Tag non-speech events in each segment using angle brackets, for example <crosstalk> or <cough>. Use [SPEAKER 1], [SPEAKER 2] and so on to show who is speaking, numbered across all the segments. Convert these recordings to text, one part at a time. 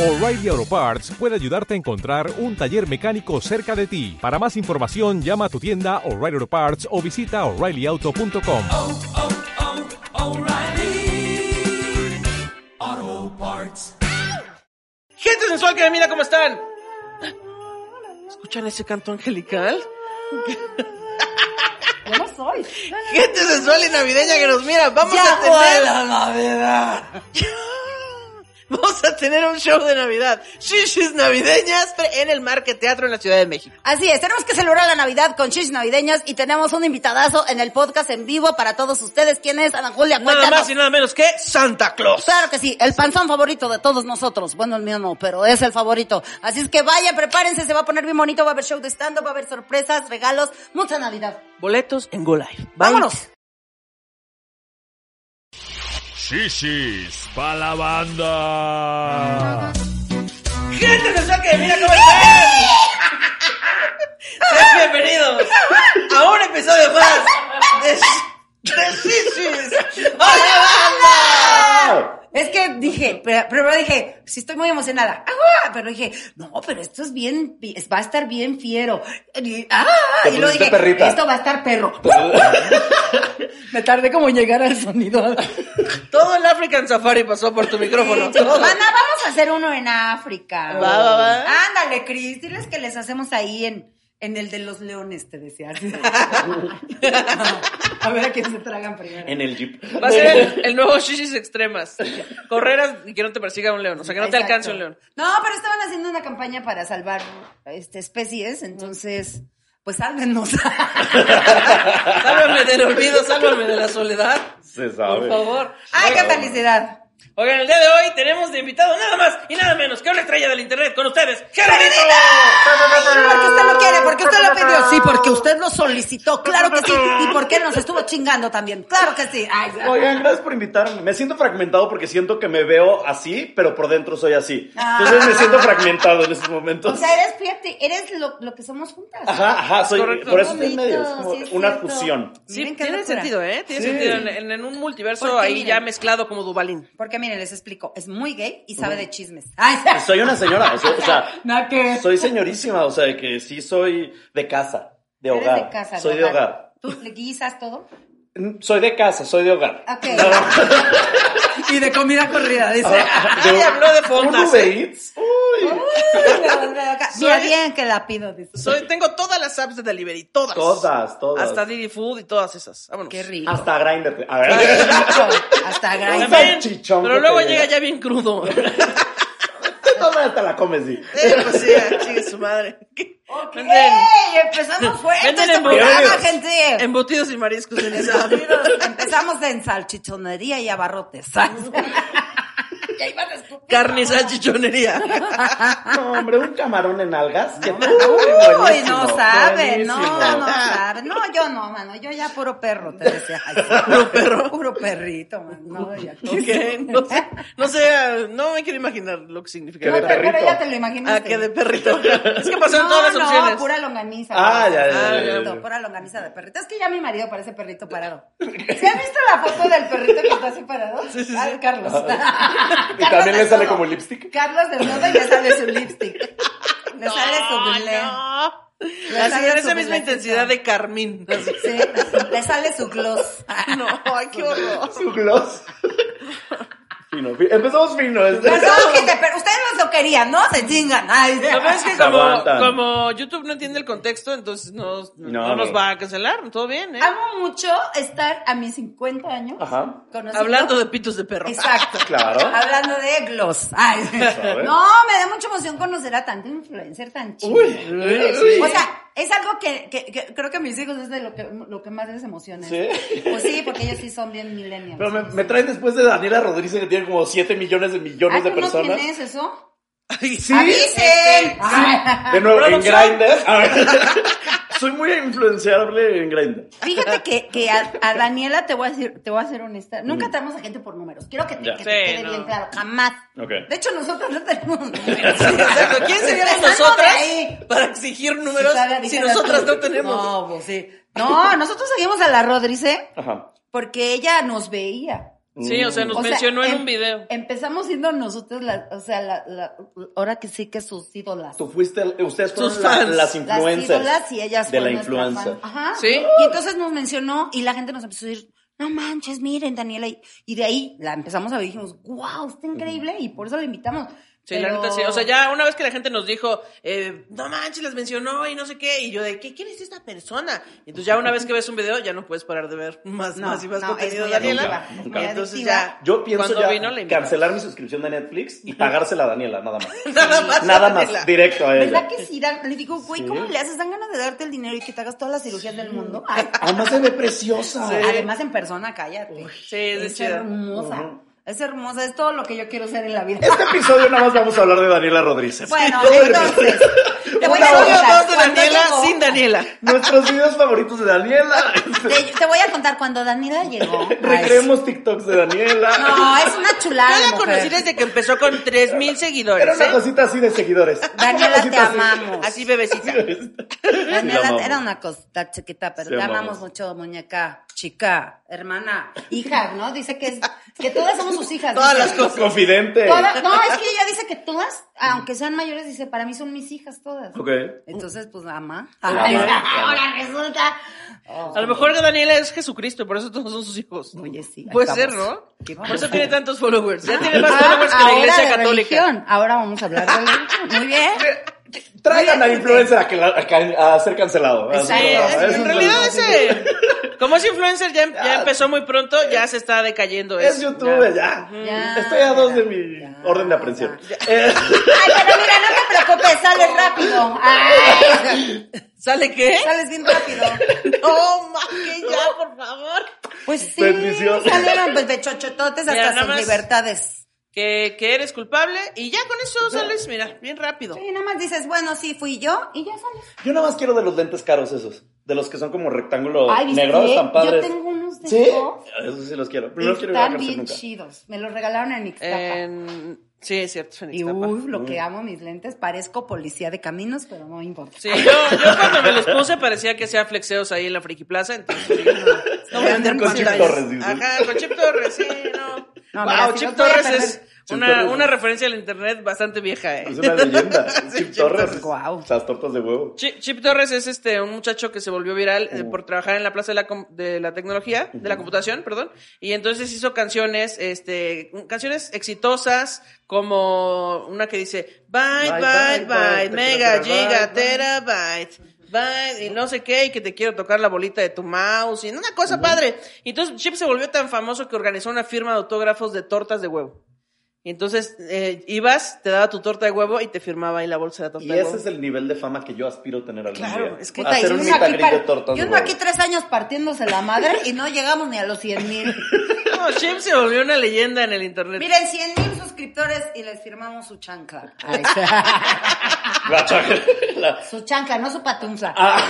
[SPEAKER 1] O'Reilly Auto Parts puede ayudarte a encontrar un taller mecánico cerca de ti. Para más información, llama a tu tienda O'Reilly Auto Parts o visita oreillyauto.com.
[SPEAKER 2] O'Reilly Auto Parts.
[SPEAKER 3] Gente sensual que me mira cómo están. ¿Escuchan ese canto angelical?
[SPEAKER 4] <laughs> Yo no soy.
[SPEAKER 3] Gente sensual y navideña que nos mira. Vamos
[SPEAKER 4] Ya
[SPEAKER 3] a tener
[SPEAKER 4] fue la
[SPEAKER 3] Navidad. <laughs> Vamos a tener un show de Navidad. Shishis navideñas pre- en el Marque Teatro en la Ciudad de México.
[SPEAKER 4] Así es, tenemos que celebrar la Navidad con chis navideñas y tenemos un invitadazo en el podcast en vivo para todos ustedes. ¿Quién es? Ana Julia,
[SPEAKER 3] Nada
[SPEAKER 4] cuéntanos.
[SPEAKER 3] más y nada menos que Santa Claus.
[SPEAKER 4] Claro que sí, el panzón favorito de todos nosotros. Bueno, el mío no, pero es el favorito. Así es que vaya, prepárense, se va a poner bien bonito, va a haber show de stand-up, va a haber sorpresas, regalos, mucha Navidad.
[SPEAKER 3] Boletos en Go Live.
[SPEAKER 4] Vámonos.
[SPEAKER 5] Shishis pa la banda.
[SPEAKER 3] Gente sensual que me mira cómo están. <laughs> Sean bienvenidos a un episodio más de, de Shishis. ¡Hola, banda!
[SPEAKER 4] Es que dije, pero, pero dije, sí estoy muy emocionada. ¡Ajua! Pero dije, no, pero esto es bien, va a estar bien fiero. Y, ah, y luego dije, esto va a estar perro. <laughs> Me tardé como en llegar al sonido.
[SPEAKER 3] Todo el African Safari pasó por tu micrófono.
[SPEAKER 4] Ana,
[SPEAKER 3] <laughs> todo.
[SPEAKER 4] vamos a hacer uno en África.
[SPEAKER 3] Va, va, va.
[SPEAKER 4] Ándale, Cris, diles que les hacemos ahí en, en el de los leones, te decía. <laughs> a ver a quién se tragan primero.
[SPEAKER 6] En el jeep.
[SPEAKER 3] Va a ser el, el nuevo Shishis Extremas. Correr a- y que no te persiga un león. O sea, que no te
[SPEAKER 4] Exacto.
[SPEAKER 3] alcance un león.
[SPEAKER 4] No, pero estaban haciendo una campaña para salvar este, especies, entonces, pues <laughs> sálvenos.
[SPEAKER 3] Sálvame del olvido, sálvame de la soledad.
[SPEAKER 6] Se
[SPEAKER 3] Por
[SPEAKER 6] sabe.
[SPEAKER 3] favor.
[SPEAKER 4] ¡Ay, qué
[SPEAKER 3] Oigan,
[SPEAKER 4] felicidad!
[SPEAKER 3] Oigan, el día de hoy tenemos de invitado nada más y nada menos que una estrella del internet con ustedes, Gerardito.
[SPEAKER 4] Porque usted lo quiere, porque usted lo pidió. Sí, porque usted lo solicitó, claro que sí. Y porque nos estuvo chingando también, claro que sí. Ay,
[SPEAKER 6] Oigan, gracias por invitarme. Me siento fragmentado porque siento que me veo así, pero por dentro soy así. Entonces me siento fragmentado en estos
[SPEAKER 4] o
[SPEAKER 6] momentos.
[SPEAKER 4] sea, eres, fíjate, eres lo, lo que somos juntas.
[SPEAKER 6] Ajá, ajá, soy,
[SPEAKER 3] Correcto.
[SPEAKER 6] por eso estoy en
[SPEAKER 4] Bonito,
[SPEAKER 6] medio, es como
[SPEAKER 4] sí, es
[SPEAKER 6] una
[SPEAKER 4] cierto.
[SPEAKER 6] fusión.
[SPEAKER 3] Sí,
[SPEAKER 4] Miren qué
[SPEAKER 3] tiene
[SPEAKER 4] locura.
[SPEAKER 3] sentido, ¿eh? Tiene
[SPEAKER 6] Sí.
[SPEAKER 3] sentido en, en- en un multiverso
[SPEAKER 4] Porque
[SPEAKER 3] ahí
[SPEAKER 4] miren.
[SPEAKER 3] ya mezclado como Dubalín.
[SPEAKER 4] Porque miren, les explico, es muy gay y sabe de chismes. Ay, <laughs> sí.
[SPEAKER 6] Soy una señora, o sea, o
[SPEAKER 4] <laughs>
[SPEAKER 6] sea,
[SPEAKER 4] Nada que ver.
[SPEAKER 6] soy señorísima, o sea, de que sí soy de casa, de
[SPEAKER 4] Eres
[SPEAKER 6] hogar.
[SPEAKER 4] de casa,
[SPEAKER 6] soy de hogar.
[SPEAKER 4] ¿Tú le guisas todo?
[SPEAKER 6] Mm, Soy de casa, soy de hogar. <laughs>
[SPEAKER 4] Ok.
[SPEAKER 3] Y de comida corrida, dice.
[SPEAKER 6] De-
[SPEAKER 3] Ay, habló de
[SPEAKER 6] ¿Un
[SPEAKER 3] fondas.
[SPEAKER 6] Uber
[SPEAKER 3] ¿eh?
[SPEAKER 6] Eats? Uy.
[SPEAKER 4] Mira
[SPEAKER 3] Soy-
[SPEAKER 4] bien que la pido. dice.
[SPEAKER 3] Soy, tengo todas las apps de delivery, todas.
[SPEAKER 6] Todas, todas.
[SPEAKER 3] Hasta Didi Food y todas esas. Vámonos.
[SPEAKER 4] Qué rico.
[SPEAKER 6] Hasta Grindr. A
[SPEAKER 4] Ay,
[SPEAKER 6] ver. <laughs>
[SPEAKER 4] exacto. Hasta
[SPEAKER 6] Un
[SPEAKER 4] grande.
[SPEAKER 3] También,
[SPEAKER 6] salchichón
[SPEAKER 3] pero
[SPEAKER 6] que
[SPEAKER 3] luego
[SPEAKER 6] te
[SPEAKER 3] llega
[SPEAKER 6] llega.
[SPEAKER 3] ya bien
[SPEAKER 6] <laughs>
[SPEAKER 3] crudo. <laughs>
[SPEAKER 6] Todavía te la comes, sí.
[SPEAKER 3] Eh, pues sí, ah, chingue su madre. ¿Qué? Venden
[SPEAKER 4] ¡Ey! Empezamos fuerte
[SPEAKER 3] Venden
[SPEAKER 4] este
[SPEAKER 3] embutidos.
[SPEAKER 4] programa, gente.
[SPEAKER 3] embutidos y mariscos en esa.
[SPEAKER 4] Empezamos en salchichonería y abarrotes. <laughs> Ya iban a escupir.
[SPEAKER 3] <laughs> Ah. Carne
[SPEAKER 4] <laughs>
[SPEAKER 3] y salchichonería.
[SPEAKER 6] No, hombre, un camarón en algas. que-
[SPEAKER 4] Uy,
[SPEAKER 6] buenísimo,
[SPEAKER 4] no sabe, no,
[SPEAKER 6] buenísimo.
[SPEAKER 4] no sabe. No, yo no, mano, yo ya puro perro, te decía. ¿Puro perro? Puro perrito, mano. No, ya.
[SPEAKER 3] Ok, no sé, no sé, ah, no me quiero imaginar lo que significa.
[SPEAKER 4] <laughs>
[SPEAKER 6] Que
[SPEAKER 4] No,
[SPEAKER 6] de
[SPEAKER 4] pero, pero
[SPEAKER 6] perrito.
[SPEAKER 4] ya te lo imaginaste.
[SPEAKER 3] Ah, que de
[SPEAKER 6] <laughs>
[SPEAKER 3] perrito. Es que
[SPEAKER 6] Pues
[SPEAKER 3] pasaron todas las
[SPEAKER 4] No,
[SPEAKER 3] opciones.
[SPEAKER 4] pura longaniza.
[SPEAKER 6] Ah,
[SPEAKER 4] ¿no?
[SPEAKER 6] ya,
[SPEAKER 4] Ah,
[SPEAKER 6] ya, ya, ya,
[SPEAKER 4] perrito,
[SPEAKER 6] ya.
[SPEAKER 4] Pura longaniza de perrito. Es que ya mi marido parece perrito
[SPEAKER 6] <laughs>
[SPEAKER 4] parado. ¿Se ha visto la foto del perrito que está así parado? Sí, sí, <laughs> Carlos.
[SPEAKER 6] Y también le sale
[SPEAKER 4] desnudo.
[SPEAKER 6] como lipstick.
[SPEAKER 4] Carlos desnudo y le sale su lipstick. Le sale su glé.
[SPEAKER 3] no.
[SPEAKER 4] Le
[SPEAKER 3] Así,
[SPEAKER 4] sale
[SPEAKER 3] en
[SPEAKER 4] su
[SPEAKER 3] esa misma
[SPEAKER 4] blanquito.
[SPEAKER 3] intensidad de carmín. <laughs> Así.
[SPEAKER 4] Sí, le sale su gloss.
[SPEAKER 3] No, ay, qué horror.
[SPEAKER 6] Su gloss. Fino, fi- Empezamos fino. Este.
[SPEAKER 4] Perdón, gente, pero ustedes no lo querían, ¿no? Se chingan. Ay,
[SPEAKER 3] Lo que pasa es que
[SPEAKER 6] Se
[SPEAKER 3] como,
[SPEAKER 6] aguantan.
[SPEAKER 3] como YouTube no entiende el contexto, entonces no, no,
[SPEAKER 6] No,
[SPEAKER 3] nos
[SPEAKER 6] no.
[SPEAKER 3] va a cancelar. Todo bien, ¿eh?
[SPEAKER 4] Amo mucho estar a mis 50 años
[SPEAKER 6] Ajá.
[SPEAKER 4] conociendo-
[SPEAKER 3] Hablando de pitos de perro.
[SPEAKER 4] Exacto.
[SPEAKER 6] <laughs> Claro.
[SPEAKER 4] Hablando de gloss. Ay.
[SPEAKER 6] ¿Sabes?
[SPEAKER 4] No, me da mucha emoción conocer a tanto influencer tan chido.
[SPEAKER 6] Uy, uy.
[SPEAKER 4] O sea, es algo que, que- que creo que a mis hijos es de lo que, lo que más les emociona.
[SPEAKER 6] ¿Sí?
[SPEAKER 4] Pues sí, porque ellos sí son bien millennials.
[SPEAKER 6] Pero me, me traen después de Daniela Rodríguez que tiene como 7 millones de millones
[SPEAKER 4] ¿Ah,
[SPEAKER 6] de
[SPEAKER 4] tú no
[SPEAKER 6] personas. este,
[SPEAKER 4] tienes eso?
[SPEAKER 3] <laughs> Ay, sí.
[SPEAKER 4] ¡Avisen! ah,
[SPEAKER 6] De nuevo, en
[SPEAKER 3] Producción.
[SPEAKER 6] Grindr. A ver.
[SPEAKER 4] <laughs>
[SPEAKER 6] Soy muy influenciable en Grindr.
[SPEAKER 4] Fíjate que, que a, a Daniela te voy a decir, te voy a ser honesta. Nunca tenemos a gente por números. Quiero que te,
[SPEAKER 6] Mm. Ya.
[SPEAKER 4] que te
[SPEAKER 3] Sí,
[SPEAKER 4] quede
[SPEAKER 3] no.
[SPEAKER 4] bien claro. Jamás.
[SPEAKER 6] Ok.
[SPEAKER 4] De hecho, nosotros no
[SPEAKER 6] <laughs>
[SPEAKER 4] tenemos números.
[SPEAKER 3] Exacto. ¿Quién seríamos
[SPEAKER 4] Empezando de
[SPEAKER 3] nosotras
[SPEAKER 4] ahí.
[SPEAKER 3] para exigir números
[SPEAKER 4] Susana,
[SPEAKER 3] si
[SPEAKER 4] dijera
[SPEAKER 3] nosotras
[SPEAKER 4] tú.
[SPEAKER 3] no tenemos?
[SPEAKER 4] No, pues sí. No, nosotros seguimos a la Rodríguez
[SPEAKER 6] Ajá.
[SPEAKER 4] porque ella nos veía.
[SPEAKER 3] Sí, o sea, nos
[SPEAKER 4] O sea,
[SPEAKER 3] mencionó en
[SPEAKER 4] em-
[SPEAKER 3] un video.
[SPEAKER 4] Empezamos siendo nosotros, la- o sea, la, la- ahora que sí que sus ídolas.
[SPEAKER 6] Tú fuiste, ustedes
[SPEAKER 3] Tus
[SPEAKER 6] fueron la-
[SPEAKER 3] fans.
[SPEAKER 6] las
[SPEAKER 4] Las
[SPEAKER 6] influencers.
[SPEAKER 4] ídolas y ellas
[SPEAKER 6] de
[SPEAKER 4] fue
[SPEAKER 6] la
[SPEAKER 4] nuestra
[SPEAKER 6] influencer.
[SPEAKER 4] fan. Ajá.
[SPEAKER 3] Sí.
[SPEAKER 4] Y entonces nos mencionó y la gente nos empezó a decir, no manches, miren, Daniela. Y, y de ahí la empezamos a ver y dijimos, wow, está increíble. Y por eso la invitamos.
[SPEAKER 3] Sí, la
[SPEAKER 4] Pero-
[SPEAKER 3] neta sí. O sea, ya una vez que la gente nos dijo, eh, no manches, las mencionó y no sé qué, y yo de, ¿qué, ¿quién es esta persona? Y entonces ya una vez que ves un video, ya no puedes parar de ver más,
[SPEAKER 4] No,
[SPEAKER 3] más y más
[SPEAKER 4] no,
[SPEAKER 3] contenido,
[SPEAKER 4] es muy
[SPEAKER 3] Daniela.
[SPEAKER 4] adictiva, muy
[SPEAKER 3] Y entonces
[SPEAKER 4] adictiva.
[SPEAKER 3] ya,
[SPEAKER 6] Yo pienso
[SPEAKER 3] cuando
[SPEAKER 6] ya
[SPEAKER 3] vino, la invitamos.
[SPEAKER 6] cancelar mi suscripción de Netflix y pagársela a Daniela, nada más.
[SPEAKER 3] <laughs> Nada más.
[SPEAKER 6] <laughs> nada
[SPEAKER 3] Daniela.
[SPEAKER 6] más, directo a
[SPEAKER 4] ¿Verdad
[SPEAKER 6] ella.
[SPEAKER 4] que sí? Dan? Le digo, güey,
[SPEAKER 6] Sí.
[SPEAKER 4] ¿cómo le haces? Dan ganas de darte el dinero y que te hagas todas las cirugías del
[SPEAKER 6] <laughs>
[SPEAKER 4] mundo. Ay,
[SPEAKER 6] Además se ve preciosa.
[SPEAKER 4] Además, en persona, cállate.
[SPEAKER 3] sí, es de chida.
[SPEAKER 4] hermosa.
[SPEAKER 6] Ujú.
[SPEAKER 4] Es hermosa. Es todo lo que yo quiero ser en la vida.
[SPEAKER 6] Este episodio nada más vamos a hablar de Daniela Rodríguez.
[SPEAKER 4] <laughs> Bueno,
[SPEAKER 6] Todo el
[SPEAKER 4] entonces.
[SPEAKER 6] episodio.
[SPEAKER 4] Te voy
[SPEAKER 3] Un
[SPEAKER 4] a
[SPEAKER 3] audio
[SPEAKER 4] contar.
[SPEAKER 3] más de
[SPEAKER 4] cuando
[SPEAKER 3] Daniela
[SPEAKER 4] llegó-
[SPEAKER 3] sin Daniela.
[SPEAKER 6] Nuestros videos favoritos de
[SPEAKER 4] <laughs>
[SPEAKER 6] Daniela.
[SPEAKER 4] Te, te voy a contar cuando Daniela
[SPEAKER 3] <laughs>
[SPEAKER 4] llegó. ay,
[SPEAKER 6] Recreemos TikToks de Daniela.
[SPEAKER 4] No, es una chulada.
[SPEAKER 3] Yo la
[SPEAKER 4] Ah, mujer.
[SPEAKER 3] conocí desde que empezó con 3000 seguidores.
[SPEAKER 6] Era una
[SPEAKER 3] ¿eh?
[SPEAKER 6] cosita así de seguidores. Una
[SPEAKER 4] Daniela, te
[SPEAKER 6] cosita así.
[SPEAKER 4] amamos.
[SPEAKER 3] Así bebecita.
[SPEAKER 6] Sí, la
[SPEAKER 4] Daniela
[SPEAKER 6] amamos.
[SPEAKER 4] era una cosita chiquita, pero
[SPEAKER 6] Sí,
[SPEAKER 4] te
[SPEAKER 6] amamos.
[SPEAKER 4] amamos mucho, muñeca, chica, hermana, hija, ¿no? Dice que, es, que todas somos sus hijas.
[SPEAKER 3] Todas
[SPEAKER 4] dice.
[SPEAKER 3] las cosas.
[SPEAKER 6] Confidente.
[SPEAKER 4] Toda- no, es que ella dice que todas, aunque sean mayores, dice, para mí son mis hijas todas.
[SPEAKER 6] Ok.
[SPEAKER 4] Entonces, pues, ama.
[SPEAKER 6] Ama,
[SPEAKER 4] Ay,
[SPEAKER 6] ama.
[SPEAKER 4] Ahora resulta. Oh,
[SPEAKER 3] A lo mejor Daniela es Jesucristo, por eso todos son sus hijos.
[SPEAKER 4] Oye, sí, ahí
[SPEAKER 3] Puede ser,
[SPEAKER 4] estamos.
[SPEAKER 3] ¿no?
[SPEAKER 4] Qué
[SPEAKER 3] Por eso tiene tantos followers. Ya tiene más
[SPEAKER 4] Ah,
[SPEAKER 3] followers que la
[SPEAKER 4] ahora
[SPEAKER 3] iglesia
[SPEAKER 4] de
[SPEAKER 3] católica.
[SPEAKER 4] religión. Ahora vamos a hablar de religión. Muy bien.
[SPEAKER 6] Traigan a influencer a, que la- a que- a ser cancelado. a su
[SPEAKER 3] Sí,
[SPEAKER 6] programa.
[SPEAKER 3] es-
[SPEAKER 6] Eso
[SPEAKER 3] en
[SPEAKER 6] es
[SPEAKER 3] realidad
[SPEAKER 6] lo-
[SPEAKER 3] ese. Como es influencer, ya, ya empezó muy pronto, ya se está decayendo.
[SPEAKER 6] Es
[SPEAKER 3] eso.
[SPEAKER 6] youtuber, ya.
[SPEAKER 4] Ya.
[SPEAKER 6] Estoy a dos de mi
[SPEAKER 4] Ya.
[SPEAKER 6] orden de aprehensión.
[SPEAKER 4] Ay, pero mira, no te preocupes, sales rápido. Ay,
[SPEAKER 3] ¿Sale qué?
[SPEAKER 4] <laughs> sales bien rápido.
[SPEAKER 3] No, ma, que ya, por favor.
[SPEAKER 4] Pues sí,
[SPEAKER 6] Bendición.
[SPEAKER 4] salieron pues, de chochototes
[SPEAKER 3] Mira,
[SPEAKER 4] hasta
[SPEAKER 3] nada
[SPEAKER 4] sus
[SPEAKER 3] más.
[SPEAKER 4] libertades.
[SPEAKER 3] Que, que eres culpable y ya con eso sales, mira, bien rápido.
[SPEAKER 4] Y nada más dices, bueno, sí, fui yo y ya sales.
[SPEAKER 6] Yo nada más quiero de los lentes caros esos. De los que son como rectángulo
[SPEAKER 4] Ay, ¿viste
[SPEAKER 6] negro,
[SPEAKER 4] qué?
[SPEAKER 6] están padres.
[SPEAKER 4] Yo tengo unos de
[SPEAKER 6] ¿Sí?
[SPEAKER 4] esos.
[SPEAKER 6] Esos sí los quiero. Pero no los quiero ir a la
[SPEAKER 4] Están
[SPEAKER 6] cárcel
[SPEAKER 4] bien
[SPEAKER 6] nunca.
[SPEAKER 4] chidos. Me los regalaron en Ixtapa.
[SPEAKER 3] En- Sí, es cierto. es en
[SPEAKER 4] y
[SPEAKER 3] Ixtapa.
[SPEAKER 4] uy, lo que amo mis lentes. Parezco policía de caminos, pero no importa.
[SPEAKER 3] Sí, yo, yo cuando me los puse parecía que hacía flexeos ahí en la Friki Plaza, entonces dije, no, no voy a andar
[SPEAKER 6] Con Chip
[SPEAKER 3] pantallas.
[SPEAKER 6] Torres, dices.
[SPEAKER 3] Ajá, con Chip Torres, sí, no.
[SPEAKER 4] No,
[SPEAKER 3] wow,
[SPEAKER 4] mira, si
[SPEAKER 3] Chip
[SPEAKER 4] los voy a
[SPEAKER 3] Torres
[SPEAKER 4] perder.
[SPEAKER 3] es
[SPEAKER 6] Chip
[SPEAKER 3] una,
[SPEAKER 6] Torres.
[SPEAKER 3] una referencia al internet bastante vieja, eh.
[SPEAKER 6] Es una leyenda.
[SPEAKER 4] <laughs>
[SPEAKER 6] Chip Torres.
[SPEAKER 4] Guau.
[SPEAKER 6] Las tortas de huevo.
[SPEAKER 3] Chi- Chip Torres es este un muchacho que se volvió viral eh,
[SPEAKER 6] Uh.
[SPEAKER 3] por trabajar en la plaza de la, com- de la tecnología, de la computación, perdón, y entonces hizo canciones, este, canciones exitosas como una que dice bye bye
[SPEAKER 6] Bye,
[SPEAKER 3] bye,
[SPEAKER 6] bye, bye, te
[SPEAKER 3] mega
[SPEAKER 6] quiero,
[SPEAKER 3] giga
[SPEAKER 6] bye, bye".
[SPEAKER 3] terabyte bye y no sé qué y que te quiero tocar la bolita de tu mouse y una cosa padre. Y entonces Chip se volvió tan famoso que organizó una firma de autógrafos de tortas de huevo. Y entonces eh, ibas, te daba tu torta de huevo y te firmaba ahí la bolsa de la torta
[SPEAKER 6] Y
[SPEAKER 3] de huevo.
[SPEAKER 6] ese es el nivel de fama que yo aspiro a tener algún
[SPEAKER 3] Claro,
[SPEAKER 6] día.
[SPEAKER 3] es que-
[SPEAKER 6] hacer
[SPEAKER 4] y
[SPEAKER 6] un
[SPEAKER 4] uno
[SPEAKER 6] meet
[SPEAKER 4] aquí
[SPEAKER 6] and greet de
[SPEAKER 4] par-
[SPEAKER 6] tortas
[SPEAKER 4] y
[SPEAKER 6] de
[SPEAKER 4] uno
[SPEAKER 6] huevo.
[SPEAKER 4] aquí tres años partiéndose la madre y no llegamos ni a los 100
[SPEAKER 6] <laughs>
[SPEAKER 4] mil.
[SPEAKER 3] No, Chip se volvió una leyenda en el internet.
[SPEAKER 4] Miren, 100 mil suscriptores y les firmamos su chancla. Ay,
[SPEAKER 6] La chancla.
[SPEAKER 4] <laughs>
[SPEAKER 6] La-
[SPEAKER 4] su chancla, no su patunza.
[SPEAKER 6] Ah.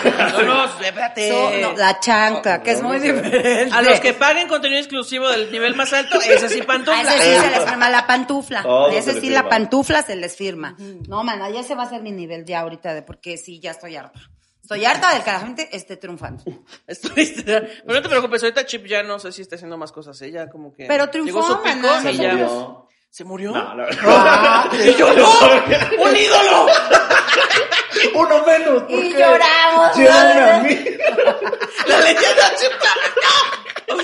[SPEAKER 4] <laughs>
[SPEAKER 3] no, no, espérate.
[SPEAKER 4] Su- no, la chancla, que es muy diferente.
[SPEAKER 3] A los que paguen contenido exclusivo del nivel más alto,
[SPEAKER 4] <laughs>
[SPEAKER 3] es así
[SPEAKER 4] A
[SPEAKER 3] pantufla.
[SPEAKER 4] Ah, ese sí se les firma la pantufla.
[SPEAKER 6] Todo
[SPEAKER 4] A ese
[SPEAKER 6] se le
[SPEAKER 4] sí
[SPEAKER 6] firma.
[SPEAKER 4] la pantufla se les firma. No, man, ya se va a hacer mi nivel ya ahorita de porque sí, ya estoy harta. Estoy harta de que la gente esté triunfando.
[SPEAKER 3] <laughs> Estoy- Pero no te preocupes, ahorita Chip ya no sé si está haciendo más cosas. Ella como que.
[SPEAKER 4] Pero triunfó,
[SPEAKER 3] llegó su pico
[SPEAKER 4] maná,
[SPEAKER 3] y
[SPEAKER 4] se
[SPEAKER 3] ya.
[SPEAKER 4] murió.
[SPEAKER 3] ¿Se murió?
[SPEAKER 6] No, la
[SPEAKER 4] Ah,
[SPEAKER 6] <laughs>
[SPEAKER 3] Y yo, ¡no! ¡Un ídolo!
[SPEAKER 6] Uno menos. ¿por
[SPEAKER 4] Y
[SPEAKER 6] qué?
[SPEAKER 4] lloramos.
[SPEAKER 6] Llévenme a mí.
[SPEAKER 3] ¡La leyenda
[SPEAKER 4] <laughs>
[SPEAKER 3] Chip Torres,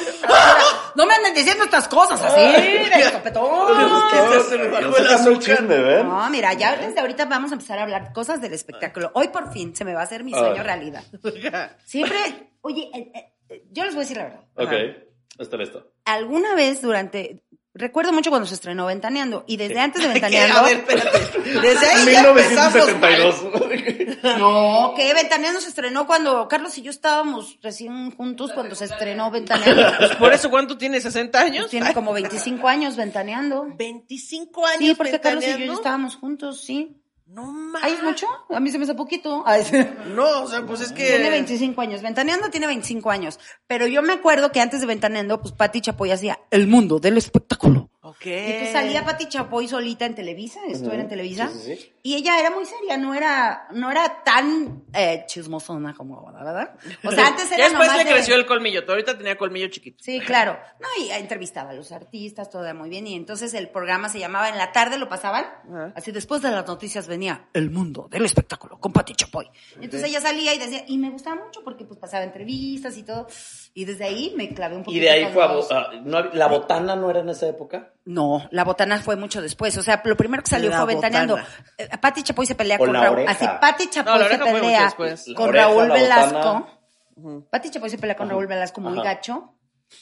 [SPEAKER 4] No me anden diciendo estas cosas así. de escopetón.
[SPEAKER 6] Oh,
[SPEAKER 3] no! Se me
[SPEAKER 6] Yo
[SPEAKER 3] bajó el
[SPEAKER 6] sacando el
[SPEAKER 3] azúcar.
[SPEAKER 6] chisme, ¿ven?
[SPEAKER 4] No, mira, ya desde ahorita vamos a empezar a hablar cosas del espectáculo. Hoy por fin se me va a hacer mi sueño
[SPEAKER 6] Ay.
[SPEAKER 4] realidad. Siempre, oye, eh, eh, eh, yo les voy a decir la verdad.
[SPEAKER 6] Ok, está listo.
[SPEAKER 4] Alguna vez durante, recuerdo mucho cuando se estrenó Ventaneando y desde antes de
[SPEAKER 3] <laughs> Que, A
[SPEAKER 4] Ventaneando.
[SPEAKER 3] ver, espérate. Desde ahí ya empezamos. mal.
[SPEAKER 6] 1972.
[SPEAKER 4] No, que Ventaneando se estrenó cuando Carlos y yo estábamos recién juntos cuando se estrenó Ventaneando.
[SPEAKER 3] <laughs> Pues Por eso, ¿cuánto tiene? ¿60 años?
[SPEAKER 4] Tiene como 25 años Ventaneando.
[SPEAKER 3] 25 años.
[SPEAKER 4] Sí, porque Carlos y yo
[SPEAKER 3] ventaneando.
[SPEAKER 4] ya estábamos juntos, sí.
[SPEAKER 3] No mames.
[SPEAKER 4] ¿Ahí es mucho? A mí se me hace
[SPEAKER 6] <laughs>
[SPEAKER 4] poquito. Ay, sí.
[SPEAKER 3] No, o sea, pues es que.
[SPEAKER 4] Tiene 25 años. Ventaneando tiene 25 años. Pero yo me acuerdo que antes de Ventaneando, pues Pati Chapoy hacía El Mundo del Espectáculo.
[SPEAKER 3] Ok.
[SPEAKER 4] Y pues salía Pati Chapoy solita en Televisa, esto
[SPEAKER 6] Eh. Ujú.
[SPEAKER 4] era en Televisa.
[SPEAKER 6] Sí, sí, sí.
[SPEAKER 4] Y ella era muy seria, no era, no era tan eh, chismosona como ahora, ¿verdad? O sea, antes
[SPEAKER 3] <laughs> Ya
[SPEAKER 4] era
[SPEAKER 3] después
[SPEAKER 4] nomás
[SPEAKER 3] le
[SPEAKER 4] de-
[SPEAKER 3] creció el colmillo. todo Ahorita tenía colmillo chiquito.
[SPEAKER 4] Sí, claro. No, y entrevistaba a los artistas, todo era muy bien. Y entonces el programa se llamaba En la tarde lo pasaban.
[SPEAKER 3] Ajá.
[SPEAKER 4] Así después de las noticias venía Ah. El mundo del espectáculo con Pati Chapoy. Entonces ella salía y decía, y me gustaba mucho porque pues pasaba entrevistas y todo. Y desde ahí me clavé un poquito.
[SPEAKER 6] Y de ahí
[SPEAKER 4] con
[SPEAKER 6] fue a...
[SPEAKER 4] los-
[SPEAKER 6] bo- ah, no hab- ¿La botana no era en esa época?
[SPEAKER 4] No, la botana fue mucho después. O sea, lo primero que salió
[SPEAKER 3] La
[SPEAKER 4] fue ventaneando.
[SPEAKER 3] Botana.
[SPEAKER 4] Eh, Pati Chapoy se pelea
[SPEAKER 6] Con
[SPEAKER 4] con
[SPEAKER 6] la
[SPEAKER 4] Raúl.
[SPEAKER 6] oreja.
[SPEAKER 4] Así, Pati Chapoy
[SPEAKER 3] No, la
[SPEAKER 4] se
[SPEAKER 3] oreja fue mucho
[SPEAKER 4] pelea
[SPEAKER 3] después.
[SPEAKER 6] La
[SPEAKER 4] con
[SPEAKER 6] oreja,
[SPEAKER 4] Raúl
[SPEAKER 6] la
[SPEAKER 4] Velasco.
[SPEAKER 6] Botana.
[SPEAKER 4] Pati Chapoy se pelea con
[SPEAKER 6] Ajá.
[SPEAKER 4] Raúl Velasco muy
[SPEAKER 6] Ajá.
[SPEAKER 4] gacho.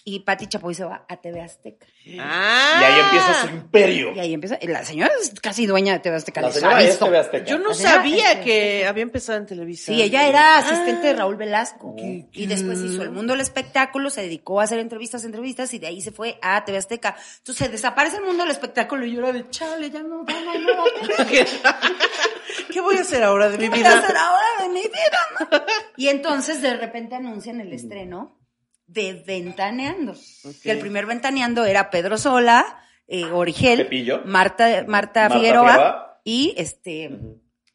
[SPEAKER 4] Y Pati Chapoy se va a TV Azteca.
[SPEAKER 3] Ah.
[SPEAKER 6] Y ahí empieza su imperio.
[SPEAKER 4] Y ahí empieza. y La señora es casi dueña de TV Azteca.
[SPEAKER 6] La
[SPEAKER 4] les
[SPEAKER 6] señora es
[SPEAKER 4] aviso.
[SPEAKER 6] TV Azteca.
[SPEAKER 3] Yo no
[SPEAKER 4] La señora-
[SPEAKER 3] sabía
[SPEAKER 4] este-
[SPEAKER 3] que había empezado en Televisa.
[SPEAKER 4] Sí, ella era asistente de Raúl Velasco. Y después hizo el mundo del espectáculo, se dedicó a hacer entrevistas, entrevistas, y de ahí se fue a TV Azteca. Entonces desaparece el mundo del espectáculo y yo era de chale, ya no, ya no, no,
[SPEAKER 6] <laughs>
[SPEAKER 4] no.
[SPEAKER 3] <laughs> ¿Qué, ¿Qué voy a hacer ahora de mi
[SPEAKER 4] ¿Qué voy a
[SPEAKER 3] vida?
[SPEAKER 4] hacer ahora de mi vida?
[SPEAKER 6] <laughs>
[SPEAKER 4] no? Y entonces de repente anuncian el estreno de Ventaneando. Que el primer Ventaneando era Pedro Sola, eh, Origel,
[SPEAKER 6] Pepillo.
[SPEAKER 4] Marta, Marta,
[SPEAKER 6] Marta
[SPEAKER 4] Figueroa,
[SPEAKER 6] Figueroa.
[SPEAKER 4] y este...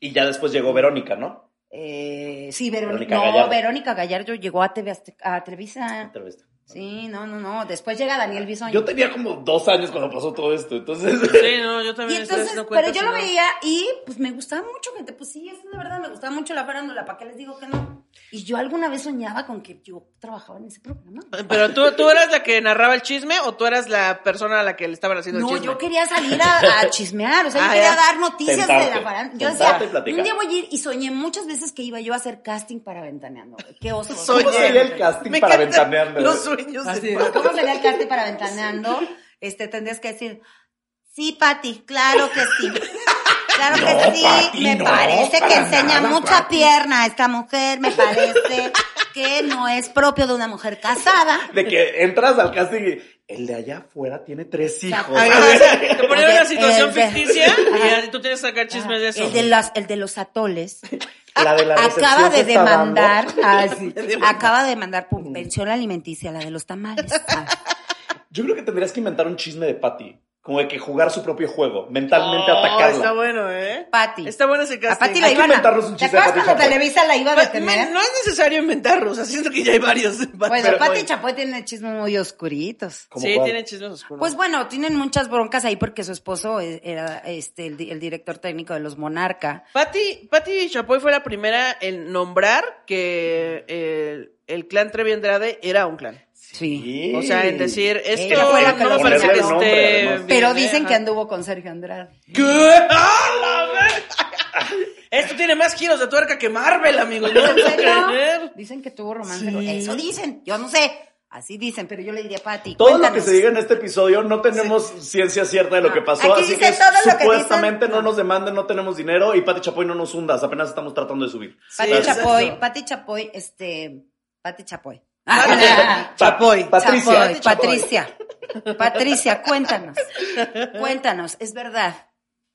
[SPEAKER 6] Y ya después llegó Verónica, ¿no?
[SPEAKER 4] eh, sí, Verónica,
[SPEAKER 6] Verónica
[SPEAKER 4] no,
[SPEAKER 6] Gallardo.
[SPEAKER 4] Verónica Gallardo llegó a, TV Azte- a Televisa.
[SPEAKER 6] Otra vez.
[SPEAKER 4] Sí, no, no, no. Después llega Daniel Bisoño.
[SPEAKER 6] Yo tenía como dos años cuando pasó todo esto, entonces...
[SPEAKER 3] Sí, no, yo
[SPEAKER 4] Y
[SPEAKER 3] también estoy
[SPEAKER 4] entonces,
[SPEAKER 3] haciendo cuentas
[SPEAKER 4] pero yo
[SPEAKER 3] y
[SPEAKER 4] lo
[SPEAKER 3] no.
[SPEAKER 4] veía y pues me gustaba mucho, gente. Pues sí, es la verdad, me gustaba mucho la farándula. ¿Para qué les digo que no? Y yo alguna vez soñaba con que yo trabajaba en ese programa.
[SPEAKER 3] Pero tú, tú eras la que narraba el chisme o tú eras la persona a la que le estaban haciendo el
[SPEAKER 4] No,
[SPEAKER 3] chisme.
[SPEAKER 4] yo quería salir a,
[SPEAKER 6] <laughs>
[SPEAKER 4] a chismear, o sea, yo
[SPEAKER 3] Ah,
[SPEAKER 4] quería
[SPEAKER 3] ya.
[SPEAKER 4] dar noticias de la
[SPEAKER 6] Sentarte,
[SPEAKER 4] farándula. Yo
[SPEAKER 6] sentarte y
[SPEAKER 4] decía,
[SPEAKER 6] platicar.
[SPEAKER 4] un día voy a ir y soñé muchas veces que iba yo a hacer casting para Ventaneando. güey. Qué oso.
[SPEAKER 3] Soñé.
[SPEAKER 6] <laughs> ¿Cómo sería el casting
[SPEAKER 3] Me
[SPEAKER 6] para
[SPEAKER 3] encantan
[SPEAKER 6] Ventaneando?
[SPEAKER 3] Los sueños de
[SPEAKER 4] Así, ¿Cómo sería el casting para Ventaneando? Este, tendrías que decir, sí, Pati, claro que sí. Claro que
[SPEAKER 6] No,
[SPEAKER 4] sí,
[SPEAKER 6] Pati,
[SPEAKER 4] me
[SPEAKER 6] no,
[SPEAKER 4] parece que
[SPEAKER 6] para
[SPEAKER 4] enseña
[SPEAKER 6] nada,
[SPEAKER 4] mucha
[SPEAKER 6] Pati.
[SPEAKER 4] pierna esta mujer, me parece que no es propio de una mujer casada.
[SPEAKER 6] De que entras al casting y el de allá afuera tiene tres hijos. <laughs>
[SPEAKER 3] Ajá, o sea, <laughs> te ponen
[SPEAKER 4] Oye,
[SPEAKER 3] una situación
[SPEAKER 4] el de-
[SPEAKER 3] ficticia y
[SPEAKER 4] Ajá. Ah,
[SPEAKER 3] ya tú tienes que sacar chismes de eso.
[SPEAKER 4] El de, las, el de los atoles
[SPEAKER 6] La de la
[SPEAKER 4] acaba
[SPEAKER 6] recepción se
[SPEAKER 4] de
[SPEAKER 6] está <laughs>
[SPEAKER 4] demandar,
[SPEAKER 6] dando.
[SPEAKER 4] ah, sí, acaba de demandar por pensión alimenticia, la de los
[SPEAKER 6] <laughs>
[SPEAKER 4] tamales. Ah,
[SPEAKER 6] Yo creo que tendrías que inventar un chisme de Patty. Como de que jugar su propio juego, mentalmente
[SPEAKER 3] Oh,
[SPEAKER 6] atacarla.
[SPEAKER 3] Está bueno, ¿eh?
[SPEAKER 4] Pati.
[SPEAKER 3] Está bueno ese casting.
[SPEAKER 4] A Pati la
[SPEAKER 6] Hay que
[SPEAKER 4] iban a,
[SPEAKER 6] inventarnos un
[SPEAKER 4] ¿Te
[SPEAKER 6] chiste
[SPEAKER 4] acuerdas
[SPEAKER 6] de Pati
[SPEAKER 4] cuando
[SPEAKER 6] Chapoy.
[SPEAKER 4] Televisa la iba a
[SPEAKER 3] Pa-
[SPEAKER 4] detener?
[SPEAKER 3] man, Pues, no es necesario inventarlos, así siento que ya hay varios. <laughs>
[SPEAKER 4] Bueno,
[SPEAKER 3] Pero-
[SPEAKER 4] Pati Chapoy tiene chismes muy oscuritos.
[SPEAKER 6] Como
[SPEAKER 3] Sí,
[SPEAKER 6] cuál.
[SPEAKER 3] tiene chismes oscuros.
[SPEAKER 4] Pues bueno, tienen muchas broncas ahí porque su esposo eh, era este el, di- el director técnico de los Monarca.
[SPEAKER 3] Patti, Patti Chapoy fue la primera en nombrar que el, el clan Trevi Andrade era un clan.
[SPEAKER 4] Sí.
[SPEAKER 6] Sí.
[SPEAKER 3] O sea, en decir, esto
[SPEAKER 4] Ella fue la que
[SPEAKER 3] no me
[SPEAKER 4] lo
[SPEAKER 3] parece que
[SPEAKER 4] nombró.
[SPEAKER 3] esté...
[SPEAKER 6] Ponerle nombre, además.
[SPEAKER 3] bien,
[SPEAKER 4] Pero
[SPEAKER 3] ¿eh?
[SPEAKER 4] dicen que
[SPEAKER 3] Ajá.
[SPEAKER 4] anduvo con Sergio Andrade.
[SPEAKER 6] <laughs>
[SPEAKER 3] ¿Qué? ¡Ah, la ver- Esto tiene más giros de tuerca que Marvel, amigo. No lo
[SPEAKER 4] ¿En
[SPEAKER 3] puedo
[SPEAKER 4] serio?
[SPEAKER 3] creer.
[SPEAKER 4] Dicen que tuvo romance. con- Eso dicen. Yo no sé. Así dicen, pero yo le diría a Pati.
[SPEAKER 6] Todo lo que
[SPEAKER 4] cuéntanos. Ah,
[SPEAKER 6] se diga en este episodio no tenemos ciencia cierta de lo que pasó,
[SPEAKER 4] Aquí
[SPEAKER 6] así
[SPEAKER 4] dice
[SPEAKER 6] que
[SPEAKER 4] todo lo que
[SPEAKER 6] supuestamente
[SPEAKER 4] dicen. Ah.
[SPEAKER 6] no nos demanden, no tenemos dinero y Pati Chapoy no nos hundas, apenas estamos tratando de subir.
[SPEAKER 4] Pati
[SPEAKER 3] Sí,
[SPEAKER 4] Chapoy,
[SPEAKER 3] exacto.
[SPEAKER 4] Pati Chapoy, este. Pati
[SPEAKER 6] <laughs>
[SPEAKER 4] Chapoy.
[SPEAKER 6] Chapoy. Patricia.
[SPEAKER 4] Chapoy,
[SPEAKER 6] Chapoy.
[SPEAKER 4] Patricia. Patricia, cuéntanos. Cuéntanos, es verdad.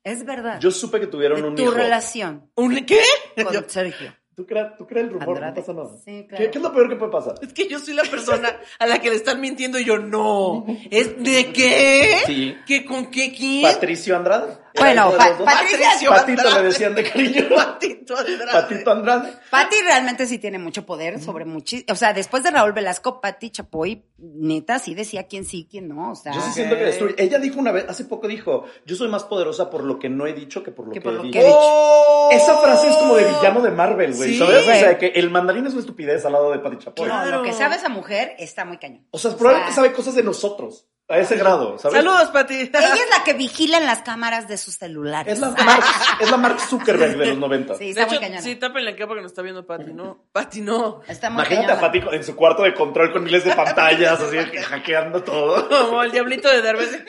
[SPEAKER 4] Es verdad.
[SPEAKER 6] Yo supe que tuvieron
[SPEAKER 4] de
[SPEAKER 6] un
[SPEAKER 4] tu
[SPEAKER 6] hijo.
[SPEAKER 4] relación
[SPEAKER 3] ¿Un qué?
[SPEAKER 6] <laughs>
[SPEAKER 3] Yo-
[SPEAKER 4] con Sergio.
[SPEAKER 6] ¿Tú crees tú crea el rumor?
[SPEAKER 4] Andrade.
[SPEAKER 6] No pasa nada.
[SPEAKER 4] Sí, claro.
[SPEAKER 6] ¿Qué, qué es lo peor que puede pasar?
[SPEAKER 3] Es que yo soy la persona a la que le están mintiendo y yo no. ¿Es de qué?
[SPEAKER 6] Sí.
[SPEAKER 3] ¿Que con qué quién?
[SPEAKER 6] Patricio Andrade. ¿Era
[SPEAKER 4] Bueno,
[SPEAKER 6] uno de
[SPEAKER 4] Pa-
[SPEAKER 6] los dos?
[SPEAKER 4] Patricia-
[SPEAKER 6] Patito
[SPEAKER 3] Andrade.
[SPEAKER 6] le decían de cariño.
[SPEAKER 3] <laughs> Patito Andrade.
[SPEAKER 6] Patito Andrade.
[SPEAKER 4] Patti realmente sí tiene mucho poder sobre muchísimo. O sea, después de Raúl Velasco, Patti Chapoy, neta, sí decía quién sí, quién no. O sea,
[SPEAKER 6] Yo sí siento que destruye. Ella dijo una vez, hace poco dijo, yo soy más poderosa por lo que no he dicho que por lo
[SPEAKER 4] Que
[SPEAKER 6] que,
[SPEAKER 4] por
[SPEAKER 6] he
[SPEAKER 4] lo que
[SPEAKER 6] dicho.
[SPEAKER 4] he dicho.
[SPEAKER 3] ¡Oh!
[SPEAKER 6] Esa frase es como de villano de Marvel, güey.
[SPEAKER 3] Sí,
[SPEAKER 6] ¿Sabes? O
[SPEAKER 4] güey.
[SPEAKER 6] sea, que el mandarín es una estupidez al lado de Pati Chapoy.
[SPEAKER 4] no,
[SPEAKER 3] claro.
[SPEAKER 4] lo que sabe esa mujer está muy cañón.
[SPEAKER 6] O sea, probablemente
[SPEAKER 4] sea,
[SPEAKER 6] sabe cosas de nosotros. A ese grado, ¿sabes?
[SPEAKER 3] Saludos, Pati. <laughs>
[SPEAKER 4] Ella es la que vigila en las cámaras de sus celulares. Ah,
[SPEAKER 6] Es la, Mark, es la Mark Zuckerberg de los 90.
[SPEAKER 4] Sí,
[SPEAKER 3] De
[SPEAKER 4] está muy
[SPEAKER 3] hecho,
[SPEAKER 4] cañona.
[SPEAKER 3] sí, tapen la capa que nos está viendo Pati, ¿no? Pati, no.
[SPEAKER 4] Está muy
[SPEAKER 6] Imagínate a
[SPEAKER 4] cañona.
[SPEAKER 6] Pati en su cuarto de control con miles de pantallas, así de que hackeando todo.
[SPEAKER 3] Como el diablito de
[SPEAKER 6] <laughs>
[SPEAKER 3] Derbez.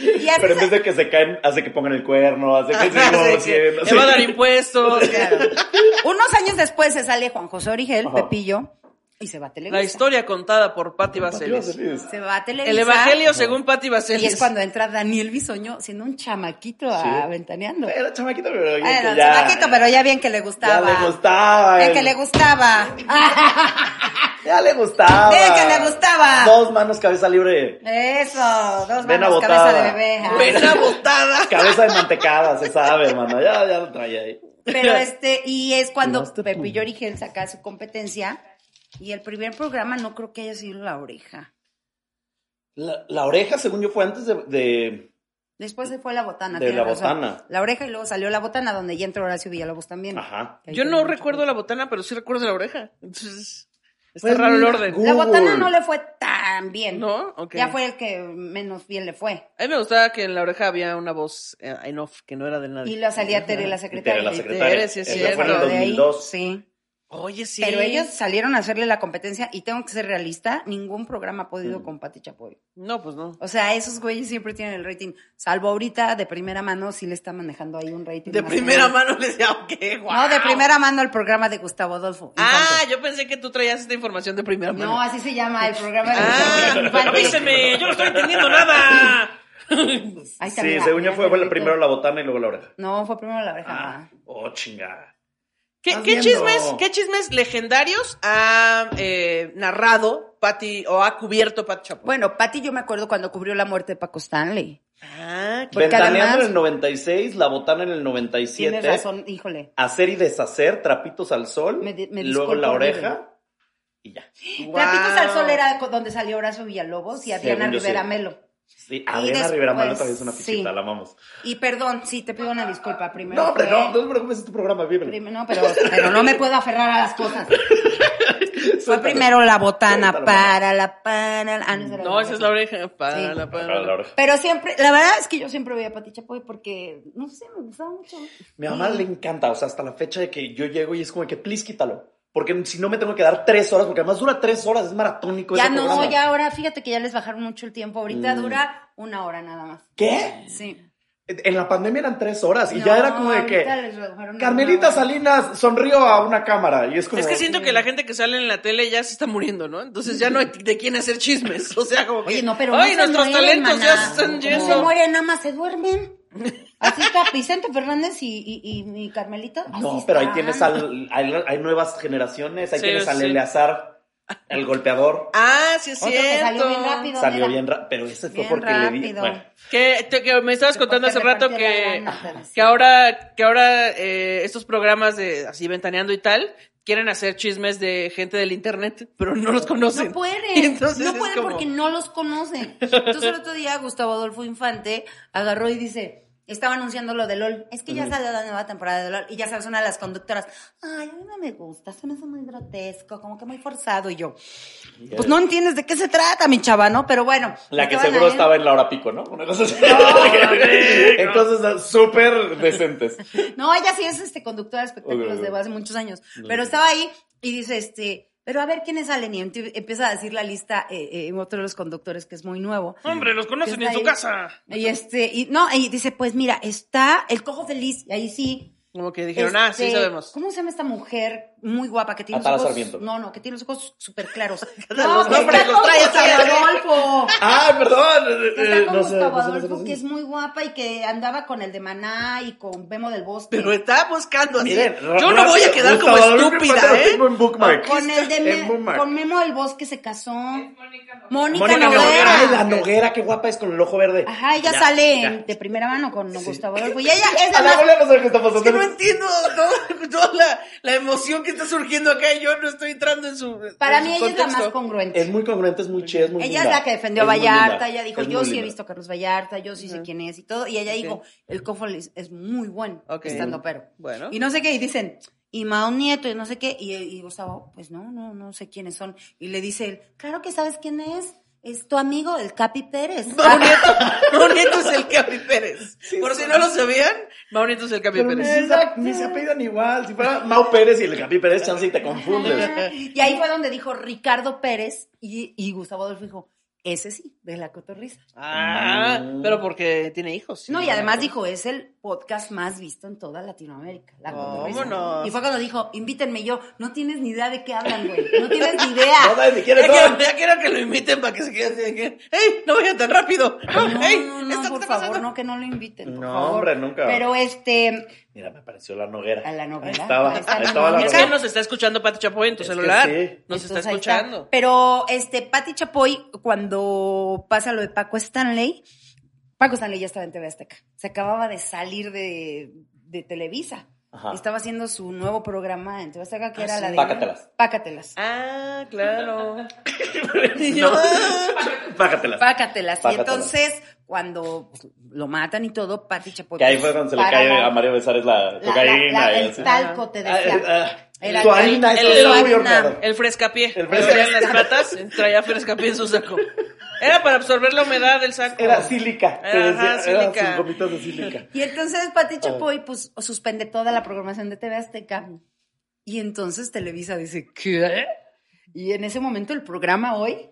[SPEAKER 4] Y haces-
[SPEAKER 6] Pero en vez de que se caen, hace que pongan el cuerno,
[SPEAKER 4] <laughs>
[SPEAKER 6] hace que se divorcien.
[SPEAKER 3] Le va a dar
[SPEAKER 6] así.
[SPEAKER 3] impuestos.
[SPEAKER 6] <laughs>
[SPEAKER 4] Claro. Unos años después se sale Juan José Origel,
[SPEAKER 6] Ajá.
[SPEAKER 4] Pepillo, y se va a Televisa.
[SPEAKER 3] La historia contada por Pati
[SPEAKER 6] Pati va a
[SPEAKER 3] Baselis.
[SPEAKER 6] salir.
[SPEAKER 4] Se va a Televisa.
[SPEAKER 3] El Evangelio según Pati Baselis.
[SPEAKER 4] Y es cuando entra Daniel Bisoño siendo un chamaquito a ventaneando.
[SPEAKER 6] Era chamaquito, pero bien
[SPEAKER 4] Bueno,
[SPEAKER 6] que ya,
[SPEAKER 4] chamaquito, pero ya bien que le gustaba. <laughs>
[SPEAKER 6] Ya le gustaba.
[SPEAKER 4] Bien
[SPEAKER 6] el-
[SPEAKER 4] que le gustaba.
[SPEAKER 6] Ya le gustaba.
[SPEAKER 4] ¡Eh, que le gustaba!
[SPEAKER 6] Dos manos, cabeza libre.
[SPEAKER 4] Eso, dos
[SPEAKER 6] Vena
[SPEAKER 4] manos,
[SPEAKER 6] botada.
[SPEAKER 4] cabeza de bebé. ajá. <laughs>
[SPEAKER 3] <laughs> Pena botada.
[SPEAKER 6] Cabeza de mantecada, se sabe, hermano. Ya, ya lo traía ahí.
[SPEAKER 4] Pero este, y es cuando
[SPEAKER 6] Llevaste
[SPEAKER 4] Pepe
[SPEAKER 6] tu-
[SPEAKER 4] y Origel saca su competencia. Y el primer programa no creo que haya sido la oreja.
[SPEAKER 6] La, la oreja, según yo, fue antes de. de-
[SPEAKER 4] Después se fue la botana.
[SPEAKER 6] De
[SPEAKER 4] tienes
[SPEAKER 6] la
[SPEAKER 4] razón.
[SPEAKER 6] botana.
[SPEAKER 4] La oreja y luego salió la botana, donde ya entró Horacio Villalobos también.
[SPEAKER 6] Ajá.
[SPEAKER 4] Que ahí
[SPEAKER 3] Yo no
[SPEAKER 4] también-
[SPEAKER 3] recuerdo la botana, pero sí recuerdo la oreja. Entonces, está
[SPEAKER 6] Pues,
[SPEAKER 3] raro el orden.
[SPEAKER 6] Google.
[SPEAKER 4] La botana no le fue tan bien.
[SPEAKER 3] ¿No? Ok.
[SPEAKER 4] Ya fue el que menos bien le fue.
[SPEAKER 3] A mí me gustaba que en la oreja había una voz eh, en off que no era de nadie.
[SPEAKER 4] Y la salía Tere la secretaria.
[SPEAKER 6] Tere, la
[SPEAKER 4] Y
[SPEAKER 6] secretaria.
[SPEAKER 3] sí, es
[SPEAKER 6] Esa
[SPEAKER 3] cierto.
[SPEAKER 6] fue en el
[SPEAKER 4] pero de ahí,
[SPEAKER 6] 2002.
[SPEAKER 4] sí.
[SPEAKER 3] Oye, sí.
[SPEAKER 4] Pero ellos salieron a hacerle la competencia y tengo que ser realista, ningún programa ha podido
[SPEAKER 6] Mm.
[SPEAKER 4] con Pati Chapoy.
[SPEAKER 3] No, pues no.
[SPEAKER 4] O sea, esos güeyes siempre tienen el rating. Salvo ahorita, de primera mano, sí le está manejando ahí un rating.
[SPEAKER 3] De
[SPEAKER 4] más
[SPEAKER 3] primera
[SPEAKER 4] grande.
[SPEAKER 3] mano les decía, ok, guau.
[SPEAKER 4] No, de primera mano el programa de Gustavo Adolfo.
[SPEAKER 3] Ah,
[SPEAKER 4] Infante.
[SPEAKER 3] yo pensé que tú traías esta información de primera mano.
[SPEAKER 4] No, así se llama el programa de <laughs>
[SPEAKER 3] Ah,
[SPEAKER 4] Gustavo Adolfo. Infante.
[SPEAKER 3] avíseme, yo no estoy entendiendo nada.
[SPEAKER 4] Ahí está,
[SPEAKER 6] Sí,
[SPEAKER 4] mira,
[SPEAKER 6] según
[SPEAKER 4] mira,
[SPEAKER 6] yo fue, fue la-
[SPEAKER 4] Felipe.
[SPEAKER 6] primero la botana y luego la oreja.
[SPEAKER 4] No, fue primero la oreja.
[SPEAKER 6] Ah,
[SPEAKER 4] ajá.
[SPEAKER 6] oh, chingada.
[SPEAKER 3] ¿Qué,
[SPEAKER 6] Estás
[SPEAKER 3] qué
[SPEAKER 6] viendo.
[SPEAKER 3] chismes, ¿Qué chismes legendarios ha eh, narrado Pati o ha cubierto Pati Chapoy?
[SPEAKER 4] Bueno, Pati, yo me acuerdo cuando cubrió la muerte de Paco Stanley.
[SPEAKER 3] Ah, qué-
[SPEAKER 4] Porque
[SPEAKER 6] Ventaneando
[SPEAKER 4] además-
[SPEAKER 6] en el 96, la botana en el 97.
[SPEAKER 4] Tienes razón, híjole.
[SPEAKER 6] Hacer y deshacer, trapitos al sol.
[SPEAKER 4] Me di- me
[SPEAKER 6] luego
[SPEAKER 4] disculpo,
[SPEAKER 6] la
[SPEAKER 4] horrible.
[SPEAKER 6] oreja. Y ya.
[SPEAKER 4] Trapitos al
[SPEAKER 3] Guau.
[SPEAKER 4] Sol era co- donde salió Horacio Villalobos y a
[SPEAKER 6] Según
[SPEAKER 4] Diana
[SPEAKER 6] yo, sí.
[SPEAKER 4] Rivera Melo.
[SPEAKER 6] Sí,
[SPEAKER 4] Y
[SPEAKER 6] Adriana
[SPEAKER 4] después,
[SPEAKER 6] Rivera Malo también es una
[SPEAKER 4] sí.
[SPEAKER 6] pichita, la amamos.
[SPEAKER 4] Y perdón, sí, te pido una disculpa primero.
[SPEAKER 6] No, hombre,
[SPEAKER 4] fue-
[SPEAKER 6] no, no te preocupes, es tu programa, vívelo.
[SPEAKER 4] Prim- No, pero, pero no me puedo aferrar a las cosas. Fue
[SPEAKER 6] Suéltalo.
[SPEAKER 4] primero la botana,
[SPEAKER 6] Suéltalo,
[SPEAKER 4] para la, para la. ah, no, esa era
[SPEAKER 3] no, esa es la oreja. Para,
[SPEAKER 4] Sí.
[SPEAKER 3] la, para,
[SPEAKER 6] Para la oreja.
[SPEAKER 4] Pero siempre, la verdad es que yo siempre veía a Pati Chapoy porque, no sé, me gustaba mucho.
[SPEAKER 6] Mi mamá le encanta, o sea, hasta la fecha de que yo llego y es como que, please, quítalo. Porque si no me tengo que dar tres horas, porque además dura tres horas, es maratónico
[SPEAKER 4] Ya
[SPEAKER 6] ese
[SPEAKER 4] no,
[SPEAKER 6] programa. Mm.
[SPEAKER 4] ya ahora, fíjate que ya les bajaron mucho el tiempo. Ahorita dura una hora nada más.
[SPEAKER 6] ¿Qué?
[SPEAKER 4] Sí.
[SPEAKER 6] En la pandemia eran tres horas y ya era como de que...
[SPEAKER 4] ahorita les redujeron a una
[SPEAKER 6] Carmelita
[SPEAKER 4] hora.
[SPEAKER 6] Salinas sonrió a una cámara y es como...
[SPEAKER 3] Es que siento que la gente que sale en la tele ya se está muriendo, ¿no? Entonces ya no hay de quién hacer chismes. <laughs> O sea, como que.
[SPEAKER 4] Oye, no, pero
[SPEAKER 3] ¡Ay,
[SPEAKER 4] no se
[SPEAKER 3] nuestros
[SPEAKER 4] mueren,
[SPEAKER 3] talentos
[SPEAKER 4] maná.
[SPEAKER 3] ya se están
[SPEAKER 4] No se
[SPEAKER 3] yendo!
[SPEAKER 4] mueren, nada más se duermen. Así
[SPEAKER 3] <laughs>
[SPEAKER 4] está Vicente Fernández y, y, y mi Carmelita. así
[SPEAKER 6] No, pero ahí
[SPEAKER 4] están.
[SPEAKER 6] tienes al... Hay, hay nuevas generaciones, ahí
[SPEAKER 3] Sí,
[SPEAKER 6] tienes al
[SPEAKER 3] sí.
[SPEAKER 6] Eleazar, el golpeador.
[SPEAKER 3] Ah, sí es
[SPEAKER 4] Otro que salió bien
[SPEAKER 3] cierto.
[SPEAKER 4] rápido.
[SPEAKER 6] Salió
[SPEAKER 4] mira.
[SPEAKER 6] bien rápido, pero ese fue
[SPEAKER 4] Bien
[SPEAKER 6] porque le di...
[SPEAKER 4] rápido.
[SPEAKER 6] Bueno,
[SPEAKER 3] Que, te- que me estabas
[SPEAKER 4] Porque
[SPEAKER 3] contando hace rato
[SPEAKER 4] repartía la
[SPEAKER 3] que,
[SPEAKER 4] lana, pero sí.
[SPEAKER 3] que ahora, que ahora eh, estos programas de así ventaneando y tal quieren hacer chismes de gente del internet, pero no los conocen.
[SPEAKER 6] <laughs>
[SPEAKER 4] No pueden.
[SPEAKER 3] Y entonces
[SPEAKER 4] no
[SPEAKER 3] es
[SPEAKER 4] pueden
[SPEAKER 3] como-
[SPEAKER 4] porque no los conocen. Entonces el otro día Gustavo Adolfo Infante agarró y dice, estaba anunciando lo de LOL. Es que ya salió la nueva temporada de LOL. Y ya sabes, una de las conductoras, ay, a mí no me gusta, se me hace muy grotesco, como que muy forzado. Y yo, pues no entiendes de qué se trata, mi chava, ¿no? Pero bueno.
[SPEAKER 6] La que
[SPEAKER 4] estaban
[SPEAKER 6] seguro
[SPEAKER 4] ahí.
[SPEAKER 6] estaba en la hora pico, ¿no? Una cosa así. <laughs> Entonces, súper decentes.
[SPEAKER 4] No, ella sí es este conductora de espectáculos
[SPEAKER 6] Ok, ok.
[SPEAKER 4] de hace muchos años. Pero estaba ahí y dice, este, pero a ver quiénes salen. Y enti- empieza a decir la lista eh, eh, en otro de los conductores que es muy nuevo.
[SPEAKER 3] Hombre, los conocen
[SPEAKER 4] Está
[SPEAKER 3] en su
[SPEAKER 4] ahí.
[SPEAKER 3] casa.
[SPEAKER 4] Y este, y no, y dice, pues mira, está el cojo feliz, y ahí sí.
[SPEAKER 3] Como que dijeron, ah, sí
[SPEAKER 4] este,
[SPEAKER 3] sabemos.
[SPEAKER 4] ¿Cómo se llama esta mujer muy guapa que tiene
[SPEAKER 6] Atala
[SPEAKER 4] los ojos?
[SPEAKER 6] Sarmiento.
[SPEAKER 4] No, no, que tiene los ojos súper
[SPEAKER 6] <laughs>
[SPEAKER 4] claros.
[SPEAKER 3] Los
[SPEAKER 4] que
[SPEAKER 3] nombres
[SPEAKER 4] está
[SPEAKER 3] los
[SPEAKER 4] con
[SPEAKER 3] trae
[SPEAKER 4] Gustavo
[SPEAKER 3] siempre.
[SPEAKER 4] Adolfo.
[SPEAKER 6] Ah, perdón.
[SPEAKER 4] Que está
[SPEAKER 6] Eh,
[SPEAKER 4] con
[SPEAKER 6] no
[SPEAKER 4] Gustavo
[SPEAKER 6] sé, no sé, no sé,
[SPEAKER 4] Adolfo,
[SPEAKER 6] no sé.
[SPEAKER 4] que es muy guapa y que andaba con el de Maná y con Bemo del Bosque.
[SPEAKER 3] Pero está buscando así.
[SPEAKER 6] Miren,
[SPEAKER 3] Yo no voy a quedar como
[SPEAKER 6] Gustavo Adolfo Infante
[SPEAKER 3] estúpida,
[SPEAKER 6] lo
[SPEAKER 3] ¿eh?
[SPEAKER 6] tengo en bookmark.
[SPEAKER 4] con el de
[SPEAKER 6] En
[SPEAKER 4] Me-
[SPEAKER 6] bookmark.
[SPEAKER 4] con Memo del Bosque se casó. Mónica
[SPEAKER 6] Mónica
[SPEAKER 4] Noguera.
[SPEAKER 6] Noguera. Ay, la Noguera, qué guapa es con el ojo verde.
[SPEAKER 4] Ajá, ella
[SPEAKER 6] Ya,
[SPEAKER 4] sale
[SPEAKER 6] ya.
[SPEAKER 4] en- de primera mano con Gustavo Adolfo.
[SPEAKER 6] <laughs>
[SPEAKER 4] Y ella es
[SPEAKER 6] A la
[SPEAKER 4] además-
[SPEAKER 6] abuela no sabe qué está
[SPEAKER 3] Es que no
[SPEAKER 6] pasando.
[SPEAKER 3] entiendo todo- toda la, la emoción que está surgiendo acá y yo no estoy entrando en su.
[SPEAKER 4] Para
[SPEAKER 3] en su
[SPEAKER 4] mí ella es la más
[SPEAKER 3] contexto.
[SPEAKER 4] congruente.
[SPEAKER 6] Es muy congruente, es muy chida, es muy
[SPEAKER 4] ella es
[SPEAKER 6] linda.
[SPEAKER 4] la que defendió a
[SPEAKER 6] Es muy
[SPEAKER 4] Vallarta,
[SPEAKER 6] linda.
[SPEAKER 4] ella dijo,
[SPEAKER 6] Es
[SPEAKER 4] yo
[SPEAKER 6] muy
[SPEAKER 4] sí he
[SPEAKER 6] linda.
[SPEAKER 4] visto a Carlos Vallarta, yo sí sé quién es y todo. Y ella dijo, el cofo es, es muy buen
[SPEAKER 3] Ok.
[SPEAKER 4] estando pero.
[SPEAKER 3] Bueno.
[SPEAKER 4] Y no sé qué, y dicen, y Mao Nieto, y no sé qué, y, y Gustavo, pues no, no, no sé quiénes son. Y le dice él, claro que sabes quién es, es tu amigo, el Capi Pérez.
[SPEAKER 3] Maunieto, Maunieto es el Capi Pérez. Por si no lo sabían, Maunieto es el Capi
[SPEAKER 6] Pero ni
[SPEAKER 3] Pérez.
[SPEAKER 6] se- ni se apellidan igual. Si fuera Mau Pérez y el Capi
[SPEAKER 4] <laughs>
[SPEAKER 6] Pérez, chance y te confundes.
[SPEAKER 4] y ahí fue donde dijo Ricardo Pérez, y, y Gustavo Adolfo dijo, Ese sí, de la cotorriza.
[SPEAKER 3] Ah, pero porque tiene hijos.
[SPEAKER 4] no, y además dijo, es el podcast más visto en toda Latinoamérica. La Cotorrisa.
[SPEAKER 3] Vámonos.
[SPEAKER 4] Y fue cuando dijo, invítenme yo, no tienes ni idea de qué hablan, güey. No tienes ni
[SPEAKER 3] <laughs>
[SPEAKER 4] idea.
[SPEAKER 6] No sabes ni
[SPEAKER 3] Ya
[SPEAKER 6] quiénes
[SPEAKER 3] quiero,
[SPEAKER 6] son.
[SPEAKER 3] ya quiero que lo inviten para que se quede así de que, ¡Ey! ¡No vayan tan rápido! Ah,
[SPEAKER 4] No,
[SPEAKER 3] ¡Ey!
[SPEAKER 4] no, no,
[SPEAKER 3] esto que
[SPEAKER 4] por
[SPEAKER 3] está
[SPEAKER 4] favor,
[SPEAKER 3] pasando.
[SPEAKER 4] no, que no lo inviten. por
[SPEAKER 6] No,
[SPEAKER 4] favor.
[SPEAKER 6] hombre, nunca.
[SPEAKER 4] Pero este,
[SPEAKER 6] Mira, me apareció la noguera.
[SPEAKER 4] A la noguera.
[SPEAKER 6] Ahí estaba,
[SPEAKER 4] Ahí
[SPEAKER 6] ahí
[SPEAKER 4] está la
[SPEAKER 6] estaba la
[SPEAKER 4] noguera.
[SPEAKER 3] Es que
[SPEAKER 6] noguera.
[SPEAKER 3] nos está escuchando Pati Chapoy en tu
[SPEAKER 6] Es que
[SPEAKER 3] celular.
[SPEAKER 6] sí.
[SPEAKER 3] Nos está
[SPEAKER 4] Entonces, ahí
[SPEAKER 3] escuchando.
[SPEAKER 4] Pero este, Patti Chapoy, cuando pasa lo de Paco Stanley, Paco Stanley ya estaba en TV Azteca. Se acababa de salir de, de Televisa.
[SPEAKER 6] Ajá.
[SPEAKER 4] Estaba haciendo su nuevo programa en TV Azteca, que
[SPEAKER 3] Ah,
[SPEAKER 4] era
[SPEAKER 3] sí.
[SPEAKER 4] la de.
[SPEAKER 6] Pácatelas.
[SPEAKER 4] Pácatelas.
[SPEAKER 3] Ah, claro.
[SPEAKER 6] <laughs> No.
[SPEAKER 3] yo-
[SPEAKER 6] <laughs> Pácatelas.
[SPEAKER 4] Pácatelas. Y
[SPEAKER 6] Pácatelas.
[SPEAKER 4] entonces, cuando pues, lo matan y todo, Pati Chapoy.
[SPEAKER 6] Que ahí fue cuando se le
[SPEAKER 4] para
[SPEAKER 6] cae
[SPEAKER 4] la-
[SPEAKER 6] a Mario Besares
[SPEAKER 4] la-
[SPEAKER 6] la
[SPEAKER 4] la-
[SPEAKER 6] cocaína.
[SPEAKER 4] la-
[SPEAKER 6] y
[SPEAKER 4] el
[SPEAKER 6] así.
[SPEAKER 4] talco, te
[SPEAKER 6] Ah,
[SPEAKER 4] decía.
[SPEAKER 6] ah,
[SPEAKER 4] Era
[SPEAKER 6] tu
[SPEAKER 4] el-
[SPEAKER 6] harina, eso
[SPEAKER 3] el-
[SPEAKER 6] era
[SPEAKER 4] el
[SPEAKER 6] muy
[SPEAKER 4] harina.
[SPEAKER 6] horneado.
[SPEAKER 3] El frescapié.
[SPEAKER 6] El
[SPEAKER 3] El
[SPEAKER 6] frescapié.
[SPEAKER 3] las patas, traía frescapié en su saco. Era para absorber la humedad del saco.
[SPEAKER 6] Era sílica. te
[SPEAKER 3] Ajá,
[SPEAKER 6] decía, Era
[SPEAKER 3] sílica.
[SPEAKER 6] sus gomitas de sílica.
[SPEAKER 4] Y entonces Pati
[SPEAKER 6] Ah.
[SPEAKER 4] Chapoy pues suspende toda la programación de TV Azteca. Y entonces Televisa dice, ¿qué? Y en ese momento el programa hoy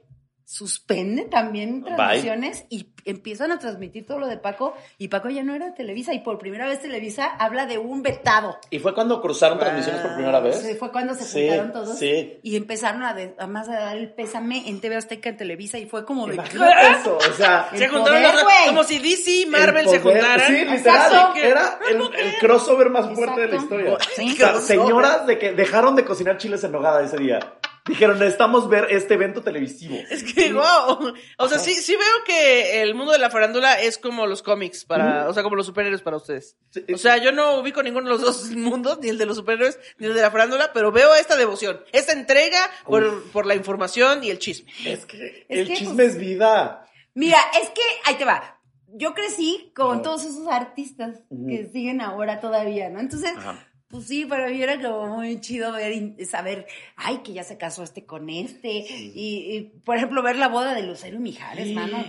[SPEAKER 4] suspende también transmisiones y empiezan a transmitir todo lo de Paco y Paco ya no era de Televisa y por primera vez Televisa habla de un vetado.
[SPEAKER 6] ¿Y fue cuando cruzaron transmisiones por primera vez?
[SPEAKER 4] Se fue cuando se
[SPEAKER 6] Sí,
[SPEAKER 4] juntaron todos
[SPEAKER 6] sí.
[SPEAKER 4] y empezaron a de- además a dar el pésame en TV Azteca en Televisa y fue como de
[SPEAKER 6] Imagínate eso, o
[SPEAKER 4] <laughs>
[SPEAKER 6] sea,
[SPEAKER 3] Se
[SPEAKER 4] El
[SPEAKER 3] juntaron
[SPEAKER 4] poder,
[SPEAKER 3] los-
[SPEAKER 4] güey.
[SPEAKER 3] como si DC y Marvel
[SPEAKER 6] el
[SPEAKER 3] se
[SPEAKER 6] poder-
[SPEAKER 3] juntaran.
[SPEAKER 6] Sí,
[SPEAKER 3] Así
[SPEAKER 6] literal,
[SPEAKER 3] que-
[SPEAKER 6] era el, el crossover más fuerte de la
[SPEAKER 4] Exacto.
[SPEAKER 6] historia.
[SPEAKER 4] Sí.
[SPEAKER 6] O sea, señoras de que dejaron de cocinar chiles en nogada ese día. Dijeron, necesitamos ver este evento televisivo.
[SPEAKER 3] Es que, wow. O sea, sí, sí veo que el mundo de la farándula es como los cómics para, o sea, como los superhéroes para ustedes.
[SPEAKER 6] Sí.
[SPEAKER 3] O sea, yo no ubico ninguno de los dos <laughs> mundos, ni el de los superhéroes, ni el de la farándula, pero veo esta devoción, esta entrega por, por la información y el chisme.
[SPEAKER 6] Es que
[SPEAKER 4] Es
[SPEAKER 6] el
[SPEAKER 4] que,
[SPEAKER 6] chisme
[SPEAKER 4] pues,
[SPEAKER 6] es vida.
[SPEAKER 4] Mira, es que ahí te va. Yo crecí con todos esos artistas que siguen ahora todavía, ¿no? Entonces, pues sí, para mí era como muy chido ver, y saber, ay, que ya se casó este con este. Y, y, por ejemplo, ver la boda de Lucero y Mijares, mano.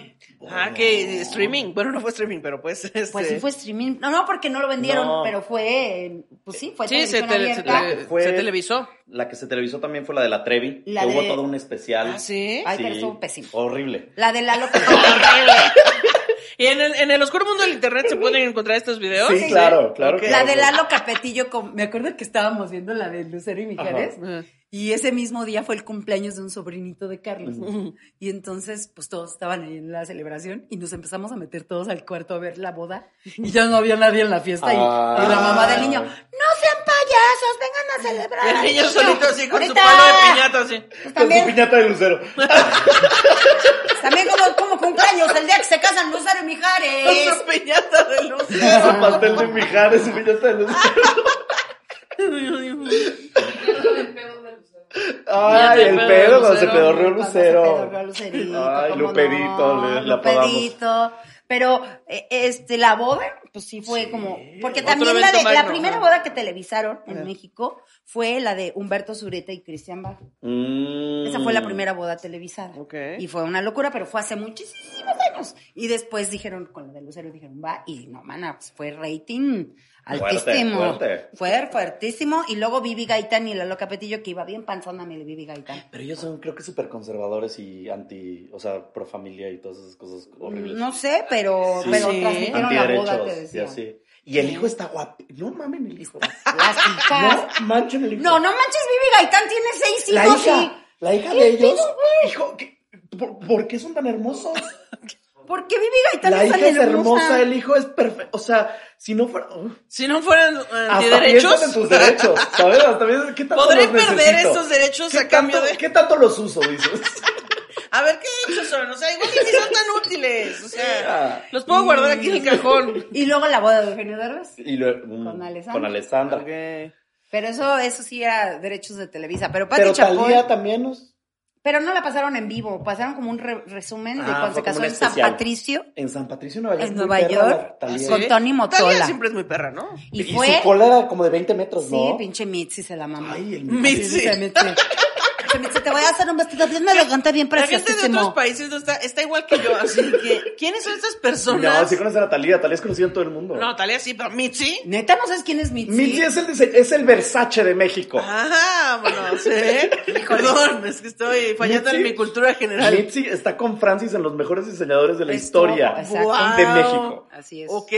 [SPEAKER 3] Ah, que streaming. Bueno, no fue streaming, pero pues, este,
[SPEAKER 4] Pues sí fue streaming. No, no, porque no lo vendieron,
[SPEAKER 6] No.
[SPEAKER 4] pero fue, eh, pues sí, fue
[SPEAKER 3] Sí, se,
[SPEAKER 4] televisión
[SPEAKER 3] tele- se
[SPEAKER 4] abierta.
[SPEAKER 3] tele-
[SPEAKER 6] Fue-
[SPEAKER 3] se televisó.
[SPEAKER 6] La que se televisó también fue la de la Trevi.
[SPEAKER 4] La
[SPEAKER 6] que
[SPEAKER 4] de-
[SPEAKER 6] Hubo todo un especial.
[SPEAKER 3] Ah, ¿sí?
[SPEAKER 4] Ay, pero estuvo pésimo.
[SPEAKER 6] Horrible.
[SPEAKER 4] La de la loca.
[SPEAKER 3] Y en el, en el oscuro mundo del internet se pueden encontrar estos videos.
[SPEAKER 6] Sí, claro, claro.
[SPEAKER 3] Ok.
[SPEAKER 6] que
[SPEAKER 4] La de
[SPEAKER 6] horrible.
[SPEAKER 4] Lalo Capetillo, con- me acuerdo que estábamos viendo la de Lucero y Mijares,
[SPEAKER 3] Ajá.
[SPEAKER 4] y ese mismo día fue el cumpleaños de un sobrinito de Carlos. Y entonces, pues todos estaban ahí en la celebración y nos empezamos a meter todos al cuarto a ver la boda, y ya no había nadie en la fiesta. y- y, la mamá del niño, no sean payasos, vengan a celebrar.
[SPEAKER 3] El
[SPEAKER 4] al
[SPEAKER 3] niño solito así con su
[SPEAKER 4] Ahorita".
[SPEAKER 3] palo de piñata así.
[SPEAKER 4] Pues
[SPEAKER 6] Con su
[SPEAKER 4] también,
[SPEAKER 6] piñata
[SPEAKER 4] <laughs>
[SPEAKER 6] de lucero.
[SPEAKER 4] también como, como cumpleaños, el día que se casan Lucero y
[SPEAKER 3] Con
[SPEAKER 4] Mijares.
[SPEAKER 3] su piñata de luz.
[SPEAKER 6] su pastel de mijares, su piñata
[SPEAKER 4] <laughs>
[SPEAKER 6] de lucero. Ay, el pedo cuando se pedorreó
[SPEAKER 4] Cuando se pedorreó
[SPEAKER 6] lucero.
[SPEAKER 4] Lucerito,
[SPEAKER 6] Ay,
[SPEAKER 4] cómo
[SPEAKER 6] Luperito,
[SPEAKER 4] no,
[SPEAKER 6] le- le apodamos.
[SPEAKER 4] Luperito. Pero eh, este, la boda, pues sí fue como. Porque
[SPEAKER 3] Otro
[SPEAKER 4] también la,
[SPEAKER 3] evento
[SPEAKER 4] de, la
[SPEAKER 3] magno,
[SPEAKER 4] primera
[SPEAKER 3] ajá.
[SPEAKER 4] boda que televisaron en México fue la de Humberto Zureta y Cristian Bach.
[SPEAKER 6] Mm.
[SPEAKER 4] Esa fue la primera boda televisada.
[SPEAKER 3] Ok.
[SPEAKER 4] Y fue una locura, pero fue hace muchísimos años. Y después dijeron, con la de Lucero, dijeron, va, y no, mana, pues fue rating altísimo.
[SPEAKER 6] fuerte.
[SPEAKER 4] Fue fuertísimo. Y luego Vivi Gaitán y la loca Petillo, que iba bien panzona, mi Vivi Gaitán.
[SPEAKER 6] Pero ellos son, creo que súper conservadores y anti, o sea, pro familia y todas esas cosas horribles.
[SPEAKER 4] No sé, pero,
[SPEAKER 6] Sí,
[SPEAKER 4] pero
[SPEAKER 3] sí.
[SPEAKER 4] transmitieron la
[SPEAKER 6] Antiderechos
[SPEAKER 4] boda, te
[SPEAKER 6] y
[SPEAKER 4] decía.
[SPEAKER 6] así. Y el hijo está guapo. No mamen el hijo.
[SPEAKER 4] Las <laughs> hijas.
[SPEAKER 6] No manchen el hijo.
[SPEAKER 4] No, no manches, Vivi Gaitán tiene seis
[SPEAKER 6] La
[SPEAKER 4] hijos
[SPEAKER 6] hija,
[SPEAKER 4] y.
[SPEAKER 6] la hija
[SPEAKER 4] ¿Qué
[SPEAKER 6] de ellos.
[SPEAKER 4] pedo, güey?
[SPEAKER 6] Hijo, ¿qué- por, por qué son
[SPEAKER 4] <laughs>
[SPEAKER 6] tan hermosos?
[SPEAKER 4] ¿Por qué Vivi Gaitán
[SPEAKER 6] La
[SPEAKER 4] es tan
[SPEAKER 6] hija es hermosa,
[SPEAKER 4] hermosa?
[SPEAKER 6] el hijo es perfecto. O sea, si no fuera. Uf.
[SPEAKER 3] Si no fueran eh,
[SPEAKER 6] Hasta
[SPEAKER 3] derechos,
[SPEAKER 6] piensan en tus derechos, ¿sabes? Hasta piensan, ¿qué tanto
[SPEAKER 3] <laughs> Podré
[SPEAKER 6] los
[SPEAKER 3] perder
[SPEAKER 6] necesito?
[SPEAKER 3] estos derechos
[SPEAKER 6] ¿Qué
[SPEAKER 3] a cambio
[SPEAKER 6] tanto-
[SPEAKER 3] de-
[SPEAKER 6] ¿Qué tanto los uso, dices?
[SPEAKER 4] <laughs>
[SPEAKER 3] a ver qué derechos son. O sea, igual que si son tan útiles. O sea,
[SPEAKER 6] Ah.
[SPEAKER 3] los puedo guardar aquí en el cajón.
[SPEAKER 4] Y luego la boda de Eugenio Derbez.
[SPEAKER 6] Y lo- mm,
[SPEAKER 4] Con Alessandra.
[SPEAKER 6] Con Alessandra.
[SPEAKER 4] Pero eso, eso sí era derechos de Televisa. Pero Pati
[SPEAKER 6] Pero
[SPEAKER 4] Chapoy.
[SPEAKER 6] Talía también nos...
[SPEAKER 4] Pero no la pasaron en vivo, pasaron como un re- resumen de
[SPEAKER 6] Ah,
[SPEAKER 4] cuando
[SPEAKER 6] fue
[SPEAKER 4] se casó
[SPEAKER 6] como un
[SPEAKER 4] en San
[SPEAKER 6] especial.
[SPEAKER 4] Patricio,
[SPEAKER 6] En San Patricio, Nueva York.
[SPEAKER 4] en
[SPEAKER 6] muy
[SPEAKER 4] Nueva
[SPEAKER 6] perra
[SPEAKER 4] York,
[SPEAKER 6] la
[SPEAKER 4] con
[SPEAKER 6] Thalía.
[SPEAKER 4] Tony
[SPEAKER 3] Talia
[SPEAKER 4] Motola.
[SPEAKER 3] siempre es muy perra, ¿no?
[SPEAKER 4] Y
[SPEAKER 6] Y
[SPEAKER 4] fue,
[SPEAKER 6] su cola era como de 20 metros,
[SPEAKER 4] sí,
[SPEAKER 6] ¿no?
[SPEAKER 4] pinche Mitzi se la mamó.
[SPEAKER 6] Ay, el
[SPEAKER 3] Mitzi.
[SPEAKER 4] Mitzi. se me- se te voy a hacer un vestido bien elegante, bien
[SPEAKER 3] La gente de otros
[SPEAKER 4] preciosísimo.
[SPEAKER 3] países no está, está igual que yo, así que, ¿quiénes son estas
[SPEAKER 6] No,
[SPEAKER 3] personas?
[SPEAKER 6] sí conoces a la Talía. Talía es conocida en todo el mundo.
[SPEAKER 3] No, Talia sí, pero Mitzi.
[SPEAKER 4] Neta, ¿no sabes quién es Mitzi?
[SPEAKER 6] Mitzi es el, dise- es el Versace de México.
[SPEAKER 3] Ah,
[SPEAKER 4] <laughs>
[SPEAKER 3] vámonos, ¿eh? Perdón, es que estoy fallando en
[SPEAKER 6] Mitzi.
[SPEAKER 3] mi cultura general.
[SPEAKER 6] Mitzi está con Francis en los mejores diseñadores de la
[SPEAKER 4] Es
[SPEAKER 6] historia
[SPEAKER 4] todo,
[SPEAKER 6] de
[SPEAKER 4] exacto.
[SPEAKER 3] Wow.
[SPEAKER 6] México.
[SPEAKER 4] Así es.
[SPEAKER 3] Ok.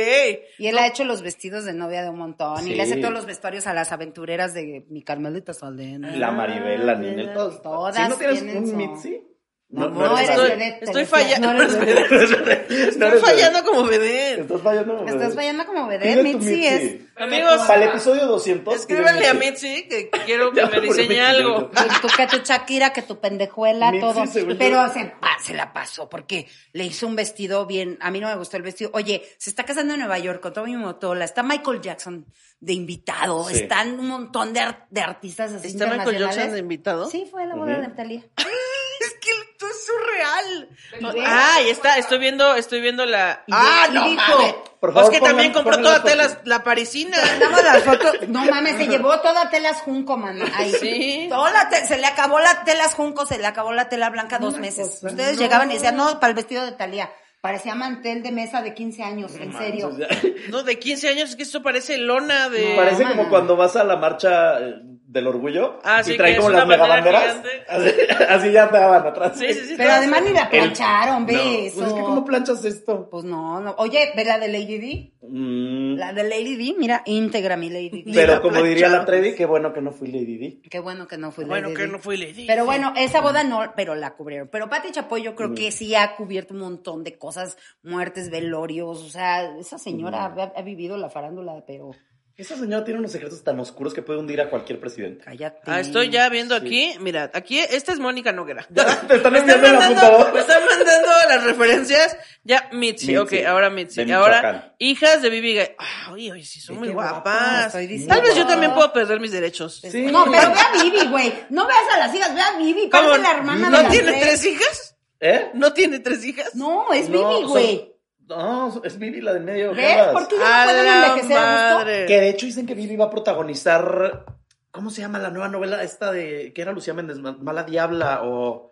[SPEAKER 4] Y él ha hecho los vestidos de novia de un montón. Y
[SPEAKER 6] Sí.
[SPEAKER 4] le hace todos los vestuarios a las aventureras de mi Carmelita Soldén.
[SPEAKER 6] La Maribel, la Ninel, todos.
[SPEAKER 4] Ah, Todas
[SPEAKER 6] si no tienes
[SPEAKER 4] tienen
[SPEAKER 6] un
[SPEAKER 4] su-
[SPEAKER 6] Mitzi,
[SPEAKER 4] No,
[SPEAKER 6] no, no eres
[SPEAKER 4] eres
[SPEAKER 6] nadie. <laughs>
[SPEAKER 4] vedette,
[SPEAKER 3] Estoy
[SPEAKER 4] Lucía,
[SPEAKER 3] <laughs> fallando.
[SPEAKER 4] no eres vedette.
[SPEAKER 6] No
[SPEAKER 3] Estoy
[SPEAKER 6] eres
[SPEAKER 3] fallando como vedette.
[SPEAKER 6] Estás fallando.
[SPEAKER 4] Te Estás fallando como
[SPEAKER 6] pues, Pide
[SPEAKER 4] vedette,
[SPEAKER 6] tu
[SPEAKER 4] Mitzi es.
[SPEAKER 3] Amigos,
[SPEAKER 6] Para el episodio 200.
[SPEAKER 3] escríbanle
[SPEAKER 6] pide
[SPEAKER 3] a
[SPEAKER 6] Mitzi.
[SPEAKER 3] Mitzi que quiero que
[SPEAKER 6] <laughs> Ya,
[SPEAKER 3] me
[SPEAKER 6] por
[SPEAKER 3] diseñe
[SPEAKER 6] Mitzi,
[SPEAKER 3] algo.
[SPEAKER 6] yo-
[SPEAKER 4] Que tu, que tu Shakira, que tu pendejuela,
[SPEAKER 6] Mitzi,
[SPEAKER 4] todo.
[SPEAKER 6] según yo-
[SPEAKER 4] Pero se, ah, se la pasó porque le hizo un vestido bien. A mí no me gustó el vestido. Oye, se está casando en Nueva York con Tommy Motola. Está Michael Jackson de invitado.
[SPEAKER 6] Sí.
[SPEAKER 4] Están un montón de, ar- de artistas así
[SPEAKER 3] ¿Está Michael
[SPEAKER 4] internacionales.
[SPEAKER 3] Jackson de invitado?
[SPEAKER 4] Sí, fue la boda
[SPEAKER 6] Ujú.
[SPEAKER 4] de
[SPEAKER 3] <laughs>
[SPEAKER 4] Natalia.
[SPEAKER 3] Es que esto es surreal.
[SPEAKER 4] Pero-
[SPEAKER 3] Ah, ahí está, estoy viendo, estoy viendo la.
[SPEAKER 4] Y-
[SPEAKER 3] Ah,
[SPEAKER 4] y
[SPEAKER 3] no,
[SPEAKER 4] dijo-
[SPEAKER 3] mames.
[SPEAKER 6] Por
[SPEAKER 3] Es
[SPEAKER 6] favor,
[SPEAKER 3] que
[SPEAKER 6] pongan-
[SPEAKER 3] también compró
[SPEAKER 6] pongan
[SPEAKER 3] toda
[SPEAKER 6] las fotos.
[SPEAKER 3] tela
[SPEAKER 4] <laughs>
[SPEAKER 3] la parisina.
[SPEAKER 4] Mandamos las fotos. <laughs> No mames, se llevó toda telas junco, man. Ahí.
[SPEAKER 3] Sí.
[SPEAKER 4] Toda la te- se le acabó la telas junco, se le acabó la tela blanca dos meses. Ustedes llegaban y decían, no, para el vestido de Talía. Parecía mantel de mesa de 15 años, en serio.
[SPEAKER 6] O sea,
[SPEAKER 3] No, de 15 años, es que esto parece lona de.
[SPEAKER 6] Parece
[SPEAKER 4] mamá.
[SPEAKER 6] como cuando vas a la marcha eh, del orgullo
[SPEAKER 3] Ah, sí,
[SPEAKER 6] y trae
[SPEAKER 3] que es
[SPEAKER 6] como
[SPEAKER 3] una
[SPEAKER 6] las
[SPEAKER 3] bandera
[SPEAKER 6] megabanderas. Así, así ya te daban atrás.
[SPEAKER 3] Sí, sí, sí.
[SPEAKER 4] Pero
[SPEAKER 3] todo
[SPEAKER 4] además ni la
[SPEAKER 6] El-
[SPEAKER 4] plancharon, ve
[SPEAKER 6] No,
[SPEAKER 4] eso.
[SPEAKER 6] Pues es que ¿cómo planchas esto?
[SPEAKER 4] Pues no, no. Oye, ve la de Lady D.
[SPEAKER 6] Mm,
[SPEAKER 4] La de Lady D, mira, íntegra mi Lady D.
[SPEAKER 6] pero
[SPEAKER 3] la
[SPEAKER 6] como diría la
[SPEAKER 3] plancharon.
[SPEAKER 6] Trevi, qué bueno que no fui Lady Di.
[SPEAKER 4] Qué bueno que no fue
[SPEAKER 3] Bueno,
[SPEAKER 4] Lady
[SPEAKER 3] que
[SPEAKER 4] Di.
[SPEAKER 3] no fui Lady.
[SPEAKER 4] pues, Pero bueno, esa boda no, pero la cubrieron. Pero Pati Chapoy yo creo que sí ha cubierto un montón de cosas, muertes, velorios, o sea, esa señora ha, ha vivido la farándula, pero
[SPEAKER 6] Esa señora tiene unos secretos tan oscuros que puede hundir a cualquier presidente.
[SPEAKER 4] cállate.
[SPEAKER 3] Ah, estoy ya viendo aquí, mira, aquí, esta es Mónica Noguera.
[SPEAKER 6] <laughs> Te están
[SPEAKER 3] <laughs> me, están
[SPEAKER 6] enviando el
[SPEAKER 3] mandando,
[SPEAKER 6] apuntador.
[SPEAKER 3] me están mandando las referencias. Ya, Mitzi,
[SPEAKER 6] Mitzi,
[SPEAKER 3] ok, ahora Mitzi.
[SPEAKER 6] de
[SPEAKER 3] Ahora,
[SPEAKER 6] Michoacán.
[SPEAKER 3] hijas de Vivi Gay. Ah, oye, oye, sí, son muy
[SPEAKER 4] qué guapa,
[SPEAKER 3] guapas.
[SPEAKER 4] estoy diciendo.
[SPEAKER 3] Tal vez yo también puedo perder mis derechos.
[SPEAKER 6] Sí.
[SPEAKER 4] No, pero ve a Vivi, güey. No veas a las hijas, ve a Vivi,
[SPEAKER 3] ¿Cómo?
[SPEAKER 4] parece la hermana de
[SPEAKER 3] ¿No
[SPEAKER 4] las
[SPEAKER 3] tiene
[SPEAKER 4] tres.
[SPEAKER 3] tres hijas?
[SPEAKER 6] ¿Eh?
[SPEAKER 3] ¿No tiene tres hijas?
[SPEAKER 4] No, es
[SPEAKER 6] No,
[SPEAKER 4] Vivi,
[SPEAKER 6] son-
[SPEAKER 4] güey.
[SPEAKER 6] No, es Vivi la del medio. ¿qué
[SPEAKER 4] ¿Ves?
[SPEAKER 6] hablas?
[SPEAKER 4] ¿Por qué no
[SPEAKER 3] A
[SPEAKER 4] pueden
[SPEAKER 3] la
[SPEAKER 4] envejecer a gusto?
[SPEAKER 3] madre.
[SPEAKER 6] Que de hecho dicen que Vivi va a protagonizar. ¿Cómo se llama la nueva novela esta de. que era Lucía Méndez? Ma- Mala Diabla o.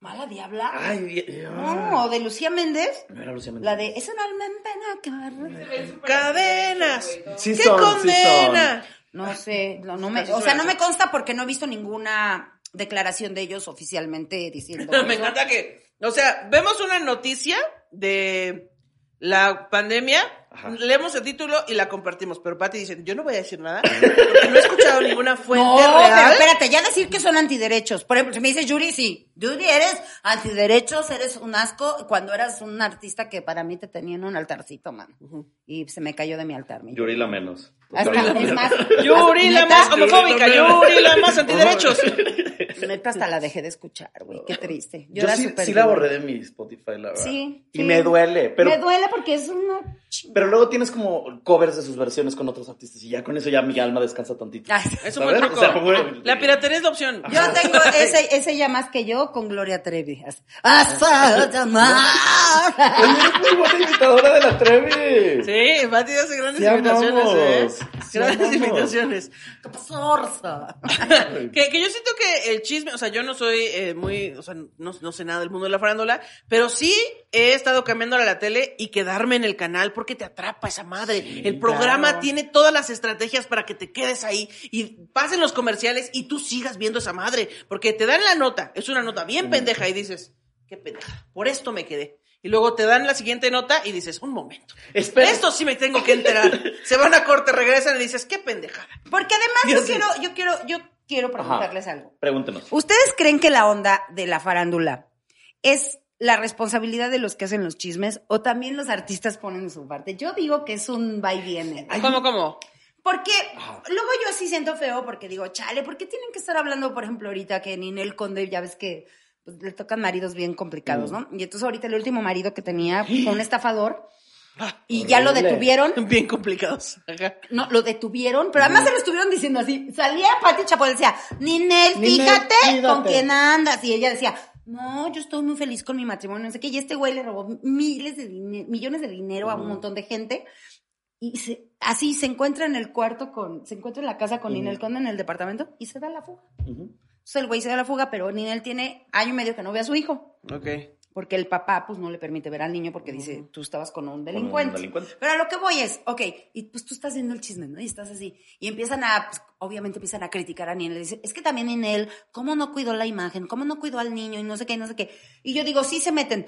[SPEAKER 4] Mala diabla.
[SPEAKER 6] Ay, eh, ah.
[SPEAKER 4] No, de Lucía Méndez.
[SPEAKER 6] No era Lucía Méndez.
[SPEAKER 4] La de, es un alma en pena que
[SPEAKER 3] Cadenas.
[SPEAKER 6] Sí
[SPEAKER 3] ¡Qué
[SPEAKER 6] son, sí
[SPEAKER 3] condena!
[SPEAKER 4] No sé, no, no me,
[SPEAKER 3] Así
[SPEAKER 4] o sea,
[SPEAKER 3] suena.
[SPEAKER 4] no me consta porque no he visto ninguna declaración de ellos oficialmente
[SPEAKER 3] <laughs>
[SPEAKER 4] diciendo.
[SPEAKER 3] Me
[SPEAKER 4] eso.
[SPEAKER 3] encanta que, o sea, vemos una noticia de la pandemia,
[SPEAKER 6] Ajá.
[SPEAKER 3] leemos el título y la compartimos, pero Pati dice, yo no voy a decir nada, porque no he escuchado ninguna
[SPEAKER 4] No,
[SPEAKER 3] fuente
[SPEAKER 4] pero
[SPEAKER 3] real.
[SPEAKER 4] espérate, ya decir que son antiderechos. Por ejemplo, si me dice Yuri, sí, Yuri, eres antiderechos, eres un asco, cuando eras un artista que para mí te tenía en un altarcito, mano. Y se me cayó de mi altar, mi
[SPEAKER 6] Yuri la menos.
[SPEAKER 4] Hasta, es más,
[SPEAKER 3] Yuri, la
[SPEAKER 4] neta,
[SPEAKER 3] más homofóbica, Yuri, la más <laughs> antiderechos.
[SPEAKER 4] neta, hasta la dejé de escuchar, güey, qué triste.
[SPEAKER 6] Yo,
[SPEAKER 4] era
[SPEAKER 6] sí,
[SPEAKER 4] súper
[SPEAKER 6] sí la
[SPEAKER 4] dura.
[SPEAKER 6] borré de mi Spotify, la verdad.
[SPEAKER 4] Sí,
[SPEAKER 6] Y
[SPEAKER 4] sí.
[SPEAKER 6] me duele. Pero,
[SPEAKER 4] Me duele porque es una
[SPEAKER 6] pero luego tienes como covers de sus versiones con otros artistas. Y ya con eso ya mi alma descansa
[SPEAKER 4] <laughs>
[SPEAKER 6] tantito.
[SPEAKER 4] Ay,
[SPEAKER 3] Es un
[SPEAKER 6] ¿Sabes?
[SPEAKER 3] buen
[SPEAKER 6] O
[SPEAKER 3] truco.
[SPEAKER 6] sea, pongo-
[SPEAKER 3] La piratería es la opción.
[SPEAKER 4] Yo tengo ese, ese ya más que yo con Gloria Trevi. Hasta llamar.
[SPEAKER 6] Oye, eres muy buena imitadora de la Trevi.
[SPEAKER 3] Sí, Pati hace grandes
[SPEAKER 6] Sí,
[SPEAKER 3] invitaciones, ¿eh?
[SPEAKER 6] amamos. Sí,
[SPEAKER 3] Grandes
[SPEAKER 6] amamos.
[SPEAKER 3] invitaciones.
[SPEAKER 4] ¿Qué pasó, Orsa?
[SPEAKER 3] Que, que yo siento que el chisme, o sea, yo no soy eh, muy, o sea, no, no sé nada del mundo de la farándula, pero sí he estado cambiando la tele y quedarme en el canal porque te atrapa esa madre. el programa
[SPEAKER 4] claro.
[SPEAKER 3] tiene todas las estrategias para que te quedes ahí y pasen los comerciales y tú sigas viendo esa madre, porque te dan la nota, es una nota bien pendeja y dices, qué pendeja, por esto me quedé. Y luego te dan la siguiente nota y dices, un momento.
[SPEAKER 6] Espera.
[SPEAKER 3] Esto sí me tengo que enterar. Se van a corte, regresan y dices, qué pendejada.
[SPEAKER 4] Porque además yo
[SPEAKER 6] Dios
[SPEAKER 4] quiero, yo quiero, yo quiero preguntarles algo.
[SPEAKER 6] Pregúntenos.
[SPEAKER 4] ¿Ustedes creen que la onda de la farándula es la responsabilidad de los que hacen los chismes o también los artistas ponen de su parte? Yo digo que es un va y viene.
[SPEAKER 3] ¿Cómo, cómo?
[SPEAKER 4] Porque luego yo sí siento feo porque digo, chale, ¿por qué tienen que estar hablando, por ejemplo, ahorita que Ninel Conde, ya ves que pues, le tocan maridos bien complicados, ¿no? Y entonces ahorita el último marido que tenía fue un estafador y ya lo
[SPEAKER 6] horrible.
[SPEAKER 4] detuvieron.
[SPEAKER 3] <laughs> Bien complicados. Ajá.
[SPEAKER 4] No, lo detuvieron, pero además se lo estuvieron diciendo así. Salía Pati Chapoy y decía, Ninel,
[SPEAKER 6] Ninel,
[SPEAKER 4] fíjate con
[SPEAKER 6] cuídate".
[SPEAKER 4] quién andas. Y ella decía, no, yo estoy muy feliz con mi matrimonio, no sé qué. Y este güey le robó miles de dine- millones de dinero a un montón de gente. Y se- así se encuentra en el cuarto con, se encuentra en la casa con Ninel Conde en el departamento y se da la fuga.
[SPEAKER 6] Ujú.
[SPEAKER 4] Entonces el güey se da la fuga, pero Ninel tiene año y medio que no ve a su hijo.
[SPEAKER 3] Ok.
[SPEAKER 4] Porque el papá, pues, no le permite ver al niño porque dice, tú estabas con un delincuente.
[SPEAKER 6] delincuente.
[SPEAKER 4] Pero a lo que voy es, ok, y pues tú estás viendo el chisme, ¿no? Y estás así. Y empiezan a, pues, obviamente empiezan a criticar a Ninel. Dice, es que también Ninel, ¿cómo no cuidó la imagen? ¿Cómo no cuidó al niño? Y no sé qué, y no sé qué. Y yo digo, sí se meten.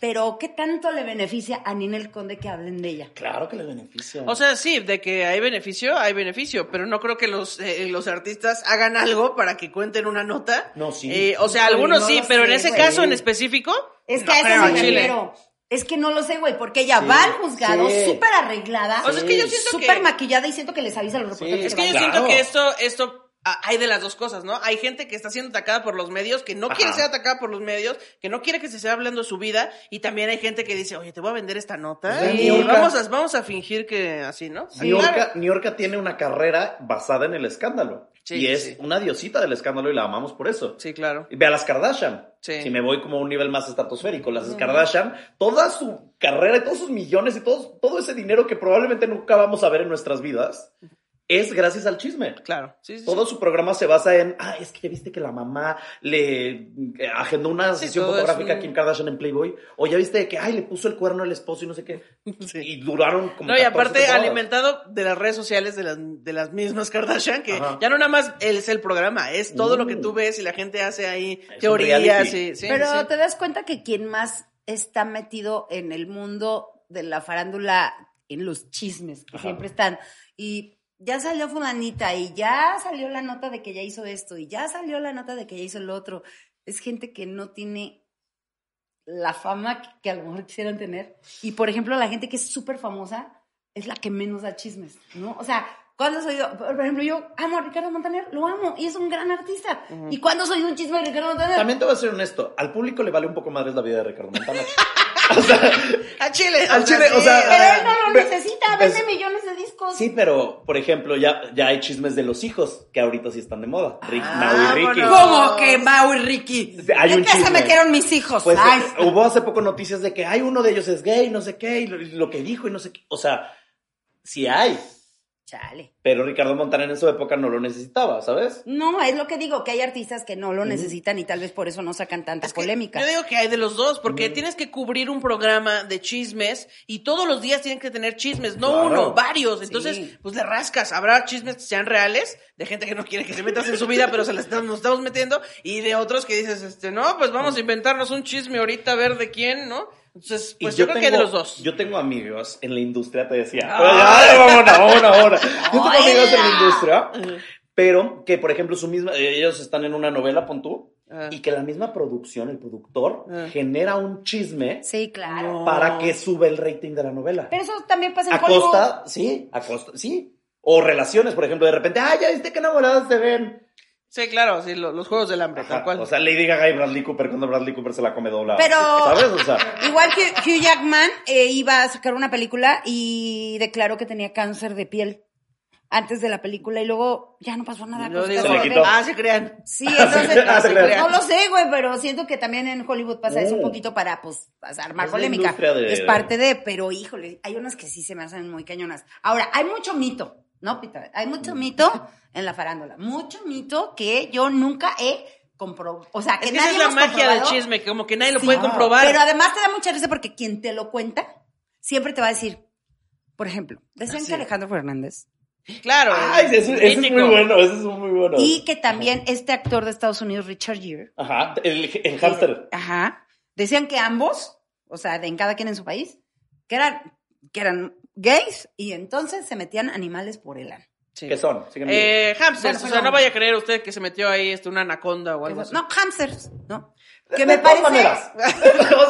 [SPEAKER 4] Pero, ¿qué tanto le beneficia a Ninel Conde que hablen de ella?
[SPEAKER 6] Claro que le beneficia.
[SPEAKER 3] O sea, sí, de que hay beneficio, hay beneficio, pero no creo que los, eh, los artistas hagan algo para que cuenten una nota.
[SPEAKER 6] No, sí.
[SPEAKER 3] Eh, o sea,
[SPEAKER 4] Ay,
[SPEAKER 3] algunos
[SPEAKER 4] no
[SPEAKER 3] sí,
[SPEAKER 4] lo
[SPEAKER 3] pero en
[SPEAKER 4] sé,
[SPEAKER 3] ese
[SPEAKER 4] güey.
[SPEAKER 3] caso en específico.
[SPEAKER 4] Es que
[SPEAKER 3] no
[SPEAKER 4] a eso
[SPEAKER 3] creo,
[SPEAKER 4] me
[SPEAKER 3] al chile.
[SPEAKER 4] refiero. Es que no lo sé, güey, porque ella va al juzgado
[SPEAKER 6] sí.
[SPEAKER 4] súper arreglada,
[SPEAKER 3] O sea, es que yo siento
[SPEAKER 4] súper
[SPEAKER 3] que-
[SPEAKER 4] maquillada y siento que les avisa a los reporteros.
[SPEAKER 3] Es que yo
[SPEAKER 4] vayan.
[SPEAKER 3] siento
[SPEAKER 6] Claro.
[SPEAKER 3] que esto, esto ah, hay de las dos cosas, ¿no? Hay gente que está siendo atacada por los medios, que no quiere
[SPEAKER 6] Ajá.
[SPEAKER 3] ser atacada por los medios, que no quiere que se esté hablando su vida, y también hay gente que dice, oye, te voy a vender esta nota,
[SPEAKER 6] Sí.
[SPEAKER 3] y vamos a, vamos a fingir que así, ¿no?
[SPEAKER 6] New
[SPEAKER 3] Claro.
[SPEAKER 6] York, New York tiene una carrera basada en el escándalo.
[SPEAKER 3] Sí,
[SPEAKER 6] y es
[SPEAKER 3] sí.
[SPEAKER 6] una diosita del escándalo y la amamos por eso.
[SPEAKER 3] Sí, claro.
[SPEAKER 6] Ve a las Kardashian.
[SPEAKER 3] Sí.
[SPEAKER 6] Si me voy como a un nivel más estratosférico, las Kardashian, toda su carrera y todos sus millones y todo, todo ese dinero que probablemente nunca vamos a ver en nuestras vidas es gracias al chisme.
[SPEAKER 3] Claro. Sí, sí, sí.
[SPEAKER 6] Todo su programa se basa en, ah, es que ya viste que la mamá le eh, agendó una
[SPEAKER 3] Sí,
[SPEAKER 6] sesión
[SPEAKER 3] todo es
[SPEAKER 6] fotográfica
[SPEAKER 3] un-
[SPEAKER 6] a Kim Kardashian en Playboy, o ya viste que, ay, le puso el cuerno al esposo y no sé qué. Y duraron como...
[SPEAKER 3] No, y
[SPEAKER 6] 14
[SPEAKER 3] aparte
[SPEAKER 6] temporadas.
[SPEAKER 3] alimentado de las redes sociales de las, de las mismas <laughs> Kardashian, que
[SPEAKER 6] Ajá.
[SPEAKER 3] ya no nada más es el programa, es todo lo que
[SPEAKER 6] Mm.
[SPEAKER 3] tú ves y la gente hace ahí
[SPEAKER 6] un
[SPEAKER 3] teorías.
[SPEAKER 6] reality.
[SPEAKER 3] y- sí,
[SPEAKER 4] Pero
[SPEAKER 3] sí.
[SPEAKER 4] te das cuenta que quien más está metido en el mundo de la farándula, en los chismes que
[SPEAKER 6] Ajá.
[SPEAKER 4] siempre están, y ya salió fulanita, y ya salió la nota de que ya hizo esto, y ya salió la nota de que ya hizo el otro, es gente que no tiene la fama que, que a lo mejor quisieran tener. Y por ejemplo, la gente que es súper famosa es la que menos da chismes, ¿no? O sea, cuando soy yo, por ejemplo, yo amo a Ricardo Montaner, lo amo, y es un gran artista. ¿Y cuando soy un chisme de Ricardo Montaner?
[SPEAKER 6] También te voy a ser honesto, al público le vale un poco madres la vida de Ricardo <laughs> Montana.
[SPEAKER 3] Al chile.
[SPEAKER 6] Al chile, o
[SPEAKER 3] sí,
[SPEAKER 6] sea,
[SPEAKER 4] Pero él no lo
[SPEAKER 6] Ve-
[SPEAKER 4] necesita,
[SPEAKER 6] ves-
[SPEAKER 4] vende millones de discos.
[SPEAKER 6] sí, pero, por ejemplo, ya, ya hay chismes de los hijos, que ahorita sí están de moda. Rick, Mau y Ricky.
[SPEAKER 3] Ah, vámonos.
[SPEAKER 4] ¿Cómo que Mau y Ricky?
[SPEAKER 6] Hay
[SPEAKER 4] ¿En
[SPEAKER 6] un
[SPEAKER 4] qué se
[SPEAKER 6] chisme.
[SPEAKER 4] metieron mis hijos?
[SPEAKER 6] Pues
[SPEAKER 4] Ay,
[SPEAKER 6] eh, hubo hace poco noticias de que hay uno de ellos es gay, no sé qué, y lo, y lo que dijo y no sé qué. O sea, sí hay,
[SPEAKER 4] chale.
[SPEAKER 6] pero Ricardo Montana en su época no lo necesitaba, ¿sabes?
[SPEAKER 4] No, es lo que digo, que hay artistas que no lo necesitan y tal vez por eso no sacan tanta
[SPEAKER 3] Es que
[SPEAKER 4] polémica.
[SPEAKER 3] Yo digo que hay de los dos, porque
[SPEAKER 6] Mm.
[SPEAKER 3] tienes que cubrir un programa de chismes y todos los días tienen que tener chismes, no
[SPEAKER 6] Claro.
[SPEAKER 3] uno, varios. Entonces,
[SPEAKER 4] Sí.
[SPEAKER 3] pues le rascas. Habrá chismes que sean reales, de gente que no quiere que se metas en su vida, pero se las estamos, nos estamos metiendo, y de otros que dices, este, no, pues vamos a inventarnos un chisme ahorita a ver de quién, ¿no? Entonces,
[SPEAKER 6] Y
[SPEAKER 3] pues yo, creo que hay de los dos.
[SPEAKER 6] Yo tengo amigos en la industria, te decía.
[SPEAKER 3] Ah.
[SPEAKER 6] Ay, vámonos,
[SPEAKER 3] <laughs>
[SPEAKER 6] vámonos, vámonos. Yo tengo
[SPEAKER 4] Ay,
[SPEAKER 6] amigos en la
[SPEAKER 4] la.
[SPEAKER 6] industria, pero que, por ejemplo, su misma, eh, ellos están en una novela, pon tú,
[SPEAKER 3] Ah.
[SPEAKER 6] y que la misma producción, el productor,
[SPEAKER 3] Ah.
[SPEAKER 6] genera un chisme
[SPEAKER 4] Sí, claro.
[SPEAKER 6] para que sube el rating de la novela.
[SPEAKER 4] Pero eso también pasa en
[SPEAKER 6] A
[SPEAKER 4] Hollywood.
[SPEAKER 6] costa, sí, a costa, sí. O relaciones, por ejemplo, de repente, ah, ya viste qué enamoradas te ven.
[SPEAKER 3] Sí, claro, sí, lo- los juegos del hambre, tal
[SPEAKER 6] Ajá,
[SPEAKER 3] cual.
[SPEAKER 6] O sea, Lady Gaga y Bradley Cooper cuando Bradley Cooper se la come doblada.
[SPEAKER 4] Pero-
[SPEAKER 6] ¿Sabes? O sea,
[SPEAKER 4] Igual que Hugh Jackman eh, iba a sacar una película y declaró que tenía cáncer de piel antes de la película y luego ya no pasó nada. pues,
[SPEAKER 3] Y luego
[SPEAKER 4] con
[SPEAKER 3] digo,
[SPEAKER 6] Se le
[SPEAKER 4] cáncer de
[SPEAKER 6] quitó.
[SPEAKER 4] piel.
[SPEAKER 3] ah, se crean.
[SPEAKER 4] Sí, entonces,
[SPEAKER 6] Ah, se crean.
[SPEAKER 4] no lo sé, güey, pero siento que también en Hollywood pasa eso un
[SPEAKER 6] Mm.
[SPEAKER 4] poquito para, pues, para armar
[SPEAKER 6] Es la
[SPEAKER 4] polémica.
[SPEAKER 6] industria de-
[SPEAKER 4] Es parte de, pero híjole, hay unas que sí se me hacen muy cañonas. Ahora, hay mucho mito, ¿no, Pita? Hay mucho mito en la farándula, mucho mito que yo nunca he comprobado, o sea, que
[SPEAKER 3] Es que esa
[SPEAKER 4] nadie
[SPEAKER 3] es la
[SPEAKER 4] hemos
[SPEAKER 3] magia del
[SPEAKER 4] comprobado.
[SPEAKER 3] chisme, que como que nadie lo
[SPEAKER 4] Sí,
[SPEAKER 6] Ah,
[SPEAKER 3] puede
[SPEAKER 4] no.
[SPEAKER 3] comprobar.
[SPEAKER 4] Pero además te da mucha risa porque quien te lo cuenta siempre te va a decir, por ejemplo, decían que Alejandro Fernández
[SPEAKER 3] claro.
[SPEAKER 6] ay, eso, eso es muy
[SPEAKER 3] mítico.
[SPEAKER 6] bueno, eso es muy bueno.
[SPEAKER 4] y que también este actor de Estados Unidos, Richard Gere,
[SPEAKER 6] Ajá, el, el hámster.
[SPEAKER 4] Ajá. Decían que ambos, o sea, de en cada quien en su país, que eran, que eran gays y entonces se metían animales por el ano.
[SPEAKER 3] Sí.
[SPEAKER 6] ¿Qué son? Sígueme.
[SPEAKER 3] Eh,
[SPEAKER 4] Bueno,
[SPEAKER 3] hamsters, o sea,
[SPEAKER 4] pero-
[SPEAKER 3] no vaya a creer usted que se metió ahí este, una anaconda o algo así. <laughs>
[SPEAKER 4] No, hamsters, ¿no?
[SPEAKER 6] De-
[SPEAKER 4] Que
[SPEAKER 6] de
[SPEAKER 4] me
[SPEAKER 6] todas
[SPEAKER 4] parece...
[SPEAKER 6] maneras. o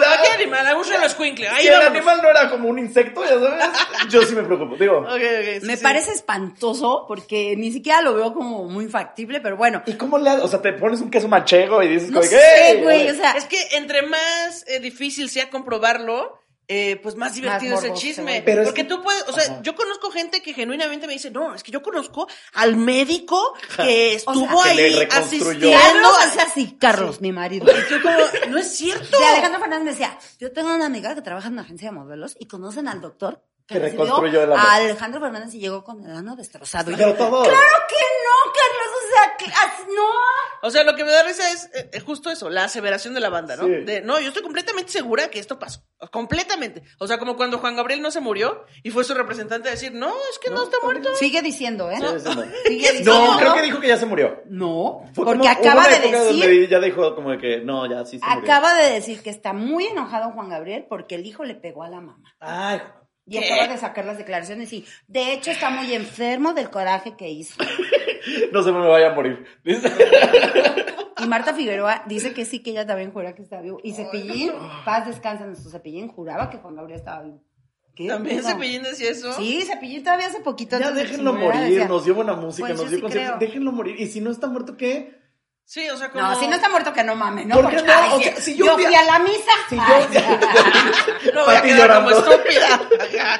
[SPEAKER 6] sea,
[SPEAKER 3] ¿A qué animal? A un reloj escuincle. Ahí
[SPEAKER 6] si el
[SPEAKER 3] vámonos.
[SPEAKER 6] animal no era como un insecto, ya sabes, yo sí me preocupo. Digo,
[SPEAKER 3] Ok, ok, sí,
[SPEAKER 4] Me
[SPEAKER 3] sí.
[SPEAKER 4] parece espantoso porque ni siquiera lo veo como muy factible, pero bueno.
[SPEAKER 6] ¿y cómo le ha- O sea, te pones un queso manchego y dices,
[SPEAKER 4] No
[SPEAKER 6] como que,
[SPEAKER 4] sé,
[SPEAKER 6] "Ey,
[SPEAKER 4] güey,
[SPEAKER 6] güey".
[SPEAKER 4] o sea...
[SPEAKER 3] Es que entre más eh, difícil sea comprobarlo, eh, pues más divertido es el
[SPEAKER 4] morboso,
[SPEAKER 3] chisme.
[SPEAKER 4] güey.
[SPEAKER 6] Pero es
[SPEAKER 3] Porque
[SPEAKER 6] que-
[SPEAKER 3] tú puedes, o sea,
[SPEAKER 6] Ajá.
[SPEAKER 3] yo conozco gente que genuinamente me dice, no, es que yo conozco al
[SPEAKER 6] <laughs>
[SPEAKER 3] médico que estuvo
[SPEAKER 6] que le
[SPEAKER 3] ahí
[SPEAKER 6] reconstruyó.
[SPEAKER 3] asistiendo.
[SPEAKER 4] Carlos hace así, Carlos, mi marido.
[SPEAKER 3] Y yo como, no es cierto.
[SPEAKER 4] Sí, Alejandro Fernández decía, yo tengo una amiga que trabaja en una agencia de modelos y conocen al doctor que,
[SPEAKER 6] Que
[SPEAKER 4] recibió
[SPEAKER 6] reconstruyó el ano.
[SPEAKER 4] a Alejandro Fernández y llegó con el ano destrozado. Y
[SPEAKER 6] Pero
[SPEAKER 4] yo,
[SPEAKER 6] todo.
[SPEAKER 4] Claro que no, Carlos. O sea, cla- No.
[SPEAKER 3] O sea, lo que me da risa es eh, eh, justo eso, la aseveración de la banda, ¿no?
[SPEAKER 6] Sí.
[SPEAKER 3] De, no, yo estoy completamente segura que esto pasó. Completamente. O sea, como cuando Juan Gabriel no se murió y fue su representante a decir, no, es que no, está muerto.
[SPEAKER 4] Sigue diciendo, ¿eh?
[SPEAKER 6] Sí, sí, no.
[SPEAKER 4] Sigue diciendo.
[SPEAKER 6] No, creo que dijo que ya se murió.
[SPEAKER 4] No,
[SPEAKER 6] Fue como-
[SPEAKER 4] porque
[SPEAKER 6] hubo
[SPEAKER 4] acaba
[SPEAKER 6] una
[SPEAKER 4] de
[SPEAKER 6] época donde
[SPEAKER 4] decir,
[SPEAKER 6] ya dijo como de que no, ya sí se murió.
[SPEAKER 4] acaba de decir que está muy enojado Juan Gabriel porque el hijo le pegó a la mamá.
[SPEAKER 6] Ay,
[SPEAKER 4] Y acaba de sacar las declaraciones y, de hecho, está muy enfermo del coraje que hizo.
[SPEAKER 6] no se me vaya a morir. Dice.
[SPEAKER 4] Y Marta Figueroa dice que sí, que ella también jura que está vivo. Y Cepillín, paz descansa en su Cepillín, juraba que Juan Gabriel estaba vivo. ¿Qué
[SPEAKER 3] También
[SPEAKER 4] pedo?
[SPEAKER 3] Cepillín decía eso.
[SPEAKER 4] Sí, Cepillín todavía hace poquito.
[SPEAKER 6] Ya
[SPEAKER 4] antes de que se
[SPEAKER 6] déjenlo
[SPEAKER 4] muriera,
[SPEAKER 6] morir,
[SPEAKER 4] pues, decía,
[SPEAKER 6] nos dio buena música,
[SPEAKER 4] pues, yo
[SPEAKER 6] nos dio
[SPEAKER 4] sí
[SPEAKER 6] conciertos,
[SPEAKER 4] creo.
[SPEAKER 6] déjenlo morir. Y si no está muerto, ¿qué?
[SPEAKER 3] Sí, o sea, como...
[SPEAKER 4] No, si
[SPEAKER 3] <laughs>
[SPEAKER 4] no está muerto, que no mames, ¿no?
[SPEAKER 6] ¿Por qué no?
[SPEAKER 4] ay,
[SPEAKER 6] O sea, si yo fui a-
[SPEAKER 4] fui a la misa.
[SPEAKER 6] Si
[SPEAKER 4] Ay,
[SPEAKER 6] yo,
[SPEAKER 3] No voy a
[SPEAKER 6] Pati
[SPEAKER 3] quedar como
[SPEAKER 6] llorando.
[SPEAKER 3] estúpida.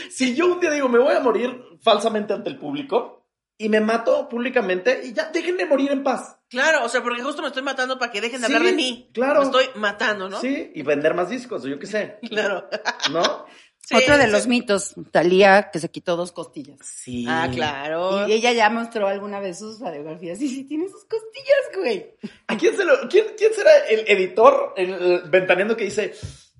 [SPEAKER 3] <laughs>
[SPEAKER 6] si yo un día digo, me voy a morir falsamente ante el público y me mato públicamente y ya déjenme morir en paz.
[SPEAKER 3] Claro, o sea, porque justo me estoy matando para que dejen de
[SPEAKER 6] Sí,
[SPEAKER 3] hablar de mí.
[SPEAKER 6] claro.
[SPEAKER 3] Me estoy matando, ¿no?
[SPEAKER 6] Sí, y vender más discos, o yo qué sé,
[SPEAKER 3] Claro. <laughs>
[SPEAKER 6] ¿no?
[SPEAKER 4] <laughs>
[SPEAKER 3] Sí,
[SPEAKER 4] Otro de
[SPEAKER 3] sí.
[SPEAKER 4] los mitos, Talía, que se quitó dos costillas.
[SPEAKER 6] Sí.
[SPEAKER 3] Ah, claro.
[SPEAKER 4] Y ella ya mostró alguna vez sus radiografías. Y sí, tiene sus costillas, güey.
[SPEAKER 6] ¿A quién, se lo, quién, quién será el editor, el, el ventaneando que dice,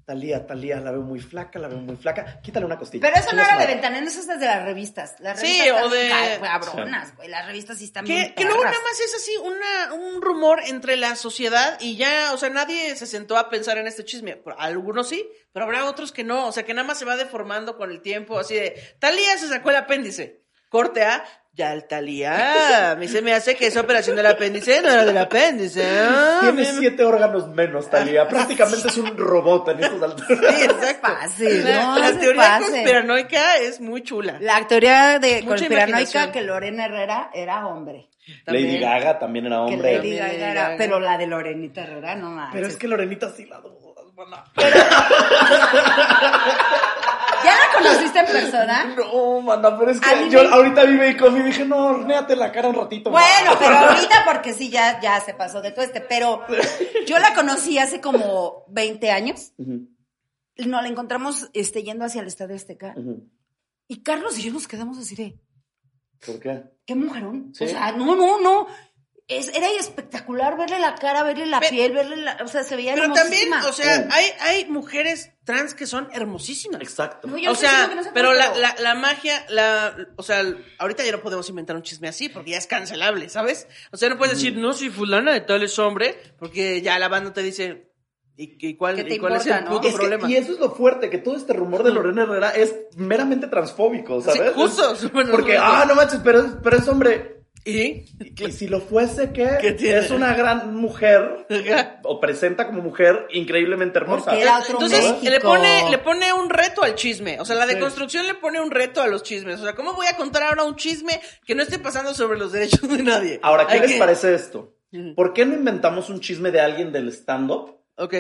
[SPEAKER 6] Talía, Talía, la veo muy flaca, la veo muy flaca, quítale una costilla?
[SPEAKER 4] Pero eso no
[SPEAKER 6] Chinga su
[SPEAKER 4] era de
[SPEAKER 6] madre.
[SPEAKER 4] ventaneros, eso es de las revistas. Las
[SPEAKER 3] Sí,
[SPEAKER 4] revistas
[SPEAKER 3] o
[SPEAKER 4] están
[SPEAKER 3] de-
[SPEAKER 4] cabronas, güey. Las revistas sí están bien
[SPEAKER 3] Que, que luego
[SPEAKER 4] perras.
[SPEAKER 3] nada más es así una, un rumor entre la sociedad y ya, o sea, nadie se sentó a pensar en este chisme. Por- Algunos sí, pero habrá otros que no. O sea, que nada más se va deformando con el tiempo, así de, Talía se sacó el apéndice. Corte A, ya el Talía. A mí se me hace que esa operación del apéndice no era del apéndice. ¿ah?
[SPEAKER 6] Tiene siete órganos menos,
[SPEAKER 4] <laughs>
[SPEAKER 6] Talía. Prácticamente es un robot en estos alturas.
[SPEAKER 3] Sí, exacto.
[SPEAKER 4] Fácil,
[SPEAKER 3] la,
[SPEAKER 4] no,
[SPEAKER 3] la
[SPEAKER 4] se
[SPEAKER 3] teoría
[SPEAKER 4] pase.
[SPEAKER 3] conspiranoica es muy chula.
[SPEAKER 4] La teoría de
[SPEAKER 3] Mucha imaginación.
[SPEAKER 4] conspiranoica que Lorena Herrera era hombre.
[SPEAKER 3] También.
[SPEAKER 6] Lady Gaga también era
[SPEAKER 4] Que
[SPEAKER 6] hombre.
[SPEAKER 4] Lady Gaga
[SPEAKER 3] Lady
[SPEAKER 4] era-
[SPEAKER 3] Gaga.
[SPEAKER 4] pero la de Lorenita Herrera no manches.
[SPEAKER 6] Pero es que Lorenita sí la dudas, maná.
[SPEAKER 4] ¿Ya la conociste en persona?
[SPEAKER 6] No, maná, pero es que
[SPEAKER 4] A mí
[SPEAKER 6] yo
[SPEAKER 4] me-
[SPEAKER 6] ahorita vi Bake Off y dije, no, horneate la cara un ratito.
[SPEAKER 4] Bueno,
[SPEAKER 6] maná.
[SPEAKER 4] pero ahorita porque sí, ya, ya se pasó de todo este. Pero yo la conocí hace como 20 años.
[SPEAKER 6] Ujú,
[SPEAKER 4] Nos la encontramos este, yendo hacia el Estadio Azteca.
[SPEAKER 6] ujú.
[SPEAKER 4] Y Carlos y yo nos quedamos así de...
[SPEAKER 6] ¿Por qué?
[SPEAKER 4] qué mujerón.
[SPEAKER 6] Sí.
[SPEAKER 4] O sea, no, no, no. Es, era espectacular verle la cara, verle la
[SPEAKER 3] Pe-
[SPEAKER 4] piel, verle la. O sea, se veía
[SPEAKER 3] Pero también,
[SPEAKER 4] hermosísima.
[SPEAKER 3] o sea,
[SPEAKER 6] Oh.
[SPEAKER 3] hay, hay mujeres trans que son hermosísimas.
[SPEAKER 6] Exacto.
[SPEAKER 4] No, yo
[SPEAKER 3] o
[SPEAKER 4] estoy
[SPEAKER 3] sea,
[SPEAKER 4] diciendo que no se
[SPEAKER 3] pero
[SPEAKER 4] puede,
[SPEAKER 3] la, la, la magia, la, o sea, ahorita ya no podemos inventar un chisme así porque ya es cancelable, ¿sabes? O sea, no puedes decir, no, soy fulana de tal es hombre, porque ya la banda te dice, ¿y, y cuál,
[SPEAKER 4] ¿Qué te
[SPEAKER 3] y cuál es
[SPEAKER 4] importa,
[SPEAKER 3] el
[SPEAKER 4] no?
[SPEAKER 3] puto
[SPEAKER 6] Es que-
[SPEAKER 3] problema?
[SPEAKER 6] y eso es lo fuerte, que todo este rumor de Lorena Herrera es meramente transfóbico, ¿sabes?
[SPEAKER 3] Sí, justo,
[SPEAKER 6] Es-
[SPEAKER 3] súper
[SPEAKER 6] Porque,
[SPEAKER 3] transfóbico.
[SPEAKER 6] ah, no manches, pero, es- pero es hombre.
[SPEAKER 3] <laughs> ¿Y?
[SPEAKER 6] Y si lo fuese, ¿qué?
[SPEAKER 3] ¿Qué tiene?
[SPEAKER 6] Es una gran mujer,
[SPEAKER 3] Ajá.
[SPEAKER 6] o presenta como mujer increíblemente hermosa.
[SPEAKER 4] Porque era otro
[SPEAKER 3] Entonces
[SPEAKER 4] México.
[SPEAKER 3] le pone, le pone un reto al chisme. O sea, la deconstrucción le pone un reto a los chismes. O sea, ¿cómo voy a contar ahora un chisme que no esté pasando sobre los derechos de nadie?
[SPEAKER 6] Ahora, ¿qué
[SPEAKER 3] Hay
[SPEAKER 6] les
[SPEAKER 3] que-
[SPEAKER 6] parece esto?
[SPEAKER 3] Ujú.
[SPEAKER 6] ¿Por qué no inventamos un chisme de alguien del stand-up?
[SPEAKER 3] Ok.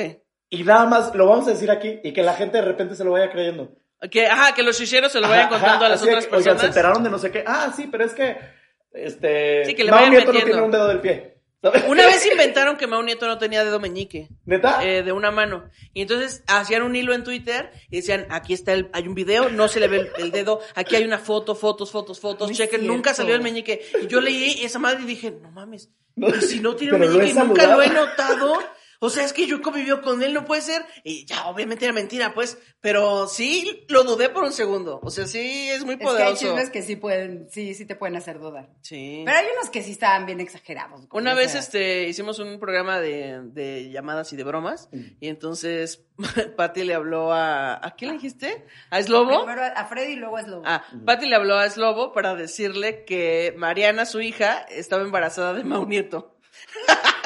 [SPEAKER 6] Y nada más lo vamos a decir aquí y que la gente de repente se lo vaya creyendo.
[SPEAKER 3] Que, ajá, que los chicheros se lo vayan
[SPEAKER 6] Ajá,
[SPEAKER 3] contando
[SPEAKER 6] ajá,
[SPEAKER 3] a las
[SPEAKER 6] así de
[SPEAKER 3] otras
[SPEAKER 6] que, oigan, se
[SPEAKER 3] personas.
[SPEAKER 6] enteraron de no sé qué. Ah, sí, pero es que este
[SPEAKER 3] Sí, que le
[SPEAKER 6] Mao
[SPEAKER 3] vayan
[SPEAKER 6] Nieto no
[SPEAKER 3] metiendo.
[SPEAKER 6] tiene un dedo del pie. ¿sabes?
[SPEAKER 3] Una vez inventaron que Mau Nieto no tenía dedo meñique.
[SPEAKER 6] <laughs> ¿Neta?
[SPEAKER 3] eh, de una mano. Y entonces hacían un hilo en Twitter y decían, aquí está el, hay un video, no se le ve el, el dedo, aquí hay una foto, fotos, fotos, fotos,
[SPEAKER 4] No es
[SPEAKER 3] chequen,
[SPEAKER 4] cierto.
[SPEAKER 3] nunca salió el meñique. Y yo leí esa madre y dije, no mames,
[SPEAKER 6] No,
[SPEAKER 3] y si no tiene
[SPEAKER 6] pero lo
[SPEAKER 3] meñique
[SPEAKER 6] he
[SPEAKER 3] y nunca lo he
[SPEAKER 6] saludado.
[SPEAKER 3] notado, o sea, es que yo he convivido con él, no puede ser. Y ya, obviamente era mentira, pues, pero sí lo dudé por un segundo. O sea, sí es muy
[SPEAKER 4] Es que hay
[SPEAKER 3] poderoso.
[SPEAKER 4] chismes que sí pueden, sí, sí te pueden hacer dudar.
[SPEAKER 3] Sí.
[SPEAKER 4] Pero hay unos que sí estaban bien exagerados. güey,
[SPEAKER 3] Una
[SPEAKER 4] o
[SPEAKER 3] vez
[SPEAKER 4] sea.
[SPEAKER 3] este hicimos un programa de, de llamadas y de bromas y entonces <laughs> Patty le habló a ¿a quién le dijiste? ¿A Slobo?
[SPEAKER 4] Primero a Freddy y luego es Lobo.
[SPEAKER 3] Ah, Patty le habló a Slobo para decirle que Mariana, su hija, estaba embarazada de Mau Nieto. <laughs>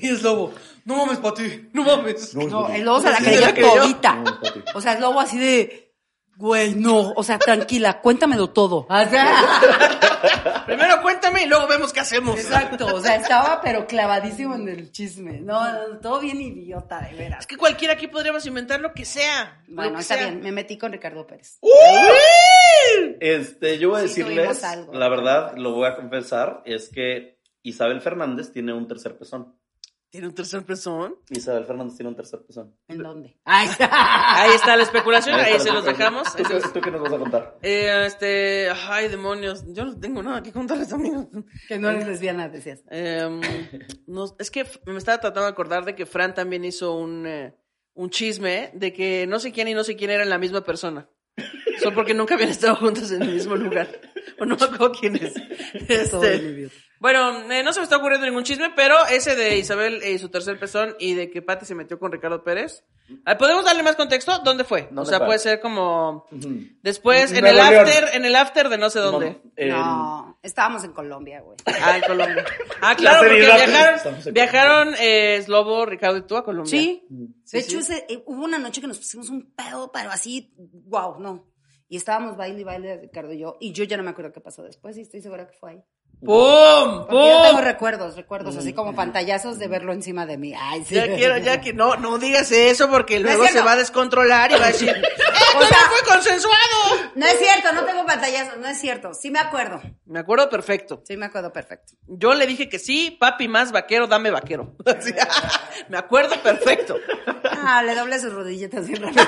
[SPEAKER 3] y Slobo, no mames, Patty, no mames.
[SPEAKER 4] No, el Lobo se la
[SPEAKER 3] Sí,
[SPEAKER 4] creyó
[SPEAKER 3] se la creyó.
[SPEAKER 4] todita.
[SPEAKER 6] No, papi.
[SPEAKER 4] O sea, el Lobo así de. Güey, no. O sea, tranquila, cuéntamelo todo. O
[SPEAKER 6] <laughs>
[SPEAKER 4] sea,
[SPEAKER 3] <laughs> Primero cuéntame y luego vemos qué hacemos.
[SPEAKER 4] exacto. O sea, estaba pero clavadísimo en el chisme. No, no, todo bien idiota, de veras.
[SPEAKER 3] Es que cualquiera aquí podríamos inventar lo que sea. lo
[SPEAKER 4] Bueno,
[SPEAKER 3] que
[SPEAKER 4] está
[SPEAKER 3] sea. Uh.
[SPEAKER 4] bien, me metí con Ricardo Pérez.
[SPEAKER 6] Este, yo voy a
[SPEAKER 4] Sí,
[SPEAKER 6] decirles,
[SPEAKER 4] tuvimos algo.
[SPEAKER 6] la verdad, lo voy a confesar, es que Isabel Fernández tiene un tercer pezón.
[SPEAKER 3] ¿Tiene un tercer pezón?
[SPEAKER 6] Isabel Fernández tiene un tercer pezón.
[SPEAKER 4] ¿En dónde? Ay, <laughs>
[SPEAKER 3] Ahí está la especulación, ahí
[SPEAKER 6] está
[SPEAKER 3] Ah, se
[SPEAKER 6] la
[SPEAKER 3] los
[SPEAKER 6] sorpresa.
[SPEAKER 3] dejamos.
[SPEAKER 6] ¿Tú, qué- tú qué nos vas
[SPEAKER 3] <laughs>
[SPEAKER 6] a contar?
[SPEAKER 3] Eh, este, ay, demonios, yo no tengo nada que contarles, <laughs> amigos.
[SPEAKER 4] que no eres lesbiana, decías.
[SPEAKER 3] Em, no, es que f- me estaba tratando de acordar de que Fran también hizo un, eh, un chisme de que no sé quién y no sé quién eran la misma persona. Solo porque nunca habían estado juntos en el mismo lugar. O no me acuerdo quién es.
[SPEAKER 4] Todo
[SPEAKER 3] Este,
[SPEAKER 4] el idiota.
[SPEAKER 3] bueno, eh, no se me está ocurriendo ningún chisme, pero ese de Isabel eh, y su tercer pezón y de que Pati se metió con Ricardo Pérez. Ah, ¿Podemos darle más contexto? ¿Dónde fue?
[SPEAKER 6] ¿Dónde
[SPEAKER 3] o sea,
[SPEAKER 6] fue?
[SPEAKER 3] puede ser como después, en
[SPEAKER 6] Nuevo
[SPEAKER 3] el
[SPEAKER 6] León.
[SPEAKER 3] after, en el after de no sé dónde.
[SPEAKER 6] No, en-
[SPEAKER 4] No, estábamos en Colombia, güey.
[SPEAKER 3] Ah, en Colombia. Ah, claro, porque
[SPEAKER 6] seriedad.
[SPEAKER 3] viajaron,
[SPEAKER 6] Estamos en
[SPEAKER 3] viajaron eh, Slobo, Ricardo y tú a Colombia.
[SPEAKER 4] Sí.
[SPEAKER 3] Sí,
[SPEAKER 4] De hecho,
[SPEAKER 3] sí.
[SPEAKER 4] ese- eh, hubo una noche que nos pusimos un pedo, pero así, wow, no. Y estábamos baile y baile, Ricardo y yo, y yo ya no me acuerdo qué pasó después, y estoy segura que fue ahí.
[SPEAKER 3] ¡Pum!
[SPEAKER 4] Porque yo tengo
[SPEAKER 3] ¡Pum!
[SPEAKER 4] recuerdos, recuerdos, así como pantallazos de verlo encima de mí. Ay, sí.
[SPEAKER 3] Mm. Ya quiero, ya que no, no digas eso porque
[SPEAKER 4] es
[SPEAKER 3] luego se
[SPEAKER 4] cierto.
[SPEAKER 3] va a descontrolar y va a decir, <laughs> ¡Esto
[SPEAKER 4] O sea-
[SPEAKER 3] no fue consensuado!
[SPEAKER 4] No es cierto, no tengo pantallazos, no es cierto. Sí me acuerdo,
[SPEAKER 3] Me acuerdo perfecto.
[SPEAKER 4] sí me acuerdo perfecto.
[SPEAKER 3] Yo le dije que sí, papi más vaquero, dame <laughs> vaquero. Así, me acuerdo perfecto.
[SPEAKER 4] Ah, le doble sus rodilletas bien
[SPEAKER 3] <laughs>
[SPEAKER 4] rápido.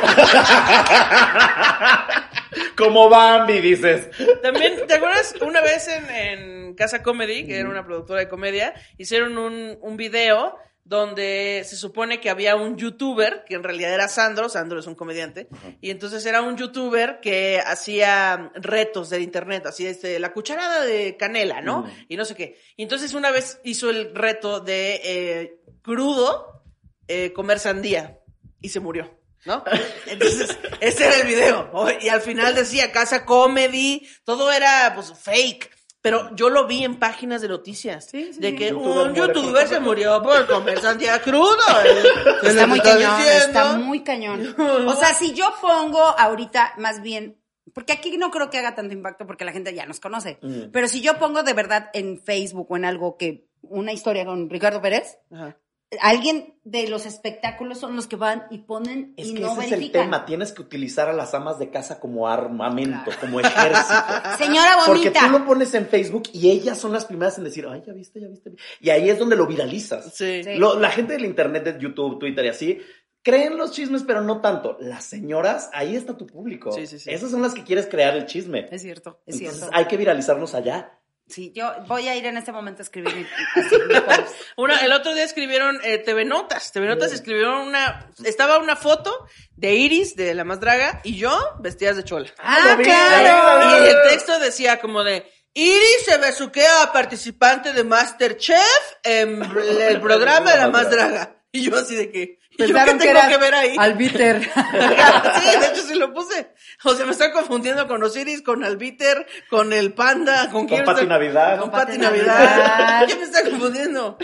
[SPEAKER 6] Como Bambi, dices.
[SPEAKER 3] También, ¿te acuerdas una vez en, en Casa Comedy, que era una productora de comedia, hicieron un, un video donde se supone que había un youtuber, que en realidad era Sandro, Sandro es un comediante, y entonces era un youtuber que hacía retos del internet, así este, la cucharada de canela, ¿no? Y no sé qué. Y entonces una vez hizo el reto de eh, crudo eh, comer sandía y se murió. ¿No? Entonces, ese era el video. O- Y al final decía casa comedy, todo era pues fake. Pero yo lo vi en páginas de noticias. de que
[SPEAKER 6] Youtuber
[SPEAKER 3] un
[SPEAKER 6] muere por
[SPEAKER 3] youtuber se murió por
[SPEAKER 4] <laughs>
[SPEAKER 3] comer sandía crudo. ¿eh? Se
[SPEAKER 4] Está
[SPEAKER 3] les
[SPEAKER 4] muy
[SPEAKER 3] está
[SPEAKER 4] cañón,
[SPEAKER 3] diciendo.
[SPEAKER 4] está muy
[SPEAKER 3] <laughs>
[SPEAKER 4] cañón. O sea, si yo pongo ahorita más bien, porque aquí no creo que haga tanto impacto porque la gente ya nos conoce, pero si yo pongo de verdad en Facebook o en algo que una historia con Ricardo Pérez,
[SPEAKER 3] Ajá.
[SPEAKER 4] alguien de los espectáculos son los que van y ponen
[SPEAKER 6] Es
[SPEAKER 4] y
[SPEAKER 6] que
[SPEAKER 4] no
[SPEAKER 6] ese es el
[SPEAKER 4] verifican.
[SPEAKER 6] tema. Tienes que utilizar a las amas de casa como armamento, como <laughs> ejército.
[SPEAKER 4] Señora
[SPEAKER 6] Porque
[SPEAKER 4] bonita.
[SPEAKER 6] tú lo pones en Facebook y ellas son las primeras en decir, ay, ya viste, ya viste. Y ahí es donde lo viralizas.
[SPEAKER 3] Sí.
[SPEAKER 4] Sí.
[SPEAKER 6] Lo- la gente del internet, de YouTube, Twitter y así, creen los chismes, pero no tanto. Las señoras, ahí está tu público.
[SPEAKER 3] Sí, sí, sí.
[SPEAKER 6] Esas son las que quieres crear el chisme.
[SPEAKER 4] Es cierto, es
[SPEAKER 6] Entonces
[SPEAKER 4] cierto.
[SPEAKER 6] hay que viralizarnos allá.
[SPEAKER 4] Sí, yo voy a ir en este momento a escribir mi- <laughs> así, mi post.
[SPEAKER 3] Una- el otro día escribieron eh, TV Notas. TV Notas escribieron una. Estaba una foto de Iris, de la más draga, y yo vestidas de chola.
[SPEAKER 4] ¡Ah,
[SPEAKER 6] lo vi,
[SPEAKER 4] claro!
[SPEAKER 6] lo
[SPEAKER 3] Y
[SPEAKER 6] vi.
[SPEAKER 3] el texto decía como de Iris se besuquea a participante de Masterchef en
[SPEAKER 6] <laughs>
[SPEAKER 3] el programa de la más draga. Y yo así de que ¿y yo qué
[SPEAKER 4] Pensaron
[SPEAKER 3] tengo
[SPEAKER 4] que
[SPEAKER 3] que,
[SPEAKER 4] eras
[SPEAKER 3] ver ahí.
[SPEAKER 6] <laughs>
[SPEAKER 4] Albiter.
[SPEAKER 3] <laughs> sí, de hecho sí lo puse. O sea, me están confundiendo con Osiris, con Albiter, con el panda, con quién
[SPEAKER 6] Con Pati
[SPEAKER 3] estoy-
[SPEAKER 6] Navidad.
[SPEAKER 3] Con
[SPEAKER 4] Pati
[SPEAKER 3] Pati
[SPEAKER 4] Navidad.
[SPEAKER 3] Navidad. <laughs> ¿Quién me está confundiendo?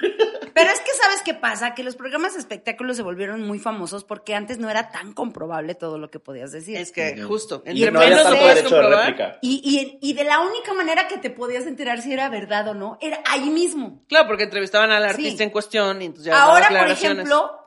[SPEAKER 4] Pero es que sabes qué pasa, que los programas de espectáculos se volvieron muy famosos porque antes no era tan comprobable todo lo que podías decir.
[SPEAKER 3] Es que justo,
[SPEAKER 6] Y
[SPEAKER 3] entre
[SPEAKER 6] no
[SPEAKER 4] había
[SPEAKER 3] menos
[SPEAKER 6] hayas
[SPEAKER 4] tanto
[SPEAKER 3] lo
[SPEAKER 6] tanto
[SPEAKER 3] puedes
[SPEAKER 6] derecho de
[SPEAKER 3] comprobar.
[SPEAKER 6] réplica.
[SPEAKER 4] Y, y- y de la única manera que te podías enterar si era verdad o no, era ahí mismo.
[SPEAKER 3] Claro, porque entrevistaban al artista
[SPEAKER 4] Sí.
[SPEAKER 3] en cuestión y entonces ya daban
[SPEAKER 4] Ahora, por
[SPEAKER 3] aclaraciones.
[SPEAKER 4] ejemplo,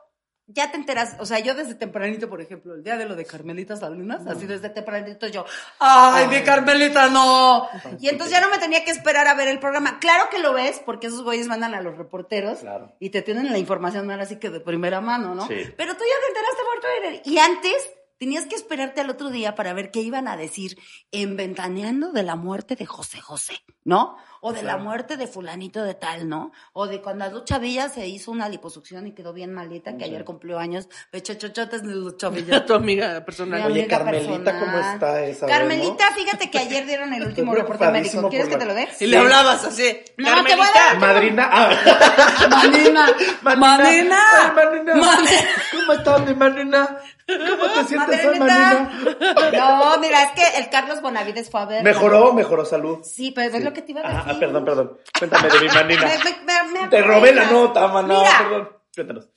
[SPEAKER 4] ya te enteras, o sea, yo desde tempranito, por ejemplo, el día de lo de Carmelita Salinas, así desde tempranito yo, ¡ay, mi Carmelita, no!
[SPEAKER 3] Ah,
[SPEAKER 4] Y entonces ya no me tenía que esperar a ver el programa. Claro que lo ves, porque esos güeyes mandan a los reporteros
[SPEAKER 3] <laughs>
[SPEAKER 6] Claro.
[SPEAKER 4] y te tienen la información ahora sí que de primera mano, ¿no?
[SPEAKER 6] Sí.
[SPEAKER 4] Pero tú ya te enteraste por Twitter. Y antes... Tenías que esperarte al otro día para ver qué iban a decir en Ventaneando de la muerte de José José, ¿no? O de la muerte de fulanito de tal, ¿no? O de cuando a Lucha Villa se hizo una liposucción y quedó bien malita, que ayer cumplió años. Pechochochotes de Lucha
[SPEAKER 3] <laughs>
[SPEAKER 6] <laughs>
[SPEAKER 4] Villa.
[SPEAKER 3] tu amiga personal.
[SPEAKER 4] Mi
[SPEAKER 6] Oye,
[SPEAKER 4] amiga
[SPEAKER 6] Carmelita, ¿cómo está esa
[SPEAKER 4] Carmelita, fíjate que ayer dieron el último reporte médico.
[SPEAKER 6] preocupadísimo
[SPEAKER 4] ¿Quieres que
[SPEAKER 6] por
[SPEAKER 4] te lo
[SPEAKER 6] la-
[SPEAKER 4] dé?
[SPEAKER 3] Y le hablabas así.
[SPEAKER 4] No, te voy a
[SPEAKER 3] Carmelita.
[SPEAKER 4] dar-
[SPEAKER 6] Madrina.
[SPEAKER 3] <laughs>
[SPEAKER 6] Ah.
[SPEAKER 4] <laughs> Manina, Manina,
[SPEAKER 6] Ay, Manina.
[SPEAKER 4] Manina.
[SPEAKER 6] ¿Cómo estás, mi Manina? ¿Cómo te sientes hoy, Manina?
[SPEAKER 4] Madrinita. No, mira, es que el Carlos Bonavides fue a ver.
[SPEAKER 6] Mejoró, mejoró salud.
[SPEAKER 4] Sí, pero es lo que te iba a
[SPEAKER 6] Ah,
[SPEAKER 4] decir.
[SPEAKER 6] ah, perdón, perdón. Cuéntame de mi Manina.
[SPEAKER 4] Me- <laughs> me- me- me
[SPEAKER 6] Te robé la
[SPEAKER 4] acuerdas.
[SPEAKER 6] nota, maná.
[SPEAKER 4] Mira,
[SPEAKER 6] Perdón. Cuéntanos.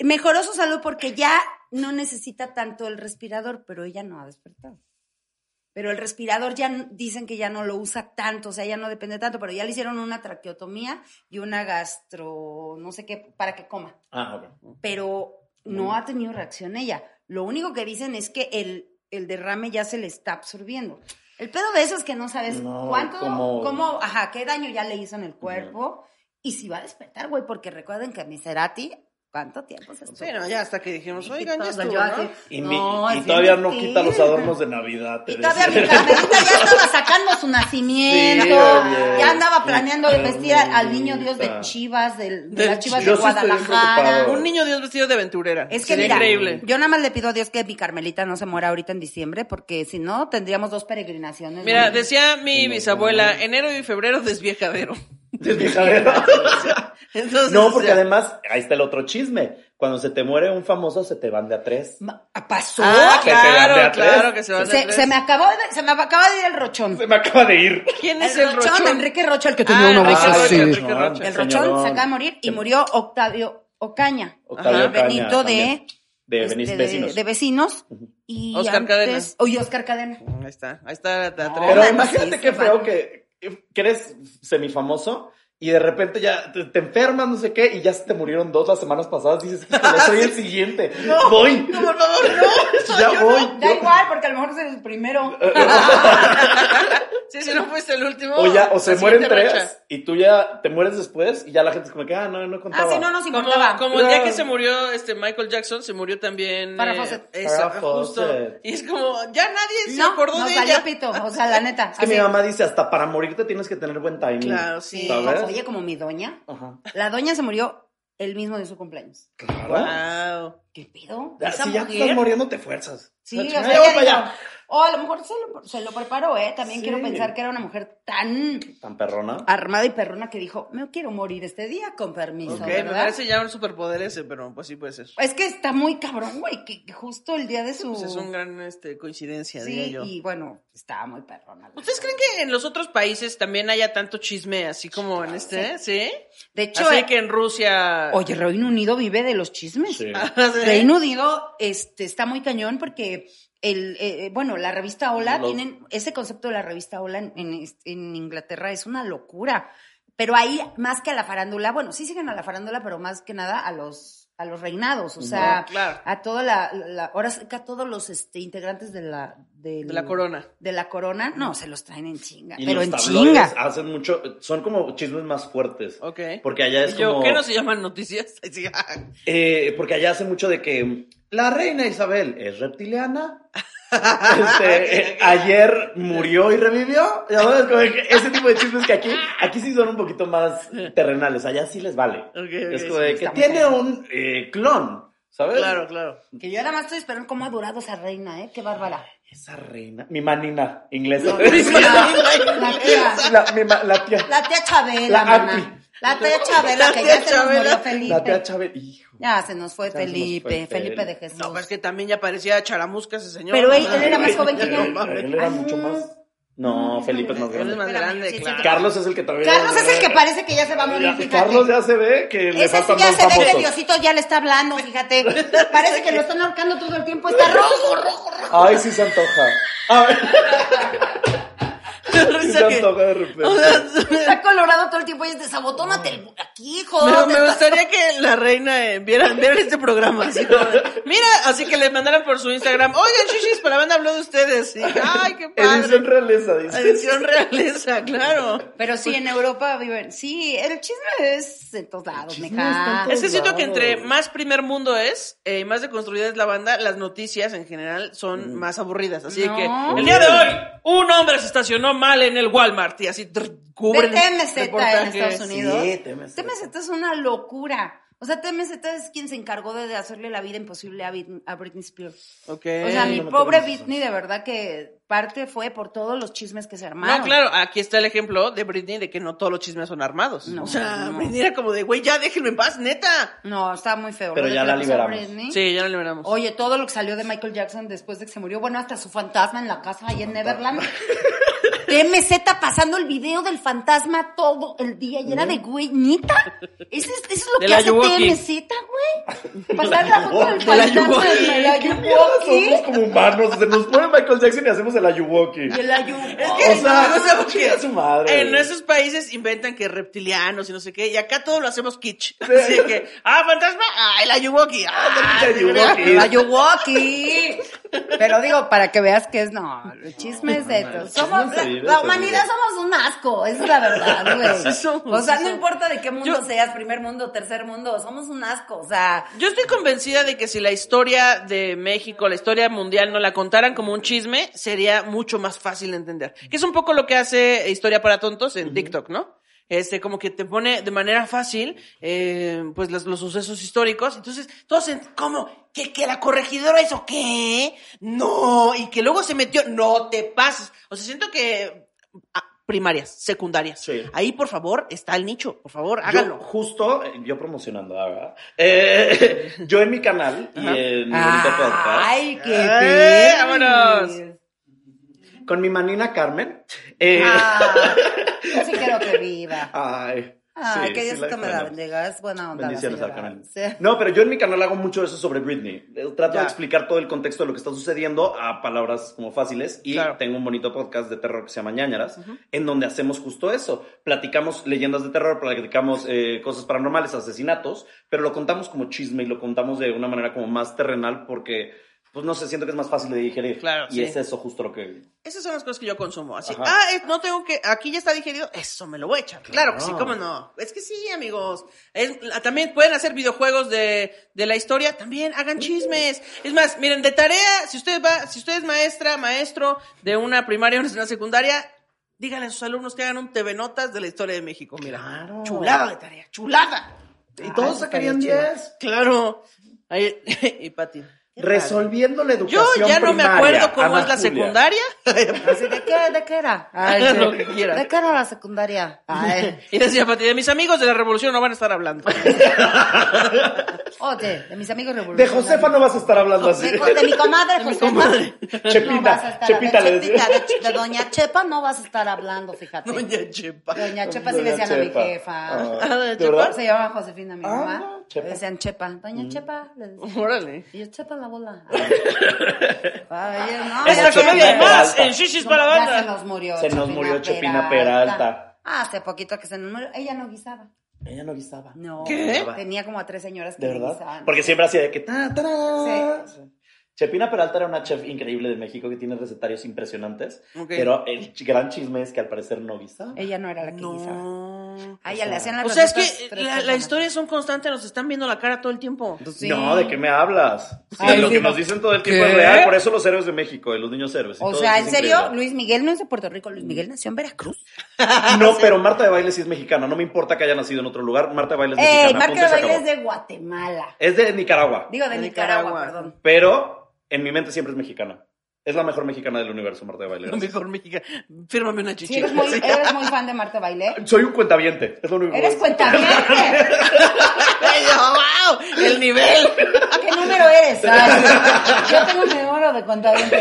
[SPEAKER 4] mejoró su salud porque ya no necesita tanto el respirador, pero ella no ha despertado. Pero el respirador ya n- dicen que ya no lo usa tanto, o sea, ya no depende tanto, pero ya le hicieron una traqueotomía y una gastro, no sé qué, para que coma.
[SPEAKER 6] Ah, ok.
[SPEAKER 4] Pero
[SPEAKER 6] Mm.
[SPEAKER 4] no ha tenido reacción ella. Lo único que dicen es que el, el derrame ya se le está absorbiendo. El pedo de eso es que no sabes
[SPEAKER 6] No,
[SPEAKER 4] cuánto,
[SPEAKER 6] ¿cómo?
[SPEAKER 4] cómo, ajá, qué daño ya le hizo en el cuerpo Y si va a despertar, güey, porque recuerden que mi Cerati, ¿cuánto tiempo se estuvo?
[SPEAKER 3] Sí, no, ya hasta que dijimos, oigan, ya
[SPEAKER 4] Todo,
[SPEAKER 3] estuvo,
[SPEAKER 4] yo
[SPEAKER 3] ¿no?
[SPEAKER 4] así,
[SPEAKER 6] Y,
[SPEAKER 4] no,
[SPEAKER 6] mi- y
[SPEAKER 4] es
[SPEAKER 6] todavía no
[SPEAKER 4] mentira.
[SPEAKER 6] quita los adornos de Navidad. te
[SPEAKER 4] Y todavía mi
[SPEAKER 6] decía. <laughs>
[SPEAKER 4] Carmelita ya estaba sacando su nacimiento,
[SPEAKER 6] Sí, oye.
[SPEAKER 4] ya andaba planeando de vestir al, al niño Dios de
[SPEAKER 6] Carmelita.
[SPEAKER 4] Chivas, del- de,
[SPEAKER 3] Del
[SPEAKER 4] las Chivas de
[SPEAKER 6] Yo sí estoy bien
[SPEAKER 4] Guadalajara.
[SPEAKER 6] preocupado.
[SPEAKER 3] Un niño Dios vestido de aventurera.
[SPEAKER 4] Es que
[SPEAKER 3] Sería
[SPEAKER 4] mira,
[SPEAKER 3] increíble.
[SPEAKER 4] yo nada más le pido a Dios que mi Carmelita no se muera ahorita en diciembre, porque si no tendríamos dos peregrinaciones.
[SPEAKER 3] Mira,
[SPEAKER 4] ¿no?
[SPEAKER 3] decía mi bisabuela, enero y febrero desviejadero.
[SPEAKER 6] Del
[SPEAKER 4] <laughs>
[SPEAKER 6] viejadero.
[SPEAKER 3] <laughs> Entonces,
[SPEAKER 6] no, porque
[SPEAKER 3] o sea,
[SPEAKER 6] además, ahí está el otro chisme. Cuando se te muere un famoso, se te van de a tres.
[SPEAKER 4] Ma- pasó.
[SPEAKER 3] Ah,
[SPEAKER 6] que se van de
[SPEAKER 3] claro,
[SPEAKER 6] a tres.
[SPEAKER 3] claro que se van de a
[SPEAKER 4] se,
[SPEAKER 3] tres.
[SPEAKER 4] se me acabó de, se me acaba de ir el rochón.
[SPEAKER 6] Se me acaba de ir.
[SPEAKER 3] <laughs> ¿Quién es el rochón?
[SPEAKER 4] Enrique Rocha, el que
[SPEAKER 3] Ah,
[SPEAKER 4] una voz
[SPEAKER 3] Enrique Rocha,
[SPEAKER 4] así.
[SPEAKER 3] Enrique
[SPEAKER 6] No,
[SPEAKER 3] Rocha.
[SPEAKER 4] El rochón
[SPEAKER 6] Señorón.
[SPEAKER 4] se acaba de morir y murió Octavio Ocaña.
[SPEAKER 6] Octavio
[SPEAKER 3] Ajá.
[SPEAKER 6] Caña
[SPEAKER 4] Benito
[SPEAKER 6] también.
[SPEAKER 4] de,
[SPEAKER 6] De
[SPEAKER 4] este,
[SPEAKER 6] Benito
[SPEAKER 4] de-
[SPEAKER 6] Vecinos.
[SPEAKER 4] de vecinos. Y
[SPEAKER 3] Oscar
[SPEAKER 4] antes-
[SPEAKER 3] Cadena.
[SPEAKER 4] Oye, Oscar Cadena.
[SPEAKER 3] Mm, Ahí está, ahí está la
[SPEAKER 4] No.
[SPEAKER 3] tres. <laughs>
[SPEAKER 6] Pero
[SPEAKER 4] Bueno,
[SPEAKER 6] imagínate
[SPEAKER 4] sí,
[SPEAKER 6] qué
[SPEAKER 4] se
[SPEAKER 6] feo
[SPEAKER 4] van.
[SPEAKER 6] que, que eres semifamoso y de repente ya te, te enfermas, no sé qué, y ya se te murieron dos las semanas pasadas. Dices, "Híjole, soy
[SPEAKER 4] <laughs> Ah,
[SPEAKER 6] el siguiente. voy.
[SPEAKER 3] No, por favor, no.
[SPEAKER 6] <laughs> ya
[SPEAKER 3] Yo
[SPEAKER 6] voy.
[SPEAKER 4] Da
[SPEAKER 6] yo- Eh,
[SPEAKER 4] igual, porque a lo mejor es el primero.
[SPEAKER 3] Sí, si no fuiste el último.
[SPEAKER 6] O ya, o se
[SPEAKER 3] la
[SPEAKER 6] mueren
[SPEAKER 3] siguiente
[SPEAKER 6] tres
[SPEAKER 3] racha.
[SPEAKER 6] y tú ya te mueres después y ya la gente es como que, ah, no, no
[SPEAKER 4] Ah,
[SPEAKER 6] contaba.
[SPEAKER 4] sí, no nos
[SPEAKER 3] Como,
[SPEAKER 4] importaba.
[SPEAKER 3] como el día que
[SPEAKER 6] Claro.
[SPEAKER 3] se murió este Michael Jackson, se murió también.
[SPEAKER 4] Farrah
[SPEAKER 3] eh,
[SPEAKER 4] Fawcett.
[SPEAKER 3] esa-
[SPEAKER 6] Farrah
[SPEAKER 3] justo.
[SPEAKER 6] Fawcett.
[SPEAKER 3] Y es como, ya nadie se
[SPEAKER 4] no,
[SPEAKER 3] acordó
[SPEAKER 4] nos
[SPEAKER 3] de
[SPEAKER 4] valió
[SPEAKER 3] ella.
[SPEAKER 4] pito, o sea, la neta.
[SPEAKER 6] Es que mi
[SPEAKER 4] así.
[SPEAKER 6] mamá dice, hasta para morirte tienes que tener buen timing.
[SPEAKER 3] Claro, sí.
[SPEAKER 4] Sí,
[SPEAKER 6] ¿Sabes?
[SPEAKER 4] oye, como mi doña.
[SPEAKER 6] Ajá.
[SPEAKER 4] La doña se murió el mismo de su cumpleaños.
[SPEAKER 6] Claro.
[SPEAKER 3] Wow.
[SPEAKER 4] ¿Qué pedo?
[SPEAKER 3] Ah,
[SPEAKER 6] Ya,
[SPEAKER 4] Ah, Esa
[SPEAKER 6] si ya te
[SPEAKER 4] mujer.
[SPEAKER 6] estás muriendo, te fuerzas.
[SPEAKER 4] Sí, o
[SPEAKER 6] chingada,
[SPEAKER 4] sea,
[SPEAKER 6] ya voy
[SPEAKER 4] ella
[SPEAKER 6] para
[SPEAKER 4] dijo,
[SPEAKER 6] allá.
[SPEAKER 4] o a lo mejor se lo, se lo preparó, ¿eh? También
[SPEAKER 6] Sí.
[SPEAKER 4] quiero pensar que era una mujer tan
[SPEAKER 6] Tan perrona.
[SPEAKER 4] armada y perrona que dijo, me quiero morir este día, con permiso,
[SPEAKER 3] Ok, me
[SPEAKER 4] ¿verdad?
[SPEAKER 3] parece ya un superpoder ese, pero pues sí puede ser.
[SPEAKER 4] Es que está muy cabrón, güey, que, que justo el día de su...
[SPEAKER 3] Pues es un gran este, coincidencia, diría
[SPEAKER 4] sí,
[SPEAKER 3] yo.
[SPEAKER 4] y bueno, estaba muy perrona. la
[SPEAKER 3] ¿Ustedes
[SPEAKER 4] verdad.
[SPEAKER 3] creen que en los otros países también haya tanto chisme así como en este? ¿Sí?
[SPEAKER 4] De hecho,
[SPEAKER 3] así
[SPEAKER 4] eh,
[SPEAKER 3] que en Rusia.
[SPEAKER 4] oye, Reino Unido vive de los chismes.
[SPEAKER 6] Sí.
[SPEAKER 3] <laughs> ¿sí?
[SPEAKER 4] Reino Unido este, está muy cañón porque, el, eh, eh, bueno, la revista Ola,
[SPEAKER 6] Lo-
[SPEAKER 4] tienen, ese concepto de la revista Ola en, en est- en Inglaterra es una locura. Pero ahí, más que a la farándula, bueno, sí siguen a la farándula, pero más que nada a los, a los reinados, o sea,
[SPEAKER 3] claro.
[SPEAKER 4] a toda la, la- ahora sí que a todos los este, integrantes de la, del-
[SPEAKER 3] De la corona.
[SPEAKER 4] De la corona, no, se los traen en chinga,
[SPEAKER 6] Y
[SPEAKER 4] pero
[SPEAKER 6] los
[SPEAKER 4] en
[SPEAKER 6] tabloides
[SPEAKER 4] chinga.
[SPEAKER 6] Hacen mucho, son como chismes más fuertes.
[SPEAKER 3] Ok.
[SPEAKER 6] Porque allá es
[SPEAKER 3] Y yo,
[SPEAKER 6] como.
[SPEAKER 3] ¿Qué no se llaman noticias? <laughs> Sí, ah.
[SPEAKER 6] eh, porque allá hace mucho de que la reina Isabel es reptiliana. Este, eh, ayer murió y revivió. Ya sabes, como que ese tipo de chismes que aquí, aquí sí son un poquito más terrenales. Allá sí les vale.
[SPEAKER 3] Ok,
[SPEAKER 6] es
[SPEAKER 3] ok,
[SPEAKER 6] como
[SPEAKER 3] sí,
[SPEAKER 6] de que
[SPEAKER 4] está muy
[SPEAKER 6] tiene
[SPEAKER 4] cabrón.
[SPEAKER 6] un eh, clon, ¿sabes?
[SPEAKER 3] claro, claro.
[SPEAKER 4] Que yo nada más estoy esperando cómo ha durado esa reina, ¿eh? Qué bárbara.
[SPEAKER 6] Esa reina, mi manina inglesa. <laughs>
[SPEAKER 4] La tía.
[SPEAKER 6] la, mi ma- la tía,
[SPEAKER 4] La tía Chabela,
[SPEAKER 6] La
[SPEAKER 4] mamá.
[SPEAKER 6] Api.
[SPEAKER 4] La tía Chabela,
[SPEAKER 3] La
[SPEAKER 4] que
[SPEAKER 3] tía
[SPEAKER 4] ya se nos
[SPEAKER 3] Chabela.
[SPEAKER 4] murió
[SPEAKER 6] la tía
[SPEAKER 4] Felipe.
[SPEAKER 6] Chabel. Hijo.
[SPEAKER 4] Ya se nos fue
[SPEAKER 6] Ya se nos
[SPEAKER 4] Felipe,
[SPEAKER 6] fue
[SPEAKER 4] Felipe de
[SPEAKER 6] Felipe.
[SPEAKER 4] Jesús.
[SPEAKER 3] No, pues, pero es que también ya parecía charamusca ese señor.
[SPEAKER 4] Pero él,
[SPEAKER 3] Ah,
[SPEAKER 4] él era más joven que
[SPEAKER 6] Él,
[SPEAKER 4] yo.
[SPEAKER 6] él era mucho más. No, Felipe es más
[SPEAKER 3] <laughs> Él es
[SPEAKER 6] grande.
[SPEAKER 3] más
[SPEAKER 4] Espérame,
[SPEAKER 3] grande,
[SPEAKER 4] sí, sí,
[SPEAKER 3] claro.
[SPEAKER 6] Carlos es el que todavía.
[SPEAKER 4] Carlos es el que parece que ya se va a morir,
[SPEAKER 6] Ya,
[SPEAKER 4] fíjate.
[SPEAKER 6] Carlos ya se ve que le
[SPEAKER 4] Ese sí
[SPEAKER 6] faltan
[SPEAKER 4] ya
[SPEAKER 6] dos
[SPEAKER 4] se ve que
[SPEAKER 6] famosos.
[SPEAKER 4] Diosito ya le está hablando, fíjate. Parece que lo están ahorcando todo el tiempo. Está rojo, rojo, rojo.
[SPEAKER 6] Ay, sí se antoja. Ay,
[SPEAKER 3] <laughs>
[SPEAKER 6] sí se
[SPEAKER 3] Risa que-
[SPEAKER 6] antoja de repente.
[SPEAKER 4] Está colorado todo el tiempo. Y es desabotónate el- aquí, hijo.
[SPEAKER 3] Me,
[SPEAKER 4] te
[SPEAKER 3] me
[SPEAKER 4] estás-
[SPEAKER 3] gustaría que la reina eh, viera, viera este programa. así como de, Mira, así que le mandaran por su Instagram. Oigan, chichis, para van a hablar de ustedes. Y, Ay, qué
[SPEAKER 6] Edición
[SPEAKER 3] padre.
[SPEAKER 6] realeza, dice.
[SPEAKER 3] Edición realeza, claro.
[SPEAKER 4] Pero sí, en Europa viven. Sí, el chisme es en todos lados, me cae.
[SPEAKER 3] Es que siento que entre más primer mundo es, eh, y más deconstruida es la banda, las noticias en general son
[SPEAKER 4] Mm.
[SPEAKER 3] más aburridas. Así
[SPEAKER 4] No.
[SPEAKER 3] que el día de hoy, un hombre se estacionó mal en el Walmart y así trr,
[SPEAKER 4] de
[SPEAKER 3] cubren
[SPEAKER 4] TMZ en
[SPEAKER 3] reportajes.
[SPEAKER 4] Estados Unidos.
[SPEAKER 6] Sí, TMZ.
[SPEAKER 4] TMZ es una locura. O sea, TMZ es quien se encargó de hacerle la vida imposible a, Brit- a Britney Spears. o
[SPEAKER 3] Ok.
[SPEAKER 4] sea, mi
[SPEAKER 6] Eh, no me
[SPEAKER 4] pobre
[SPEAKER 6] acuerdo de eso.
[SPEAKER 4] Britney, de verdad que parte fue por todos los chismes que se armaron.
[SPEAKER 3] No, claro, aquí está el ejemplo de Britney de que no todos los chismes son armados.
[SPEAKER 4] No,
[SPEAKER 3] o sea,
[SPEAKER 4] no.
[SPEAKER 3] Britney era como de, güey, ya déjenme en paz, neta.
[SPEAKER 4] No, está muy feo.
[SPEAKER 6] Pero
[SPEAKER 4] lo de
[SPEAKER 6] ya
[SPEAKER 4] que
[SPEAKER 6] la
[SPEAKER 4] le pasó a
[SPEAKER 6] liberamos.
[SPEAKER 4] Britney.
[SPEAKER 3] Sí, ya la liberamos.
[SPEAKER 4] Oye, todo lo que salió de Michael Jackson después de que se murió, bueno, hasta su fantasma en la casa ahí en Neverland. TMZ pasando el video del fantasma todo el día y era de güey, nita. Eso es, eso es lo
[SPEAKER 3] De
[SPEAKER 4] que
[SPEAKER 3] la
[SPEAKER 4] hace
[SPEAKER 3] Yuwoki.
[SPEAKER 4] TMZ, güey. Pasar la foto del
[SPEAKER 3] De la
[SPEAKER 4] fantasma
[SPEAKER 3] Yuwoki.
[SPEAKER 4] de la
[SPEAKER 6] ¿Qué mierda
[SPEAKER 4] Yuwoki.
[SPEAKER 6] somos como humanos? Se nos pone Michael Jackson y hacemos el ayuwoki.
[SPEAKER 4] De la Yuwoki.
[SPEAKER 6] O sea,
[SPEAKER 3] no sé por qué.
[SPEAKER 6] chinga su madre.
[SPEAKER 3] En esos países inventan que reptilianos y no sé qué, y acá todo lo hacemos kitsch. Así que, ah, fantasma, ah, el Ayuwoki, ah,
[SPEAKER 6] <laughs> El Ayuwoki.
[SPEAKER 4] De la Yuwoki. Pero digo, para que veas que es, no, los chismes de...
[SPEAKER 6] los
[SPEAKER 4] somos
[SPEAKER 6] chismes
[SPEAKER 4] sea, la humanidad somos un asco, esa es la verdad, güey.
[SPEAKER 3] <laughs> Sí somos,
[SPEAKER 4] o sea,
[SPEAKER 3] sí
[SPEAKER 4] no
[SPEAKER 3] somos.
[SPEAKER 4] importa de qué mundo
[SPEAKER 3] Yo-
[SPEAKER 4] seas, primer mundo, tercer mundo, somos un asco, o sea,
[SPEAKER 3] Yo estoy convencida de que si la historia de México, la historia mundial, no la contaran como un chisme, sería mucho más fácil de entender. Que es un poco lo que hace Historia para Tontos en TikTok, ¿no? Este, como que te pone de manera fácil, eh, pues los, los sucesos históricos. Entonces, todos, en- ¿cómo? ¿Que, ¿Que la corregidora hizo qué? No, y que luego se metió, no te pases. O sea, siento que ah, primarias, secundarias.
[SPEAKER 6] Sí.
[SPEAKER 3] Ahí, por favor, está el nicho, por favor,
[SPEAKER 6] Yo,
[SPEAKER 3] háganlo.
[SPEAKER 6] justo, eh, yo promocionando, ah, ¿verdad? Eh, <laughs> yo en mi canal y
[SPEAKER 3] Ajá.
[SPEAKER 6] en Bonito Podcast,
[SPEAKER 4] ay, qué
[SPEAKER 3] ¡Eh,
[SPEAKER 4] bien.
[SPEAKER 3] vámonos!
[SPEAKER 6] con mi manina Carmen. eh,
[SPEAKER 4] Ah, yo sí quiero que
[SPEAKER 3] <laughs>
[SPEAKER 4] viva.
[SPEAKER 6] Ay,
[SPEAKER 4] Ay,
[SPEAKER 6] sí,
[SPEAKER 4] que
[SPEAKER 6] sí
[SPEAKER 4] Dios
[SPEAKER 6] la
[SPEAKER 4] te me la
[SPEAKER 6] extraño.
[SPEAKER 4] bendiga, es buena onda. la
[SPEAKER 6] Bendiciones al
[SPEAKER 4] señora.
[SPEAKER 6] canal.
[SPEAKER 4] Sí.
[SPEAKER 6] No, pero yo en mi canal hago mucho eso sobre Britney. Eh, Trato
[SPEAKER 3] Ya.
[SPEAKER 6] de explicar todo el contexto de lo que está sucediendo a palabras como fáciles. Y
[SPEAKER 3] Claro.
[SPEAKER 6] tengo un bonito podcast de terror que se llama Ñañaras, en donde hacemos justo eso. Platicamos leyendas de terror, platicamos eh, cosas paranormales, asesinatos, pero lo contamos como chisme y lo contamos de una manera como más terrenal porque, pues no sé, siento que es más fácil de digerir.
[SPEAKER 3] Claro,
[SPEAKER 6] y
[SPEAKER 3] sí.
[SPEAKER 6] es eso justo lo que...
[SPEAKER 3] Esas son las cosas que yo consumo. Así,
[SPEAKER 6] Ajá.
[SPEAKER 3] ah, eh, no tengo que. Aquí ya está digerido. Eso me lo voy a echar. Claro, que sí,
[SPEAKER 6] Claro.
[SPEAKER 3] cómo no. Es que sí, amigos. Es- la- también pueden hacer videojuegos de, de la historia. También hagan chismes. Es más, miren, de tarea, si usted va, si usted es maestra, maestro de una primaria o de una secundaria, díganle a sus alumnos que hagan un TV Notas de la historia de México. Mira.
[SPEAKER 6] Claro.
[SPEAKER 3] Chulada de tarea, chulada.
[SPEAKER 6] Y todos sacarían
[SPEAKER 4] estaría
[SPEAKER 6] 10.
[SPEAKER 3] Claro. Ahí- <laughs> y Pati. qué
[SPEAKER 6] Resolviendo la
[SPEAKER 3] Yo
[SPEAKER 6] educación
[SPEAKER 3] ya no me
[SPEAKER 6] primaria,
[SPEAKER 3] acuerdo cómo
[SPEAKER 6] Ana
[SPEAKER 3] es la
[SPEAKER 6] Julia.
[SPEAKER 3] secundaria.
[SPEAKER 4] Así, ¿de, qué, ¿De qué
[SPEAKER 3] <laughs>
[SPEAKER 4] era? Ay, sí.
[SPEAKER 3] Lo que quiera.
[SPEAKER 4] ¿De qué era la secundaria?
[SPEAKER 3] <laughs>
[SPEAKER 4] Ay.
[SPEAKER 3] Y decía Pati, de mis amigos de la revolución no van a estar hablando.
[SPEAKER 4] Oye, de mis amigos
[SPEAKER 6] De
[SPEAKER 4] revolucionarios.
[SPEAKER 6] Josefa no vas a estar hablando así.
[SPEAKER 4] De, pues, de mi
[SPEAKER 6] <laughs>
[SPEAKER 4] comadre Josefa.
[SPEAKER 6] Chepita,
[SPEAKER 4] <laughs> no vas a estar
[SPEAKER 6] Chepita le
[SPEAKER 4] de,
[SPEAKER 6] decía.
[SPEAKER 4] Chepita, de, de doña Chepa no vas a estar hablando, fíjate. Doña,
[SPEAKER 3] Doña Chepa.
[SPEAKER 4] Chepa sí le decían a mi
[SPEAKER 6] Chepa.
[SPEAKER 4] jefa. <laughs>
[SPEAKER 6] Ah,
[SPEAKER 3] ¿de
[SPEAKER 6] ¿de verdad?
[SPEAKER 4] Se llamaba Josefina, mi
[SPEAKER 6] Ah,
[SPEAKER 4] mamá.
[SPEAKER 6] Chepa. Mm.
[SPEAKER 4] Le decían Chepa. Doña Chepa. Le decían.
[SPEAKER 3] Órale.
[SPEAKER 4] Y yo, Chepa la
[SPEAKER 6] <laughs>
[SPEAKER 4] bola. Ay, yo, no,
[SPEAKER 3] Es la
[SPEAKER 4] ya
[SPEAKER 6] Chepina
[SPEAKER 3] comedia de
[SPEAKER 4] se-
[SPEAKER 6] Peralta.
[SPEAKER 3] más en Shishis para la
[SPEAKER 4] Ya se
[SPEAKER 3] banda.
[SPEAKER 4] nos murió.
[SPEAKER 6] Se nos murió Chepina Peralta.
[SPEAKER 4] Hace poquito que se nos murió. Ella no guisaba.
[SPEAKER 6] Ella no guisaba.
[SPEAKER 4] No.
[SPEAKER 3] ¿Qué?
[SPEAKER 4] Tenía como a tres señoras que
[SPEAKER 6] ¿De
[SPEAKER 4] le
[SPEAKER 6] verdad?
[SPEAKER 4] guisaban.
[SPEAKER 6] Porque siempre Ah, hacía de que... ta, tará. Chepina Peralta era una chef increíble de México que tiene recetarios impresionantes.
[SPEAKER 3] Ok.
[SPEAKER 6] Pero el ch- gran chisme es que al parecer no guisaba.
[SPEAKER 4] Ella no era la que guisaba.
[SPEAKER 3] No.
[SPEAKER 4] A ella le hacían las
[SPEAKER 3] O sea, es
[SPEAKER 4] recetas
[SPEAKER 3] que
[SPEAKER 4] tres
[SPEAKER 3] la, la
[SPEAKER 4] personas.
[SPEAKER 3] historia son constantes, nos están viendo la cara todo el tiempo.
[SPEAKER 4] pues Sí.
[SPEAKER 6] No, ¿de qué me hablas? Sí,
[SPEAKER 4] Ay,
[SPEAKER 6] lo
[SPEAKER 4] sí,
[SPEAKER 6] que
[SPEAKER 4] no.
[SPEAKER 6] nos dicen todo el tiempo
[SPEAKER 3] ¿Qué?
[SPEAKER 6] es real. Por eso los héroes de México y los niños héroes. y
[SPEAKER 4] O
[SPEAKER 6] todo
[SPEAKER 4] sea,
[SPEAKER 6] eso
[SPEAKER 4] ¿en
[SPEAKER 6] es
[SPEAKER 4] serio?
[SPEAKER 6] increíble.
[SPEAKER 4] Luis Miguel no es de Puerto Rico. Luis Miguel nació en Veracruz.
[SPEAKER 6] No, pero Marta de Baile sí es mexicana. No me importa que haya nacido en otro lugar. Marta de Baile es mexicana.
[SPEAKER 4] ¡Ey! Marco
[SPEAKER 6] Punto,
[SPEAKER 4] de
[SPEAKER 6] se
[SPEAKER 4] Baile
[SPEAKER 6] acabó.
[SPEAKER 4] Eh, es de Guatemala.
[SPEAKER 6] Es de Nicaragua.
[SPEAKER 4] Digo, de
[SPEAKER 3] De
[SPEAKER 4] Nicaragua,
[SPEAKER 3] Nicaragua.
[SPEAKER 4] perdón.
[SPEAKER 6] Pero en mi mente siempre es mexicana. Es la mejor mexicana del universo,
[SPEAKER 4] <laughs>
[SPEAKER 6] Marta de Baile.
[SPEAKER 3] Lo
[SPEAKER 6] gracias.
[SPEAKER 3] mejor mexicano. Fírmame una
[SPEAKER 4] Sí,
[SPEAKER 3] chichita.
[SPEAKER 4] eres, muy, <laughs>
[SPEAKER 3] Sí.
[SPEAKER 4] eres muy fan de Marta Baile.
[SPEAKER 6] Soy un cuentaviente. Es lo único que
[SPEAKER 4] Eres
[SPEAKER 6] puedo decir. <laughs>
[SPEAKER 4] cuentaviente.
[SPEAKER 3] Ay, ¡Wow! El nivel.
[SPEAKER 4] ¿Qué número
[SPEAKER 6] <laughs>
[SPEAKER 4] eres? Ay, yo tengo mi número de cuentaviente.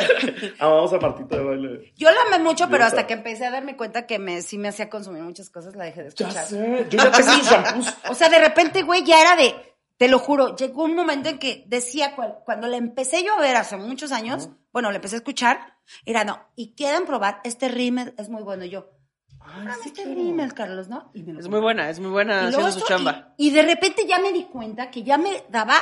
[SPEAKER 6] Amamos Ah, a Martita de Baile.
[SPEAKER 4] Yo la amé mucho, pero
[SPEAKER 6] Neta.
[SPEAKER 4] hasta que empecé a darme cuenta que me, sí me hacía consumir muchas cosas, la dejé de
[SPEAKER 6] Ya
[SPEAKER 4] escuchar.
[SPEAKER 6] sé. Yo ya tengo sus
[SPEAKER 4] <laughs>
[SPEAKER 6] shampoos.
[SPEAKER 4] O sea, de repente, güey, ya era de, te lo juro, llegó un momento en que decía, cual- cuando la empecé yo a ver hace muchos años, bueno, la empecé a escuchar, era, no, y quedan probar, este rímel es muy bueno. Y yo, ah, este rímel, Carlos, ¿no? Y me lo
[SPEAKER 3] Es muy buena, es muy buena
[SPEAKER 4] y luego
[SPEAKER 3] haciendo su
[SPEAKER 4] esto,
[SPEAKER 3] chamba.
[SPEAKER 4] Y, y de repente ya me di cuenta que ya me daba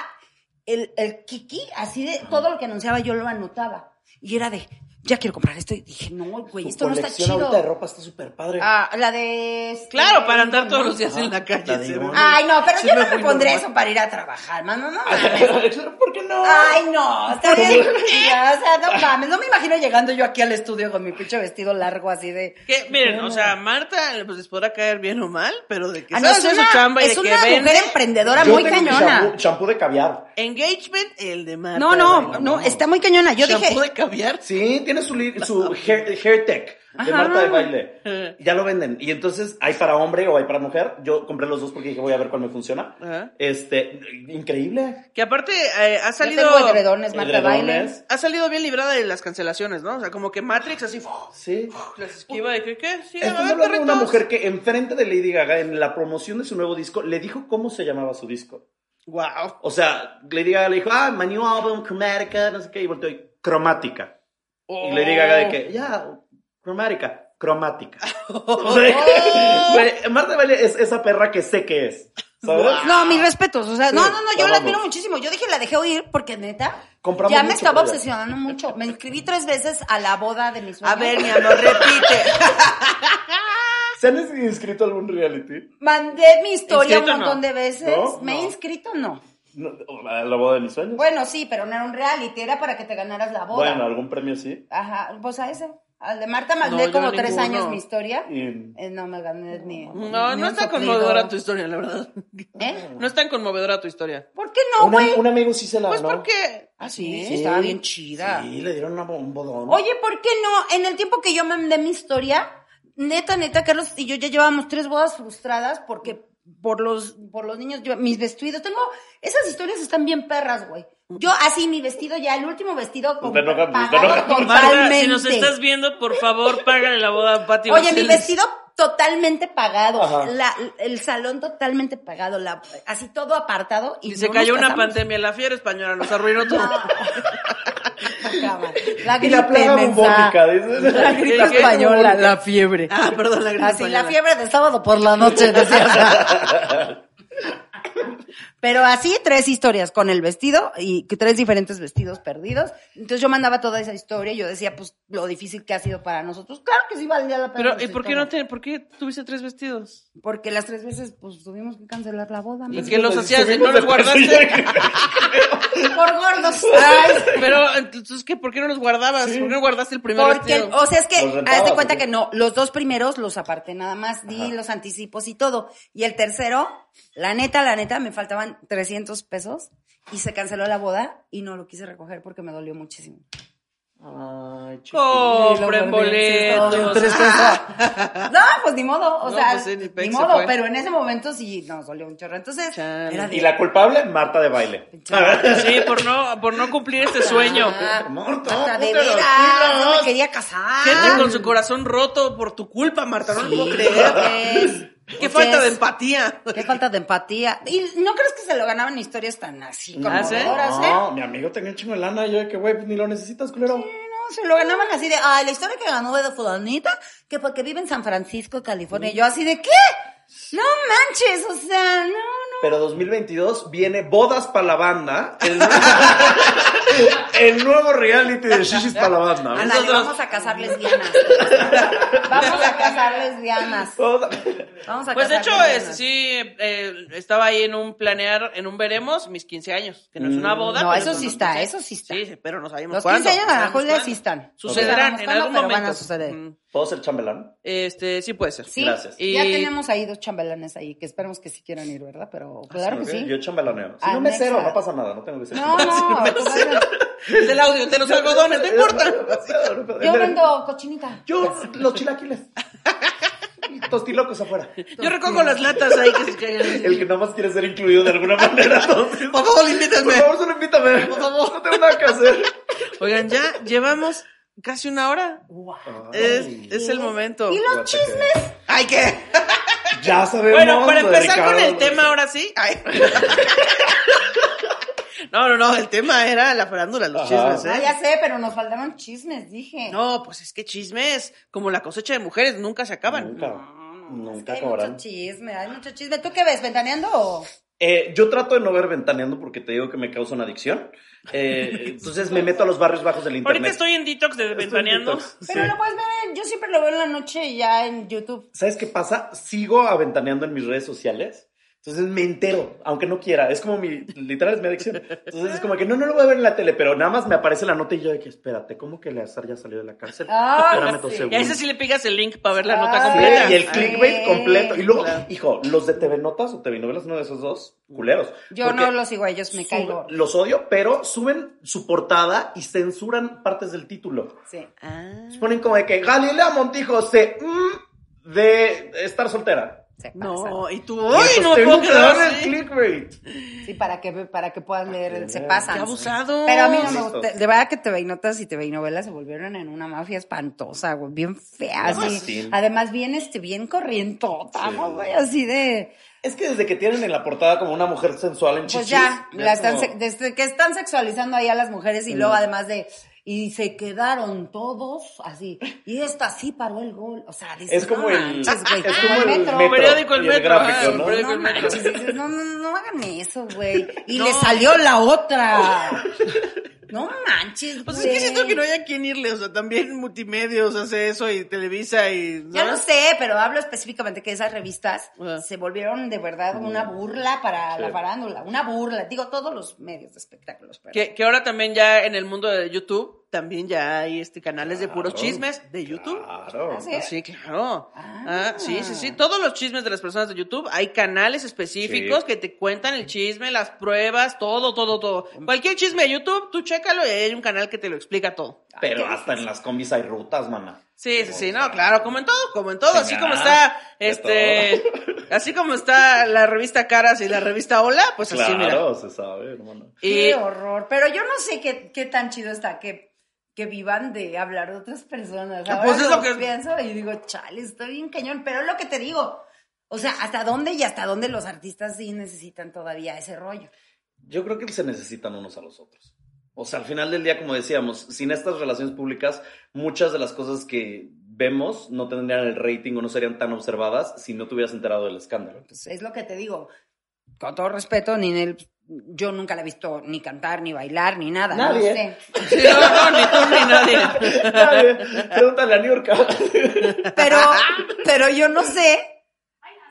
[SPEAKER 4] el, el kiki, así de todo lo que anunciaba yo lo anotaba. Y era de, ya quiero comprar esto. Y dije, no, güey,
[SPEAKER 6] Tu
[SPEAKER 4] esto no está
[SPEAKER 6] colección
[SPEAKER 4] chido.
[SPEAKER 6] ahorita de ropa está súper padre. <laughs>
[SPEAKER 4] Ah, la de... este,
[SPEAKER 3] Claro, para andar
[SPEAKER 4] ¿no?
[SPEAKER 3] todos los días en la
[SPEAKER 6] la de
[SPEAKER 3] calle. sí.
[SPEAKER 6] Ivonne.
[SPEAKER 4] Ay, no, pero
[SPEAKER 3] Sí
[SPEAKER 4] yo
[SPEAKER 3] me
[SPEAKER 4] no me
[SPEAKER 3] fui
[SPEAKER 4] pondré
[SPEAKER 3] normal.
[SPEAKER 4] eso para ir a trabajar, mano,
[SPEAKER 3] <laughs>
[SPEAKER 4] no mames.
[SPEAKER 6] ¿Por qué no?
[SPEAKER 4] Ay, no, está bien. Ya, o sea, no mames, no me imagino llegando yo aquí al estudio con mi pinche vestido largo así de...
[SPEAKER 3] Que, miren, o sea, Marta pues, les podrá caer bien o mal, pero de que
[SPEAKER 4] Ah,
[SPEAKER 3] sabe
[SPEAKER 4] no, es
[SPEAKER 3] hacer
[SPEAKER 4] una,
[SPEAKER 3] su chamba y
[SPEAKER 4] es
[SPEAKER 3] de que
[SPEAKER 4] una mujer
[SPEAKER 3] vende,
[SPEAKER 4] emprendedora
[SPEAKER 6] Yo
[SPEAKER 4] muy
[SPEAKER 6] tengo mi
[SPEAKER 4] cañona.
[SPEAKER 6] shampoo- Shampoo de caviar.
[SPEAKER 3] Engagement, el de Marta.
[SPEAKER 4] No, no,
[SPEAKER 3] Baile.
[SPEAKER 4] no, está muy cañona. Yo
[SPEAKER 3] Shampoo
[SPEAKER 4] dije,
[SPEAKER 3] de caviar.
[SPEAKER 6] Sí, tiene su, li- su hair, hair tech de
[SPEAKER 4] Ajá. Eh.
[SPEAKER 6] Marta de Baile. Ya lo venden. Y entonces hay para hombre o hay para mujer. Yo compré los dos porque dije voy a ver cuál me funciona.
[SPEAKER 4] Eh.
[SPEAKER 3] Ajá.
[SPEAKER 6] Este, increíble.
[SPEAKER 3] Que aparte eh, ha
[SPEAKER 4] yo
[SPEAKER 3] salido.
[SPEAKER 4] tengo edredones, Marta Baile.
[SPEAKER 6] Edredones.
[SPEAKER 3] ha salido bien librada de las cancelaciones, ¿no? O sea, como que Matrix así uf,
[SPEAKER 6] Sí.
[SPEAKER 3] las esquiva de que qué, sí,
[SPEAKER 6] Estamos
[SPEAKER 3] a ver,
[SPEAKER 6] hablando de una
[SPEAKER 3] perritos.
[SPEAKER 6] mujer que enfrente de Lady Gaga en la promoción de su nuevo disco le dijo cómo se llamaba su disco.
[SPEAKER 3] Wow.
[SPEAKER 6] O sea, Lady Gaga le dijo, ah, my new album, Chromatica, no sé qué, y volteó y, cromática.
[SPEAKER 3] Oh.
[SPEAKER 6] Y Lady Gaga de que, ya, cromática,
[SPEAKER 4] <laughs>
[SPEAKER 6] cromática. O sea, <laughs> güey, Marta de Baile es esa perra que sé que es, ¿sabes?
[SPEAKER 4] No, mis respetos, o sea, no,
[SPEAKER 6] Sí,
[SPEAKER 4] no, no,
[SPEAKER 6] la
[SPEAKER 4] yo la
[SPEAKER 6] vamos.
[SPEAKER 4] admiro muchísimo. Yo dije, la dejé oír porque neta,
[SPEAKER 6] Compramos
[SPEAKER 4] Ya me
[SPEAKER 6] mucho
[SPEAKER 4] estaba
[SPEAKER 6] por allá.
[SPEAKER 4] obsesionando mucho. Me inscribí tres veces a la boda de mis
[SPEAKER 3] A ver, mi amor, repite.
[SPEAKER 6] ¿Se han inscrito a algún reality?
[SPEAKER 4] Mandé mi historia un
[SPEAKER 3] ¿Inscrito o no?
[SPEAKER 4] montón de veces.
[SPEAKER 6] No,
[SPEAKER 4] ¿Me he
[SPEAKER 6] no.
[SPEAKER 4] inscrito? No.
[SPEAKER 6] No, ¿A la boda de mis sueños?
[SPEAKER 4] Bueno, sí, pero no era un reality, era para que te ganaras la boda.
[SPEAKER 6] Bueno, algún premio sí.
[SPEAKER 4] Ajá, pues a ese. Al de Marta
[SPEAKER 3] No,
[SPEAKER 4] mandé
[SPEAKER 3] yo
[SPEAKER 4] como
[SPEAKER 3] ninguno.
[SPEAKER 4] tres años mi historia.
[SPEAKER 6] Y-
[SPEAKER 4] Eh, no me gané ni.
[SPEAKER 3] <laughs> No,
[SPEAKER 4] ni un
[SPEAKER 3] no está
[SPEAKER 4] soplido.
[SPEAKER 3] conmovedora tu historia, la verdad.
[SPEAKER 4] ¿Eh?
[SPEAKER 3] No es tan conmovedora tu historia.
[SPEAKER 4] ¿Por qué no,
[SPEAKER 6] Una-
[SPEAKER 4] güey?
[SPEAKER 6] un amigo sí se la
[SPEAKER 3] Pues
[SPEAKER 6] ganó.
[SPEAKER 3] porque.
[SPEAKER 4] Ah, sí,
[SPEAKER 6] Sí.
[SPEAKER 4] estaba bien chida.
[SPEAKER 6] Sí, le dieron una, un bodón.
[SPEAKER 4] Oye, ¿por qué no? En el tiempo que yo mandé mi historia, neta, neta, Carlos y yo ya llevábamos tres bodas frustradas porque por los, por los niños, yo- mis vestidos, tengo, esas historias están bien perras, güey. Yo así mi vestido ya, el último vestido con
[SPEAKER 6] Usted no cambia, usted no
[SPEAKER 4] pagado
[SPEAKER 6] cambia.
[SPEAKER 7] Marta,
[SPEAKER 4] totalmente.
[SPEAKER 7] si nos estás viendo, por favor, págale la boda a Pati
[SPEAKER 4] Oye, mi
[SPEAKER 7] Baselis.
[SPEAKER 4] vestido totalmente pagado,
[SPEAKER 6] Ajá.
[SPEAKER 4] la- el salón totalmente pagado, la, así todo apartado. Y,
[SPEAKER 3] Y se
[SPEAKER 4] no
[SPEAKER 3] cayó
[SPEAKER 4] nos
[SPEAKER 3] una
[SPEAKER 4] casamos.
[SPEAKER 3] pandemia, la fiera española nos arruinó todo.
[SPEAKER 4] Acaba. La
[SPEAKER 6] <laughs> y
[SPEAKER 4] gripe,
[SPEAKER 6] la plaga
[SPEAKER 4] mensa.
[SPEAKER 6] bubónica, dice.
[SPEAKER 4] La gripe española, la
[SPEAKER 3] fiebre. Ah, perdón, la gripe
[SPEAKER 4] Así,
[SPEAKER 3] española.
[SPEAKER 4] la fiebre de sábado por la noche, decías. Pero así, tres historias con el vestido y que tres diferentes vestidos perdidos. Entonces yo mandaba toda esa historia y yo decía, pues, lo difícil que ha sido para nosotros. Claro que pues sí valía la pena.
[SPEAKER 3] Pero, ¿y
[SPEAKER 4] su
[SPEAKER 3] por qué no
[SPEAKER 4] historia.
[SPEAKER 3] te, por qué tuviste tres vestidos?
[SPEAKER 4] Porque las tres veces, pues, tuvimos Pues que cancelar la boda.
[SPEAKER 3] ¿Y
[SPEAKER 4] man.
[SPEAKER 3] qué los hacías? ¿No
[SPEAKER 6] Subimos
[SPEAKER 3] los
[SPEAKER 6] del
[SPEAKER 4] <laughs>
[SPEAKER 6] pasillo
[SPEAKER 3] guardaste?
[SPEAKER 6] y-
[SPEAKER 4] Por gordos.
[SPEAKER 3] Pero, entonces, ¿qué? ¿Por qué no los guardabas? ¿Por qué no guardaste el primer
[SPEAKER 4] Porque,
[SPEAKER 3] vestido?
[SPEAKER 4] o sea, es que,
[SPEAKER 6] Los rentabas,
[SPEAKER 4] haz de cuenta
[SPEAKER 6] ¿o qué?
[SPEAKER 4] que no, los dos primeros los aparté nada más, di los anticipos y todo. Y el tercero, la neta, la neta, me faltaban 300 pesos y se canceló la boda y no lo quise recoger porque me dolió muchísimo.
[SPEAKER 6] Ay, chiquito.
[SPEAKER 3] Compren boletos.
[SPEAKER 4] no, pues ni modo, o
[SPEAKER 3] Ah. No,
[SPEAKER 4] sea,
[SPEAKER 3] pues sí, ni
[SPEAKER 4] ni,
[SPEAKER 3] pex se
[SPEAKER 4] modo,
[SPEAKER 3] fue.
[SPEAKER 4] pero en ese momento sí nos dolió un chorro. Entonces,
[SPEAKER 3] Chale.
[SPEAKER 4] era de-
[SPEAKER 6] Y la culpable, Marta de baile.
[SPEAKER 7] Sí, por no, por no cumplir este sueño.
[SPEAKER 4] Ah,
[SPEAKER 6] Marta,
[SPEAKER 4] hasta de
[SPEAKER 6] ponte las
[SPEAKER 4] veras, no
[SPEAKER 6] pilas.
[SPEAKER 4] me quería casar.
[SPEAKER 3] Gente
[SPEAKER 4] Ah.
[SPEAKER 3] con su corazón roto por tu culpa, Marta, no lo puedo
[SPEAKER 4] <laughs>
[SPEAKER 3] creer.
[SPEAKER 4] Pues,
[SPEAKER 3] Qué falta de
[SPEAKER 4] es-
[SPEAKER 3] empatía.
[SPEAKER 4] Qué falta de empatía. ¿Y no crees que se lo ganaban historias tan así como
[SPEAKER 3] ¿Ah, sí?
[SPEAKER 4] ahora, ¿eh?
[SPEAKER 6] No, mi amigo tenía un chingo de lana. y Yo de que, güey, pues, ni lo necesitas, culero.
[SPEAKER 4] No, se lo ganaban así de, ay, la historia que ganó de fulanita, que porque vive en San Francisco, California. Y yo así de, ¿qué? No manches, o sea, no, no.
[SPEAKER 6] Pero 2022 viene Bodas para la Banda. El, <laughs> el nuevo reality de Shishis para la Banda.
[SPEAKER 4] Ándale,
[SPEAKER 3] nosotros-
[SPEAKER 4] vamos a casar lesbianas. <laughs> vamos a casar lesbianas.
[SPEAKER 6] Todos-
[SPEAKER 4] Vamos a
[SPEAKER 3] Pues de
[SPEAKER 4] casar
[SPEAKER 3] hecho,
[SPEAKER 4] lesbianas.
[SPEAKER 3] es- sí, eh, estaba ahí en un planear, en un veremos, mis 15 años, que no es una boda.
[SPEAKER 4] Mm, No,
[SPEAKER 3] pero
[SPEAKER 4] eso
[SPEAKER 3] son
[SPEAKER 4] sí
[SPEAKER 3] los
[SPEAKER 4] está,
[SPEAKER 3] 15.
[SPEAKER 4] eso sí está.
[SPEAKER 3] Sí, pero no sabíamos
[SPEAKER 4] Los
[SPEAKER 3] cuándo.
[SPEAKER 4] 15 años
[SPEAKER 3] no
[SPEAKER 4] a la
[SPEAKER 3] sabemos
[SPEAKER 4] Julia
[SPEAKER 3] cuándo.
[SPEAKER 4] sí están.
[SPEAKER 3] Sucederán
[SPEAKER 4] No sabemos
[SPEAKER 3] en
[SPEAKER 4] cuándo,
[SPEAKER 3] algún
[SPEAKER 4] pero
[SPEAKER 3] momento.
[SPEAKER 4] van a suceder.
[SPEAKER 3] Mm,
[SPEAKER 6] ¿Puedo ser chambelán?
[SPEAKER 3] Este, sí puede ser.
[SPEAKER 4] Sí,
[SPEAKER 6] Gracias.
[SPEAKER 4] ya
[SPEAKER 3] Y-
[SPEAKER 4] tenemos ahí dos chambelanes ahí, que esperemos que sí quieran ir, ¿verdad? Pero claro que
[SPEAKER 6] Ah, Ok,
[SPEAKER 4] sí.
[SPEAKER 6] Yo chambelaneo. Si no
[SPEAKER 4] Anexa.
[SPEAKER 6] me cero, no pasa nada. No tengo que ser
[SPEAKER 4] No,
[SPEAKER 6] <laughs>
[SPEAKER 4] pues, no, tú vas a-
[SPEAKER 3] Es del audio, de los algodones, no
[SPEAKER 6] <laughs>
[SPEAKER 3] importa.
[SPEAKER 6] chambelán.
[SPEAKER 4] yo vendo cochinita.
[SPEAKER 6] Yo, los chilaquiles. <laughs> Y Tostilocos afuera.
[SPEAKER 3] Yo recojo las latas ahí que se caen.
[SPEAKER 6] El que nomás quiere ser incluido de alguna manera. <laughs> entonces,
[SPEAKER 3] Por favor,
[SPEAKER 6] Por
[SPEAKER 3] invítame.
[SPEAKER 6] favor, solo invítame. Por favor, no tengo nada que hacer.
[SPEAKER 3] Oigan, ya llevamos casi una hora. Es, es el momento.
[SPEAKER 4] Y los chismes.
[SPEAKER 3] Ay, ¿qué?
[SPEAKER 6] Ya sabemos.
[SPEAKER 3] Bueno, para
[SPEAKER 6] de
[SPEAKER 3] empezar con
[SPEAKER 6] Ricardo.
[SPEAKER 3] el tema ahora sí. Ay. <laughs> No, no, no, el tema era la farándula, los
[SPEAKER 6] Ajá.
[SPEAKER 3] chismes,
[SPEAKER 4] Ah,
[SPEAKER 3] ¿eh?
[SPEAKER 4] ya sé, pero nos faltaron chismes, dije.
[SPEAKER 3] No, pues es que chismes, como la cosecha de mujeres, nunca se acaban.
[SPEAKER 6] Nunca,
[SPEAKER 4] Es
[SPEAKER 6] nunca
[SPEAKER 4] que hay
[SPEAKER 6] acabarán.
[SPEAKER 4] mucho chisme, hay mucho chisme. ¿Tú qué ves, ventaneando? o?
[SPEAKER 6] Eh, yo trato de no ver ventaneando porque te digo que me causa una adicción. Eh, entonces me meto a los barrios bajos del Mm, internet.
[SPEAKER 7] Ahorita estoy en detox de
[SPEAKER 6] Estoy en
[SPEAKER 7] ventaneando.
[SPEAKER 6] TikTok, sí.
[SPEAKER 4] Pero lo puedes ver, en- yo siempre lo veo en la noche y ya en YouTube.
[SPEAKER 6] ¿Sabes qué pasa? Sigo aventaneando en mis redes sociales. Entonces me entero, aunque no quiera. Es como mi, literal es mi adicción. Entonces es como que no, no lo voy a ver en la tele, pero nada más me aparece la nota y yo de que espérate, ¿cómo que Leazar ya salió de la cárcel?
[SPEAKER 4] Ah,
[SPEAKER 6] Espérame
[SPEAKER 4] sí.
[SPEAKER 6] dos
[SPEAKER 7] Y a ese
[SPEAKER 6] segundos.
[SPEAKER 7] sí le pegas el link para ver la nota
[SPEAKER 4] Ah,
[SPEAKER 7] completa.
[SPEAKER 6] Sí, y el clickbait
[SPEAKER 4] Ay.
[SPEAKER 6] completo. Y luego,
[SPEAKER 3] Claro.
[SPEAKER 6] hijo, los de TV Notas o TV Novelas, uno de esos dos, culeros.
[SPEAKER 4] Yo
[SPEAKER 6] Porque
[SPEAKER 4] no los sigo a ellos, me
[SPEAKER 6] suben-
[SPEAKER 4] caigo.
[SPEAKER 6] Los odio, pero suben su portada y censuran partes del título.
[SPEAKER 4] Sí.
[SPEAKER 3] Ah,
[SPEAKER 6] Entonces Ponen como de que Galilea Montijo se... mm, de estar soltera.
[SPEAKER 4] se
[SPEAKER 3] No,
[SPEAKER 4] pasan.
[SPEAKER 3] y tú, ¡ay, no me
[SPEAKER 6] Tengo
[SPEAKER 3] puedo
[SPEAKER 6] que
[SPEAKER 3] quedar
[SPEAKER 6] dar el
[SPEAKER 3] así!
[SPEAKER 6] clickbait.
[SPEAKER 4] Sí, para que, para que
[SPEAKER 6] Ah,
[SPEAKER 4] puedan leer, el se
[SPEAKER 6] lean.
[SPEAKER 4] pasan.
[SPEAKER 3] ¡Qué abusado!
[SPEAKER 4] Pero a mí no me
[SPEAKER 6] Listos.
[SPEAKER 4] gusta. De verdad que TV Notas y TV Novelas se volvieron en una mafia espantosa, güey. Bien fea,
[SPEAKER 6] No,
[SPEAKER 4] así.
[SPEAKER 6] sí.
[SPEAKER 4] Además, bien, este, bien corrientota,
[SPEAKER 6] Sí.
[SPEAKER 4] ¿no, güey? Así de.
[SPEAKER 6] Es que desde que tienen en la portada como una mujer sensual en chichis.
[SPEAKER 4] Pues ya, la
[SPEAKER 6] es
[SPEAKER 4] están
[SPEAKER 6] como- Mm.
[SPEAKER 4] se- desde que están sexualizando ahí a las mujeres y luego además de y se quedaron todos así y esta sí paró el gol, o sea, dices,
[SPEAKER 6] Es como
[SPEAKER 4] no
[SPEAKER 6] el-
[SPEAKER 4] manches, güey, Ah,
[SPEAKER 6] es como el metro.
[SPEAKER 7] Periódico El
[SPEAKER 6] y el
[SPEAKER 7] Metro,
[SPEAKER 6] gráfico,
[SPEAKER 7] ah,
[SPEAKER 6] ¿no?
[SPEAKER 7] periódico
[SPEAKER 4] No,
[SPEAKER 7] El metro.
[SPEAKER 4] manches, dices, no, no, no hagan eso, güey. Y
[SPEAKER 7] No.
[SPEAKER 3] <laughs>
[SPEAKER 4] le salió la otra. No manches.
[SPEAKER 3] Pues es
[SPEAKER 4] güey.
[SPEAKER 3] que siento que no haya quien irle, o sea, también multimedios hace eso y Televisa y... ¿no?
[SPEAKER 4] Ya no sé, pero hablo específicamente que esas revistas
[SPEAKER 3] Ajá.
[SPEAKER 4] se volvieron de verdad una burla para la
[SPEAKER 6] Sí.
[SPEAKER 4] farándula, una burla. Digo, todos los medios de espectáculos. pero-
[SPEAKER 3] Que, que ahora también ya en el mundo de YouTube, también ya hay este canales de puros
[SPEAKER 6] Claro,
[SPEAKER 3] chismes de YouTube.
[SPEAKER 6] Claro.
[SPEAKER 4] Ah, sí.
[SPEAKER 3] Sí, claro.
[SPEAKER 4] Ah.
[SPEAKER 3] Ah, sí, sí, sí. Todos los chismes de las personas de YouTube, hay canales específicos
[SPEAKER 6] Sí.
[SPEAKER 3] que te cuentan el chisme, las pruebas, todo, todo, todo.
[SPEAKER 6] Mm.
[SPEAKER 3] Cualquier chisme de YouTube, tú chécalo y hay un canal que te lo explica todo.
[SPEAKER 4] Ah,
[SPEAKER 6] Pero hasta en las combis hay rutas, mana.
[SPEAKER 3] Sí, sí, sí,
[SPEAKER 6] O
[SPEAKER 3] no,
[SPEAKER 6] sea,
[SPEAKER 3] claro, como en todo, como en todo, así
[SPEAKER 6] Venga,
[SPEAKER 3] como está,
[SPEAKER 6] de
[SPEAKER 3] este, así como está la revista Caras y la revista Hola, pues así, mira.
[SPEAKER 6] Claro, se sabe, hermano.
[SPEAKER 3] Y,
[SPEAKER 4] Qué horror. Pero yo no sé qué, qué tan chido está que, que vivan de hablar de otras personas.
[SPEAKER 3] Ah,
[SPEAKER 4] Ahora
[SPEAKER 3] pues es lo
[SPEAKER 4] lo
[SPEAKER 3] que-
[SPEAKER 4] pienso y digo, chale, estoy bien cañón. Pero es lo que te digo. O sea, ¿hasta dónde y hasta dónde los artistas sí necesitan todavía ese rollo?
[SPEAKER 6] Yo creo que se necesitan unos a los otros. O sea, al final del día, como decíamos, sin estas relaciones públicas, muchas de las cosas que vemos no tendrían el rating o no serían tan observadas si no te hubieras enterado del escándalo. <laughs>
[SPEAKER 4] Pues es lo que te digo. Con todo respeto, Ninel, yo nunca la he visto ni cantar, ni bailar, ni nada. no Este,
[SPEAKER 6] Nadie.
[SPEAKER 4] sé.
[SPEAKER 3] sí, <laughs> no, no, ni tú ni nadie.
[SPEAKER 6] Nadie. Pregúntale a Niurka. <laughs>
[SPEAKER 4] Pero, pero yo no sé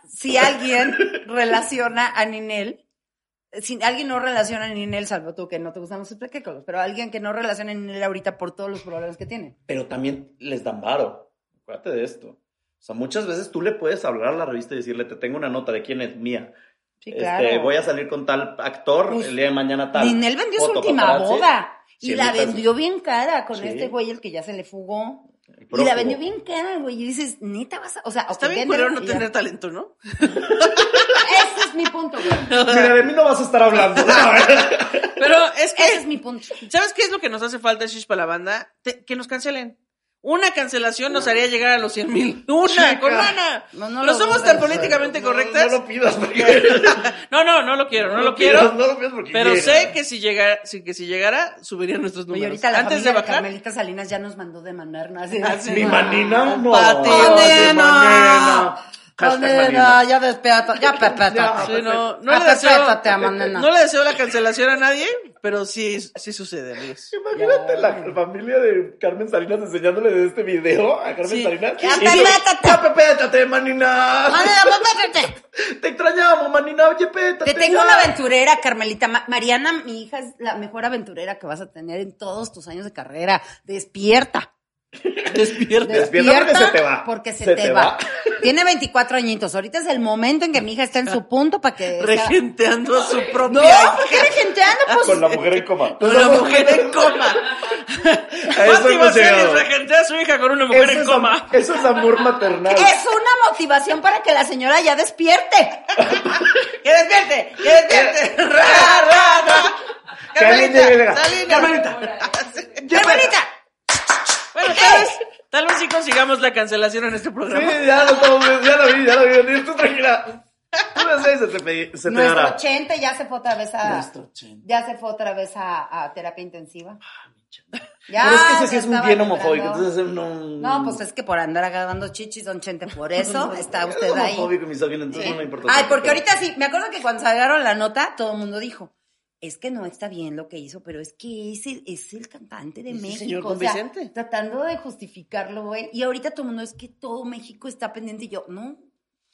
[SPEAKER 4] si alguien relaciona a Ninel. Si alguien no relaciona a Ninel, salvo tú que no te gustan los espectáculos, pero alguien que no relaciona a Ninel ahorita por todos los problemas que tiene.
[SPEAKER 6] Pero también les dan varo. Acuérdate de esto. O sea, muchas veces tú le puedes hablar a la revista y decirle, te tengo una nota de quién es mía.
[SPEAKER 4] Sí,
[SPEAKER 6] Este,
[SPEAKER 4] claro.
[SPEAKER 6] voy a salir con tal actor
[SPEAKER 4] Pues,
[SPEAKER 6] el día de mañana tal.
[SPEAKER 4] Ninel vendió su
[SPEAKER 6] Foto,
[SPEAKER 4] última
[SPEAKER 6] paparazzi.
[SPEAKER 4] boda y
[SPEAKER 6] Cien
[SPEAKER 4] la
[SPEAKER 6] mil pesos.
[SPEAKER 4] vendió bien cara con
[SPEAKER 6] Sí.
[SPEAKER 4] este güey, el que ya se le fugó.
[SPEAKER 6] El
[SPEAKER 4] Y la
[SPEAKER 6] prófugo.
[SPEAKER 4] vendió bien cara, güey. Y dices, neta vas a. O sea,
[SPEAKER 3] Está
[SPEAKER 4] ok,
[SPEAKER 3] bien
[SPEAKER 4] véndela
[SPEAKER 3] culero no
[SPEAKER 4] y ya.
[SPEAKER 3] tener talento, ¿no?
[SPEAKER 4] Ese es mi punto, güey.
[SPEAKER 6] Mira, de mí no vas a
[SPEAKER 4] <laughs>
[SPEAKER 6] estar hablando.
[SPEAKER 3] Pero es que,
[SPEAKER 4] Ese es mi punto.
[SPEAKER 3] ¿sabes qué es lo que nos hace falta, Shish, para la banda? Te- que nos cancelen. Una cancelación nos haría llegar a los 100 mil. ¡Una,
[SPEAKER 6] Chica.
[SPEAKER 3] con una!
[SPEAKER 4] No,
[SPEAKER 3] No,
[SPEAKER 4] no lo
[SPEAKER 3] somos
[SPEAKER 4] dudo,
[SPEAKER 3] tan
[SPEAKER 4] pero-
[SPEAKER 3] políticamente
[SPEAKER 6] No,
[SPEAKER 3] correctas.
[SPEAKER 6] No, lo pidas. porque-
[SPEAKER 3] <laughs> No, no, no lo quiero, no, lo quiero.
[SPEAKER 6] pidas, No lo pidas porque
[SPEAKER 3] Pero
[SPEAKER 6] llega.
[SPEAKER 3] sé que si llegara, si, que si llegara, subirían nuestros
[SPEAKER 4] Oye,
[SPEAKER 3] números.
[SPEAKER 4] ahorita la
[SPEAKER 3] Antes
[SPEAKER 4] familia
[SPEAKER 3] de
[SPEAKER 4] de,
[SPEAKER 3] bajar.
[SPEAKER 4] Carmelita Salinas ya nos mandó demandar, ¿no? Así de-
[SPEAKER 3] Ah, sí.
[SPEAKER 6] Mi manina no.
[SPEAKER 3] Patio.
[SPEAKER 6] Ay, mi
[SPEAKER 4] Manena.
[SPEAKER 6] manina. Hashtag
[SPEAKER 4] Manena,
[SPEAKER 6] manina.
[SPEAKER 4] ya despierta,
[SPEAKER 3] <laughs>
[SPEAKER 4] ya perpétate.
[SPEAKER 3] Sí, no, no le
[SPEAKER 4] Perpétate,
[SPEAKER 3] deseo,
[SPEAKER 4] Manena.
[SPEAKER 3] no le deseo la cancelación a nadie, pero sí, sí sucede, amigos.
[SPEAKER 6] Imagínate la familia de Carmen Salinas enseñándole de este video a Carmen
[SPEAKER 3] Sí.
[SPEAKER 6] Salinas.
[SPEAKER 4] Ya,
[SPEAKER 6] Y tú,
[SPEAKER 4] pétate.
[SPEAKER 6] ya, pétate, manina. <laughs>
[SPEAKER 4] Manena, perpétate.
[SPEAKER 6] Te extrañamos, manina. Oye, pétate.
[SPEAKER 4] Te tengo
[SPEAKER 6] ya.
[SPEAKER 4] una aventurera, Carmelita. Ma- Mariana, mi hija, es la mejor aventurera que vas a tener en todos tus años de carrera. Despierta.
[SPEAKER 3] Despierta.
[SPEAKER 6] <laughs> Despierta porque se te va.
[SPEAKER 4] porque se
[SPEAKER 6] Se
[SPEAKER 4] te
[SPEAKER 6] te
[SPEAKER 4] va.
[SPEAKER 6] va.
[SPEAKER 4] <laughs> Tiene 24 añitos. Ahorita es el momento en que mi hija está en su punto para que. sea-
[SPEAKER 3] Regenteando a su
[SPEAKER 4] No,
[SPEAKER 3] propia hija.
[SPEAKER 4] ¿por qué regenteando? Pues
[SPEAKER 6] Con la mujer en
[SPEAKER 3] <laughs>
[SPEAKER 6] coma.
[SPEAKER 3] Con la mujer en <laughs> coma.
[SPEAKER 6] eso
[SPEAKER 3] Fátima
[SPEAKER 6] hemos
[SPEAKER 3] Celis
[SPEAKER 6] llegado.
[SPEAKER 3] regentea a su hija con una mujer
[SPEAKER 6] Eso
[SPEAKER 3] en
[SPEAKER 6] es,
[SPEAKER 3] coma.
[SPEAKER 6] am- eso es amor maternal.
[SPEAKER 4] es una motivación para que la señora ya despierte.
[SPEAKER 3] ¡Que despierte! ¡Que despierte! <laughs> ¡Ra, ra, ra!
[SPEAKER 6] Que alguien
[SPEAKER 3] Carmelita,
[SPEAKER 6] llegue y diga,
[SPEAKER 3] Salinas.
[SPEAKER 4] Carmelita,
[SPEAKER 3] Bueno, tal vez, tal vez sí consigamos la cancelación en este
[SPEAKER 6] Sí,
[SPEAKER 3] programa.
[SPEAKER 6] ya lo, estamos viendo, ya lo vi, ya lo vi. venir, Tú tranquila. Una seis se te, pe- se te
[SPEAKER 4] Nuestro
[SPEAKER 6] dará.
[SPEAKER 4] chente ya se fue otra vez a.
[SPEAKER 6] Nuestro chente.
[SPEAKER 4] Ya se fue otra vez a, a terapia intensiva. Ya,
[SPEAKER 6] Ah, Pero es que ese
[SPEAKER 4] se
[SPEAKER 6] sí es un
[SPEAKER 4] estaba
[SPEAKER 6] bien homofóbico.
[SPEAKER 4] liberando.
[SPEAKER 6] Entonces, no.
[SPEAKER 4] No, pues es que por andar agarrando chichis, don Chente, por
[SPEAKER 6] <laughs>
[SPEAKER 4] eso está
[SPEAKER 6] Es
[SPEAKER 4] usted ahí.
[SPEAKER 6] homofóbico y misógino, entonces no me importa.
[SPEAKER 4] Ay,
[SPEAKER 6] tanto,
[SPEAKER 4] porque
[SPEAKER 6] pero-
[SPEAKER 4] ahorita sí, me acuerdo que cuando sacaron la nota, todo el mundo dijo, es que no está bien lo que hizo, pero es que es el, es el cantante de
[SPEAKER 3] Es el
[SPEAKER 4] México.
[SPEAKER 3] señor
[SPEAKER 4] o
[SPEAKER 3] Don
[SPEAKER 4] sea,
[SPEAKER 3] Vicente.
[SPEAKER 4] tratando de justificarlo, güey. Y ahorita todo el mundo es que todo México está pendiente y yo, no.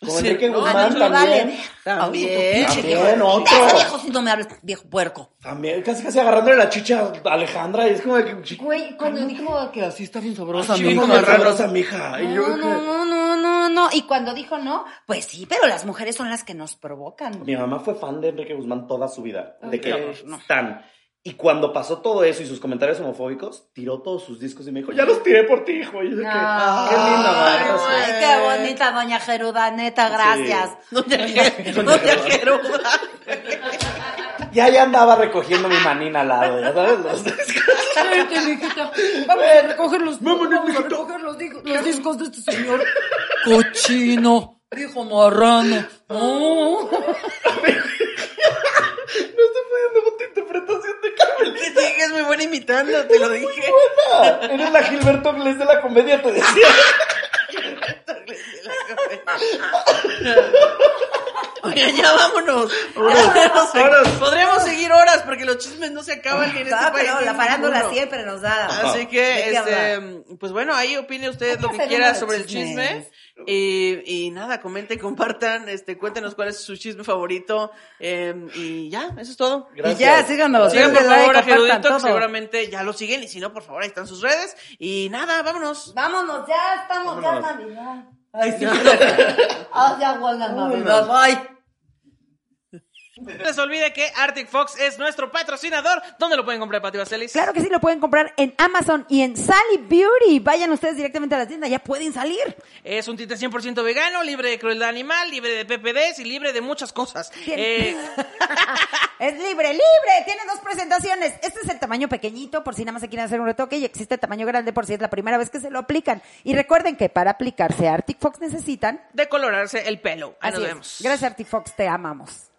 [SPEAKER 6] Como
[SPEAKER 3] Sí,
[SPEAKER 6] Enrique
[SPEAKER 3] no,
[SPEAKER 4] a mí
[SPEAKER 6] Guzmán
[SPEAKER 4] me
[SPEAKER 6] también.
[SPEAKER 4] vale.
[SPEAKER 3] También,
[SPEAKER 4] Ay, tu pinche
[SPEAKER 6] también,
[SPEAKER 4] viejo.
[SPEAKER 6] otro.
[SPEAKER 4] Ese viejo si no me hables, viejo puerco.
[SPEAKER 6] También, casi casi agarrándole la chicha a Alejandra. Y es como de que. chico,
[SPEAKER 4] Güey, cuando dijo que así está bien sabrosa,
[SPEAKER 6] sí, no me agarras a mi hija. Y yo.
[SPEAKER 4] No, no, no, no, no. Y cuando dijo no, pues sí, pero las mujeres son las que nos provocan.
[SPEAKER 6] Mi mamá fue fan de Enrique Guzmán toda su vida. De que
[SPEAKER 4] no.
[SPEAKER 6] tan. Y cuando pasó todo eso y sus comentarios homofóbicos, tiró todos sus discos y me dijo, ya los tiré por ti, hijo. Y yo de
[SPEAKER 4] Ah.
[SPEAKER 6] que, qué linda pues.
[SPEAKER 4] Ay,
[SPEAKER 6] madre.
[SPEAKER 4] güey,
[SPEAKER 6] sí.
[SPEAKER 4] qué bonita, doña Geruda, neta, gracias.
[SPEAKER 3] <laughs> Doña Ge- Doña Geruda.
[SPEAKER 6] Ya ya andaba recogiendo mi manina al lado, ya sabes. Los <laughs> discos.
[SPEAKER 4] <laughs> Vamos a recoger los,
[SPEAKER 6] Vámonos,
[SPEAKER 4] vamos a
[SPEAKER 6] mijito.
[SPEAKER 4] recoger los, di- los discos de este señor <laughs> cochino, dijo <laughs> marrano. No.
[SPEAKER 6] No estoy pudiendo con tu interpretación de Carmen.
[SPEAKER 3] Te dije, es muy buena imitando, te lo dije.
[SPEAKER 6] Buena. Eres la Gilberto Gles de la comedia, te decía.
[SPEAKER 3] Oigan, ya vámonos. Podríamos, seguir, podríamos seguir horas porque los chismes no se acaban ni en este
[SPEAKER 6] Ah,
[SPEAKER 3] país.
[SPEAKER 6] pero
[SPEAKER 3] ni en
[SPEAKER 6] la farándula
[SPEAKER 3] ninguno.
[SPEAKER 6] siempre nos da.
[SPEAKER 3] Así
[SPEAKER 6] ¿De
[SPEAKER 3] que,
[SPEAKER 6] qué
[SPEAKER 3] este, pues bueno, ahí opine
[SPEAKER 6] Hay
[SPEAKER 3] usted
[SPEAKER 6] que
[SPEAKER 3] lo que
[SPEAKER 6] hacer
[SPEAKER 3] quiera
[SPEAKER 6] uno de
[SPEAKER 3] sobre el chisme.
[SPEAKER 6] chismes.
[SPEAKER 3] Y, y nada, comenten, compartan, este, cuéntenos cuál es su chisme favorito. eh, y ya, eso es todo.
[SPEAKER 6] Y ya, síganos.
[SPEAKER 3] Sigan por
[SPEAKER 6] denle like,
[SPEAKER 3] favor a
[SPEAKER 6] compartan
[SPEAKER 3] Gerudito, que
[SPEAKER 6] todo.
[SPEAKER 3] seguramente ya lo siguen. Y si no, por favor, ahí están sus redes. Y nada, vámonos.
[SPEAKER 6] Vámonos, ya estamos, ya
[SPEAKER 8] Vámonos.
[SPEAKER 6] Navidad. Ay, sí. Ah, ya buena Navidad. Bye.
[SPEAKER 3] No se olvide que Arctic Fox es nuestro patrocinador. ¿Dónde lo pueden comprar, Pati Vaselis?
[SPEAKER 4] Claro que sí, lo pueden comprar en Amazon y en Sally Beauty. Vayan ustedes directamente a la tienda, ya pueden salir.
[SPEAKER 3] Es un tinte 100% vegano, libre de crueldad animal, libre de PPDs y libre de muchas cosas.
[SPEAKER 4] Tiene-
[SPEAKER 3] Eh,
[SPEAKER 4] es libre, libre. Tiene dos presentaciones. Este es el tamaño pequeñito, por si nada más se quieren hacer un retoque, y existe el tamaño grande, por si es la primera vez que se lo aplican. Y recuerden que para aplicarse a Arctic Fox necesitan.
[SPEAKER 3] de colorarse el pelo. Ahí nos
[SPEAKER 4] es.
[SPEAKER 3] vemos.
[SPEAKER 4] Gracias, Arctic Fox, te amamos.